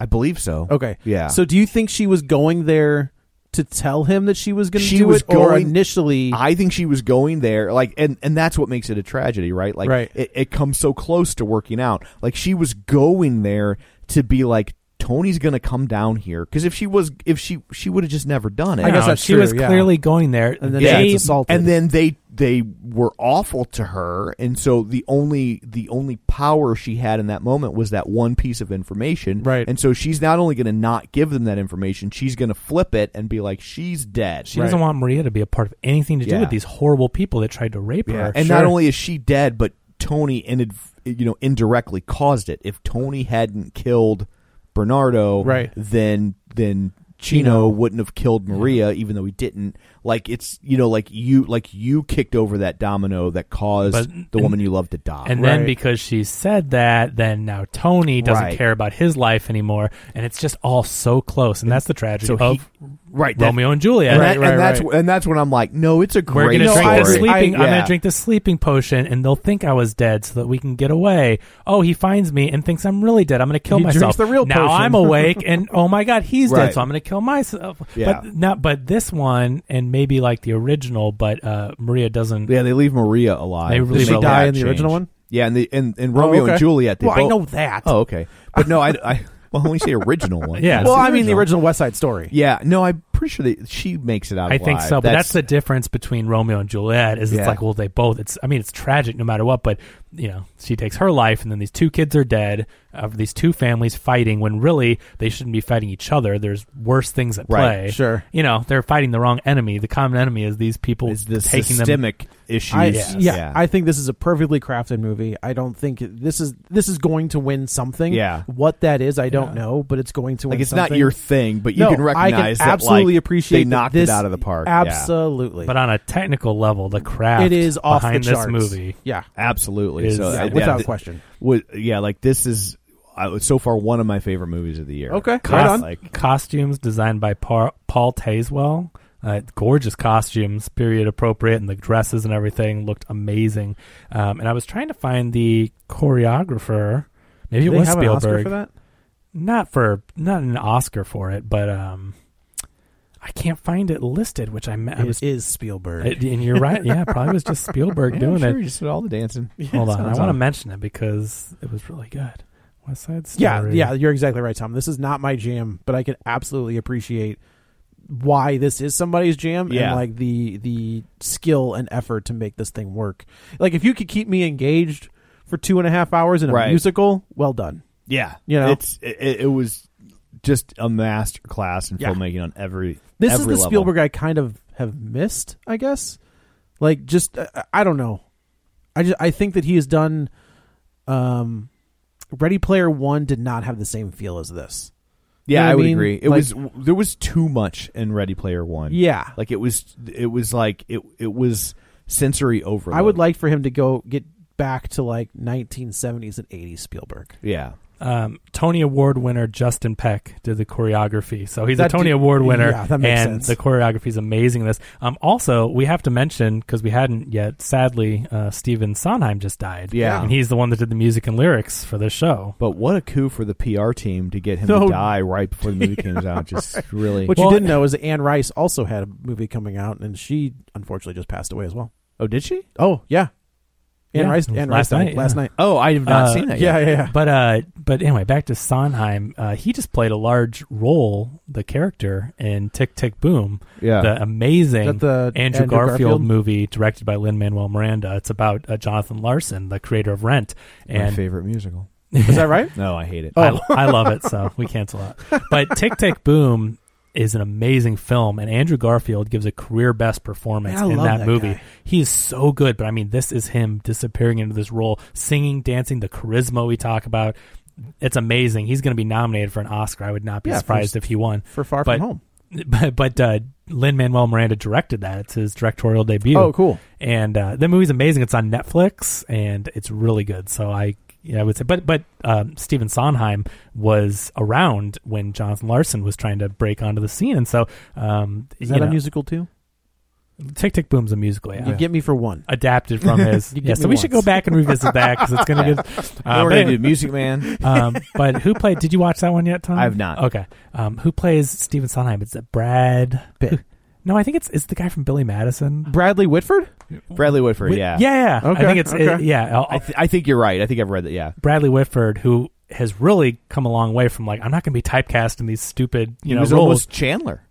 [SPEAKER 2] I believe so
[SPEAKER 3] Okay.
[SPEAKER 2] yeah
[SPEAKER 3] So do you think she was going there to tell him that she was going to
[SPEAKER 2] She
[SPEAKER 3] do
[SPEAKER 2] was
[SPEAKER 3] it or
[SPEAKER 2] going-
[SPEAKER 3] initially
[SPEAKER 2] I think she was going there, like, and and that's what makes it a tragedy, right? Like,
[SPEAKER 3] Right.
[SPEAKER 2] It, it comes so close to working out. Like, she was going there to be like, Tony's gonna come down here because if she was, if she she would have just never done it.
[SPEAKER 3] I guess
[SPEAKER 4] No,
[SPEAKER 3] that's
[SPEAKER 4] she
[SPEAKER 3] true,
[SPEAKER 4] was
[SPEAKER 3] yeah.
[SPEAKER 4] clearly going there.
[SPEAKER 3] And then
[SPEAKER 2] Yeah.
[SPEAKER 3] she
[SPEAKER 4] they,
[SPEAKER 3] gets assaulted.
[SPEAKER 2] and then they they were awful to her, and so the only the only power she had in that moment was that one piece of information,
[SPEAKER 3] Right.
[SPEAKER 2] And so she's not only gonna not give them that information, she's gonna flip it and be like, she's dead.
[SPEAKER 4] she doesn't want Maria to be a part of anything to do
[SPEAKER 2] Yeah.
[SPEAKER 4] with these horrible people that tried to rape her.
[SPEAKER 2] And not only is she dead, but Tony inad- you know indirectly caused it. If Tony hadn't killed Bernardo,
[SPEAKER 3] Right.
[SPEAKER 2] then then Chino wouldn't have killed Maria, even though he didn't. Like it's you know like you like you kicked over that domino that caused
[SPEAKER 4] But-
[SPEAKER 2] the woman you love to die.
[SPEAKER 4] And then
[SPEAKER 3] Right.
[SPEAKER 4] because she said that, then now Tony doesn't
[SPEAKER 2] Right.
[SPEAKER 4] care about his life anymore, and it's just all so close, and that's the tragedy
[SPEAKER 2] so
[SPEAKER 4] of
[SPEAKER 2] he, right that-
[SPEAKER 4] Romeo and Juliet.
[SPEAKER 2] and, that- and that's and that's when I'm like, no, it's a
[SPEAKER 4] We're
[SPEAKER 2] great
[SPEAKER 4] gonna
[SPEAKER 3] No,
[SPEAKER 4] drink
[SPEAKER 3] I
[SPEAKER 4] the
[SPEAKER 3] agree.
[SPEAKER 2] story.
[SPEAKER 4] sleeping. I'm
[SPEAKER 2] Yeah.
[SPEAKER 4] gonna drink the sleeping potion, and they'll think I was dead, so that we can get away. Oh, he finds me and thinks I'm really dead. I'm gonna kill
[SPEAKER 3] He drinks
[SPEAKER 4] myself.
[SPEAKER 3] the real
[SPEAKER 4] now
[SPEAKER 3] potion.
[SPEAKER 4] I'm awake, and oh my god, he's
[SPEAKER 2] Right.
[SPEAKER 4] dead, so I'm gonna kill myself.
[SPEAKER 2] Yeah.
[SPEAKER 4] But not. But this one, and maybe like the original, but uh, Maria doesn't.
[SPEAKER 2] Yeah, they leave Maria alive.
[SPEAKER 4] They
[SPEAKER 2] They
[SPEAKER 4] leave
[SPEAKER 2] make
[SPEAKER 4] her
[SPEAKER 3] she
[SPEAKER 4] alive.
[SPEAKER 2] that
[SPEAKER 3] die in the
[SPEAKER 2] change.
[SPEAKER 3] original one?
[SPEAKER 2] Yeah, and the and, and Romeo
[SPEAKER 3] Oh, okay.
[SPEAKER 2] and Juliet. They
[SPEAKER 3] Well,
[SPEAKER 2] both,
[SPEAKER 3] I know that.
[SPEAKER 2] Oh, okay. But no, I, I well, when we say original one,
[SPEAKER 4] Yeah.
[SPEAKER 2] that's
[SPEAKER 3] well, I mean the original West Side Story.
[SPEAKER 2] Yeah, no, I'm pretty sure that she makes it out.
[SPEAKER 4] I think
[SPEAKER 2] alive.
[SPEAKER 4] so, but that's, the difference between Romeo and Juliet. Is
[SPEAKER 2] Yeah.
[SPEAKER 4] it's like, well, they both. It's I mean, it's tragic no matter what, but you know, she takes her life, and then these two kids are dead. Of these two families fighting, when really they shouldn't be fighting each other. There's worse things at
[SPEAKER 2] Right,
[SPEAKER 4] play.
[SPEAKER 3] sure.
[SPEAKER 4] you know, they're fighting the wrong enemy. The common enemy is these people
[SPEAKER 2] is the
[SPEAKER 4] taking them.
[SPEAKER 2] systemic issues.
[SPEAKER 3] I,
[SPEAKER 4] Yes.
[SPEAKER 3] Yeah, I think this is a perfectly crafted movie. I don't think it- this is this is going to win something.
[SPEAKER 2] Yeah.
[SPEAKER 3] what that is, I don't know, but it's going to win.
[SPEAKER 2] like it's
[SPEAKER 3] something.
[SPEAKER 2] not your thing, but you
[SPEAKER 3] No,
[SPEAKER 2] can recognize
[SPEAKER 3] I can
[SPEAKER 2] that,
[SPEAKER 3] absolutely
[SPEAKER 2] like,
[SPEAKER 3] appreciate
[SPEAKER 2] they
[SPEAKER 3] that
[SPEAKER 2] knocked
[SPEAKER 3] this-
[SPEAKER 2] it out of the park. Yeah.
[SPEAKER 3] Absolutely,
[SPEAKER 4] But on a technical level, the craft
[SPEAKER 3] it is off
[SPEAKER 4] behind
[SPEAKER 3] the
[SPEAKER 4] this
[SPEAKER 3] charts.
[SPEAKER 4] movie.
[SPEAKER 3] Yeah,
[SPEAKER 2] absolutely.
[SPEAKER 4] Is-
[SPEAKER 2] so,
[SPEAKER 4] Yeah,
[SPEAKER 2] I-
[SPEAKER 3] without
[SPEAKER 2] th-
[SPEAKER 3] question.
[SPEAKER 2] would- yeah, like this is uh, so far one of my favorite movies of the year.
[SPEAKER 3] Okay,
[SPEAKER 2] Cost-
[SPEAKER 3] right on.
[SPEAKER 2] Like,
[SPEAKER 4] costumes designed by Par- Paul Tazewell. Uh, gorgeous costumes, period appropriate, and the dresses and everything looked amazing. Um, and I was trying to find the choreographer. Maybe
[SPEAKER 3] Do
[SPEAKER 4] it
[SPEAKER 3] they
[SPEAKER 4] was
[SPEAKER 3] have an
[SPEAKER 4] Spielberg.
[SPEAKER 3] Oscar for that?
[SPEAKER 4] Not for not an Oscar for it, but um, I can't find it listed. Which I, me- I
[SPEAKER 3] It
[SPEAKER 4] was.
[SPEAKER 3] is Spielberg.
[SPEAKER 4] It, and you're right. Yeah, probably was just Spielberg
[SPEAKER 2] yeah,
[SPEAKER 4] doing
[SPEAKER 2] sure,
[SPEAKER 4] it.
[SPEAKER 2] you just did all the dancing.
[SPEAKER 4] Hold on, I
[SPEAKER 2] sounds
[SPEAKER 4] want to
[SPEAKER 2] awesome.
[SPEAKER 4] mention it because it was really good. West Side Story.
[SPEAKER 3] yeah, yeah, you're exactly right, Tom. This is not my jam, but I can absolutely appreciate why this is somebody's jam
[SPEAKER 2] Yeah.
[SPEAKER 3] and like the the skill and effort to make this thing work. Like if you could keep me engaged for two and a half hours in a
[SPEAKER 2] Right.
[SPEAKER 3] musical, well done.
[SPEAKER 2] Yeah,
[SPEAKER 3] You know?
[SPEAKER 2] it's it, it was just a master class in
[SPEAKER 3] Yeah.
[SPEAKER 2] filmmaking on every.
[SPEAKER 3] This is the
[SPEAKER 2] every level.
[SPEAKER 3] Spielberg I kind of have missed, I guess. Like just uh, I don't know. I just I think that he has done um Ready Player 1 did not have the same feel as this.
[SPEAKER 2] Yeah,
[SPEAKER 3] know what
[SPEAKER 2] I
[SPEAKER 3] I
[SPEAKER 2] would
[SPEAKER 3] mean?
[SPEAKER 2] agree. It
[SPEAKER 3] Like-
[SPEAKER 2] was there was too much in Ready Player One.
[SPEAKER 3] Yeah.
[SPEAKER 2] like it was it was like it it was sensory overload.
[SPEAKER 3] I would like for him to go get back to like 1970s and 80s Spielberg.
[SPEAKER 2] yeah.
[SPEAKER 4] um, Tony Award winner Justin Peck did the choreography. So he's
[SPEAKER 3] That
[SPEAKER 4] a Tony
[SPEAKER 3] did-
[SPEAKER 4] Award winner,
[SPEAKER 3] yeah, that makes
[SPEAKER 4] and
[SPEAKER 3] sense.
[SPEAKER 4] the choreography is amazing. In this um, also we have to mention because we hadn't yet. Sadly, uh, Steven Sondheim just died.
[SPEAKER 2] Yeah.
[SPEAKER 4] and he's the one that did the music and lyrics for this show.
[SPEAKER 2] But what a coup for the PR team to get him
[SPEAKER 3] No.
[SPEAKER 2] to die right before the movie comes out. Just really.
[SPEAKER 3] What
[SPEAKER 4] Well-
[SPEAKER 3] you didn't know is that Anne Rice also had a movie coming out, and she unfortunately just passed away as well.
[SPEAKER 2] oh, did she?
[SPEAKER 3] Oh yeah, Anne
[SPEAKER 4] Yeah,
[SPEAKER 3] Rice.
[SPEAKER 4] it was
[SPEAKER 3] Anne
[SPEAKER 4] last
[SPEAKER 3] Rice died
[SPEAKER 4] night,
[SPEAKER 3] last
[SPEAKER 4] yeah.
[SPEAKER 3] night.
[SPEAKER 2] Oh, I have not
[SPEAKER 4] Uh,
[SPEAKER 2] seen that.
[SPEAKER 3] Yeah,
[SPEAKER 2] yet.
[SPEAKER 3] yeah, yeah.
[SPEAKER 4] But uh, but anyway, back to Sondheim. Uh, he just played a large role, the character in Tick Tick Boom,
[SPEAKER 2] Yeah.
[SPEAKER 4] the amazing
[SPEAKER 3] Is that the
[SPEAKER 4] Andrew,
[SPEAKER 3] Andrew
[SPEAKER 4] Garfield,
[SPEAKER 3] Garfield?
[SPEAKER 4] movie directed by Lin Manuel Miranda. It's about uh, Jonathan Larson, the creator of Rent,
[SPEAKER 2] My
[SPEAKER 4] and
[SPEAKER 2] favorite musical.
[SPEAKER 3] Is that right?
[SPEAKER 2] No, I
[SPEAKER 3] Oh.
[SPEAKER 2] hate it.
[SPEAKER 4] I, I love it, so we cancel out. But Tick Tick Boom is an amazing film, and Andrew Garfield gives a career best performance
[SPEAKER 3] Man, I
[SPEAKER 4] in
[SPEAKER 3] love
[SPEAKER 4] that,
[SPEAKER 3] that
[SPEAKER 4] movie.
[SPEAKER 3] guy.
[SPEAKER 4] He is so good, but I mean, this is him disappearing into this role, singing, dancing, the charisma we talk about. It's amazing. He's going to be nominated for an Oscar. I would not be
[SPEAKER 3] Yeah, for-
[SPEAKER 4] surprised if he won.
[SPEAKER 3] For Far
[SPEAKER 4] But-
[SPEAKER 3] From Home.
[SPEAKER 4] But, but uh, Lin Manuel Miranda directed that. It's his directorial debut.
[SPEAKER 3] Oh, cool.
[SPEAKER 4] And uh, the movie's amazing. It's on Netflix, and it's really good. So I, yeah, I would say, but but um, Stephen Sondheim was around when Jonathan Larson was trying to break onto the scene, and so um,
[SPEAKER 3] Is
[SPEAKER 4] you
[SPEAKER 3] that a
[SPEAKER 4] know,
[SPEAKER 3] musical too?
[SPEAKER 4] Tick Tick Boom's a musical, yeah.
[SPEAKER 3] You get me for one.
[SPEAKER 4] Adapted from his,
[SPEAKER 3] You get
[SPEAKER 4] yeah. So
[SPEAKER 3] me
[SPEAKER 4] we should go
[SPEAKER 3] once.
[SPEAKER 4] back and revisit that because it's gonna get.
[SPEAKER 2] Now
[SPEAKER 4] Uh,
[SPEAKER 2] we're gonna
[SPEAKER 4] but,
[SPEAKER 2] do
[SPEAKER 4] anyway,
[SPEAKER 2] Music Man.
[SPEAKER 4] um, but who played? Did you watch that one yet, Tom?
[SPEAKER 2] I have not.
[SPEAKER 4] Okay. Um, who plays Stephen Sondheim? It's Brad.
[SPEAKER 3] Pitt.
[SPEAKER 4] No, I think it's it's the guy from Billy Madison.
[SPEAKER 3] Bradley Whitford.
[SPEAKER 2] Bradley Whitford.
[SPEAKER 4] Wi-
[SPEAKER 2] yeah.
[SPEAKER 4] yeah, yeah.
[SPEAKER 3] Okay,
[SPEAKER 4] I think it's
[SPEAKER 3] okay.
[SPEAKER 4] it- yeah. I'll-
[SPEAKER 2] I, th- I think you're right. I think I've read that. Yeah.
[SPEAKER 4] Bradley Whitford, who has really come a long way from like I'm not going to be typecast in these stupid you
[SPEAKER 2] he
[SPEAKER 4] know
[SPEAKER 2] was
[SPEAKER 4] roles.
[SPEAKER 2] almost Chandler.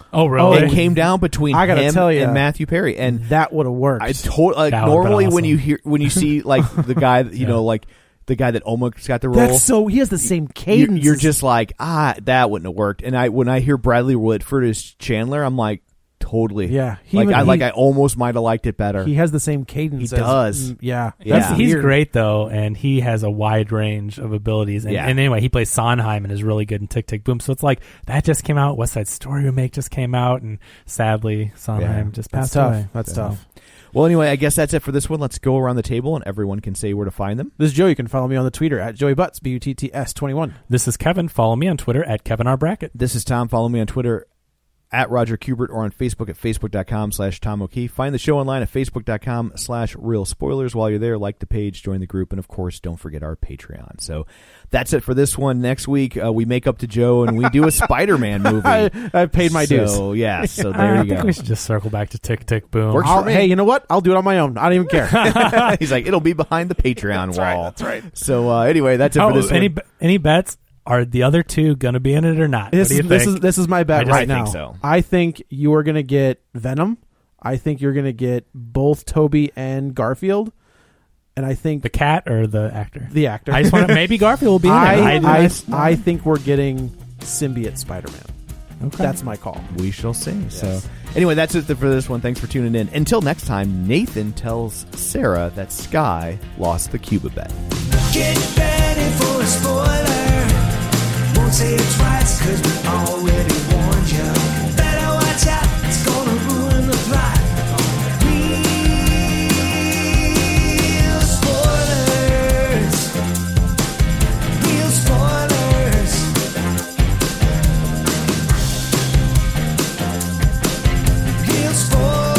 [SPEAKER 4] oh
[SPEAKER 3] Oh,
[SPEAKER 4] really?
[SPEAKER 2] it came down between
[SPEAKER 3] I gotta
[SPEAKER 2] him
[SPEAKER 3] tell ya. Mm.
[SPEAKER 2] and Matthew Perry, and
[SPEAKER 3] That would have worked.
[SPEAKER 2] I totally like,
[SPEAKER 4] That would've been
[SPEAKER 2] normally when
[SPEAKER 4] awesome.
[SPEAKER 2] you hear when you see like the guy that you
[SPEAKER 4] Yeah.
[SPEAKER 2] know like the guy that almost got the role.
[SPEAKER 3] That's so. He has the same
[SPEAKER 2] you're,
[SPEAKER 3] cadence.
[SPEAKER 2] you're
[SPEAKER 3] as-
[SPEAKER 2] just like ah that wouldn't have worked. And I when I hear Bradley Whitford as Chandler, I'm like totally
[SPEAKER 3] Yeah. He
[SPEAKER 2] Like
[SPEAKER 3] even-
[SPEAKER 2] I like
[SPEAKER 3] he-
[SPEAKER 2] I almost might have liked it better.
[SPEAKER 3] He has the same cadence.
[SPEAKER 2] He
[SPEAKER 3] as-
[SPEAKER 2] does.
[SPEAKER 3] mm, yeah.
[SPEAKER 2] Yeah.
[SPEAKER 4] That's- he's
[SPEAKER 3] weird.
[SPEAKER 4] great though, and he has a wide range of abilities. And,
[SPEAKER 2] Yeah.
[SPEAKER 4] and anyway, he plays Sondheim and is really good in Tick Tick Boom. So it's like that just came out. West Side Story remake just came out, and sadly Sondheim
[SPEAKER 2] Yeah.
[SPEAKER 4] just
[SPEAKER 3] That's
[SPEAKER 4] passed
[SPEAKER 3] tough.
[SPEAKER 4] away.
[SPEAKER 3] That's
[SPEAKER 4] So-
[SPEAKER 3] tough.
[SPEAKER 2] well, anyway, I guess that's it for this one. Let's go around the table and everyone can say where to find them.
[SPEAKER 3] This is Joe. You can follow me on the Twitter at Joey Butts B U T T S twenty one.
[SPEAKER 4] This is Kevin. Follow me on Twitter at Kevin R Brackett.
[SPEAKER 2] This is Tom. Follow me on Twitter at Roger Kubert or on Facebook at facebook.com slash Tom O'Keefe. Find the show online at facebook.com slash real spoilers. While you're there, like the page, join the group, and of course, don't forget our Patreon. So that's it for this one. Next week, uh, we make up to Joe and we do a Spider Man movie.
[SPEAKER 3] I, I paid my dues.
[SPEAKER 2] So, yeah, so there
[SPEAKER 4] I
[SPEAKER 2] you
[SPEAKER 4] think
[SPEAKER 2] go.
[SPEAKER 4] we should just circle back to Tick Tick Boom.
[SPEAKER 2] Works
[SPEAKER 3] I'll-
[SPEAKER 2] for me.
[SPEAKER 3] hey, you know what? I'll do it on my own. I don't even care.
[SPEAKER 2] He's like, it'll be behind the Patreon wall.
[SPEAKER 3] that's right.
[SPEAKER 2] So uh, anyway, that's it
[SPEAKER 4] Oh,
[SPEAKER 2] for this
[SPEAKER 4] any
[SPEAKER 2] one.
[SPEAKER 4] b- any bets? Are the other two gonna be in it or not?
[SPEAKER 3] this,
[SPEAKER 4] what do you
[SPEAKER 3] this
[SPEAKER 4] think?
[SPEAKER 3] is this is my
[SPEAKER 2] I
[SPEAKER 3] bet
[SPEAKER 2] just-
[SPEAKER 3] right
[SPEAKER 2] I
[SPEAKER 3] now.
[SPEAKER 2] think so.
[SPEAKER 3] I think you are going to get Venom. I think you're going to get both Toby and Garfield, and I think
[SPEAKER 4] the cat or the actor?
[SPEAKER 3] the actor.
[SPEAKER 4] I just want to, maybe Garfield will be in it.
[SPEAKER 3] I, I,
[SPEAKER 4] I-
[SPEAKER 3] I think we're getting symbiote Spider-Man.
[SPEAKER 4] okay.
[SPEAKER 3] That's my call.
[SPEAKER 2] We shall see. So anyway, that's it for this one. Thanks for tuning in. Until next time, Nathan tells Sarah that Sky lost the Cuba bet.
[SPEAKER 1] Get ready for a spoiler. Won't say it twice, cause we already warned you. Better watch out, it's gonna ruin the plot. Real spoilers. Real spoilers. Real spoilers.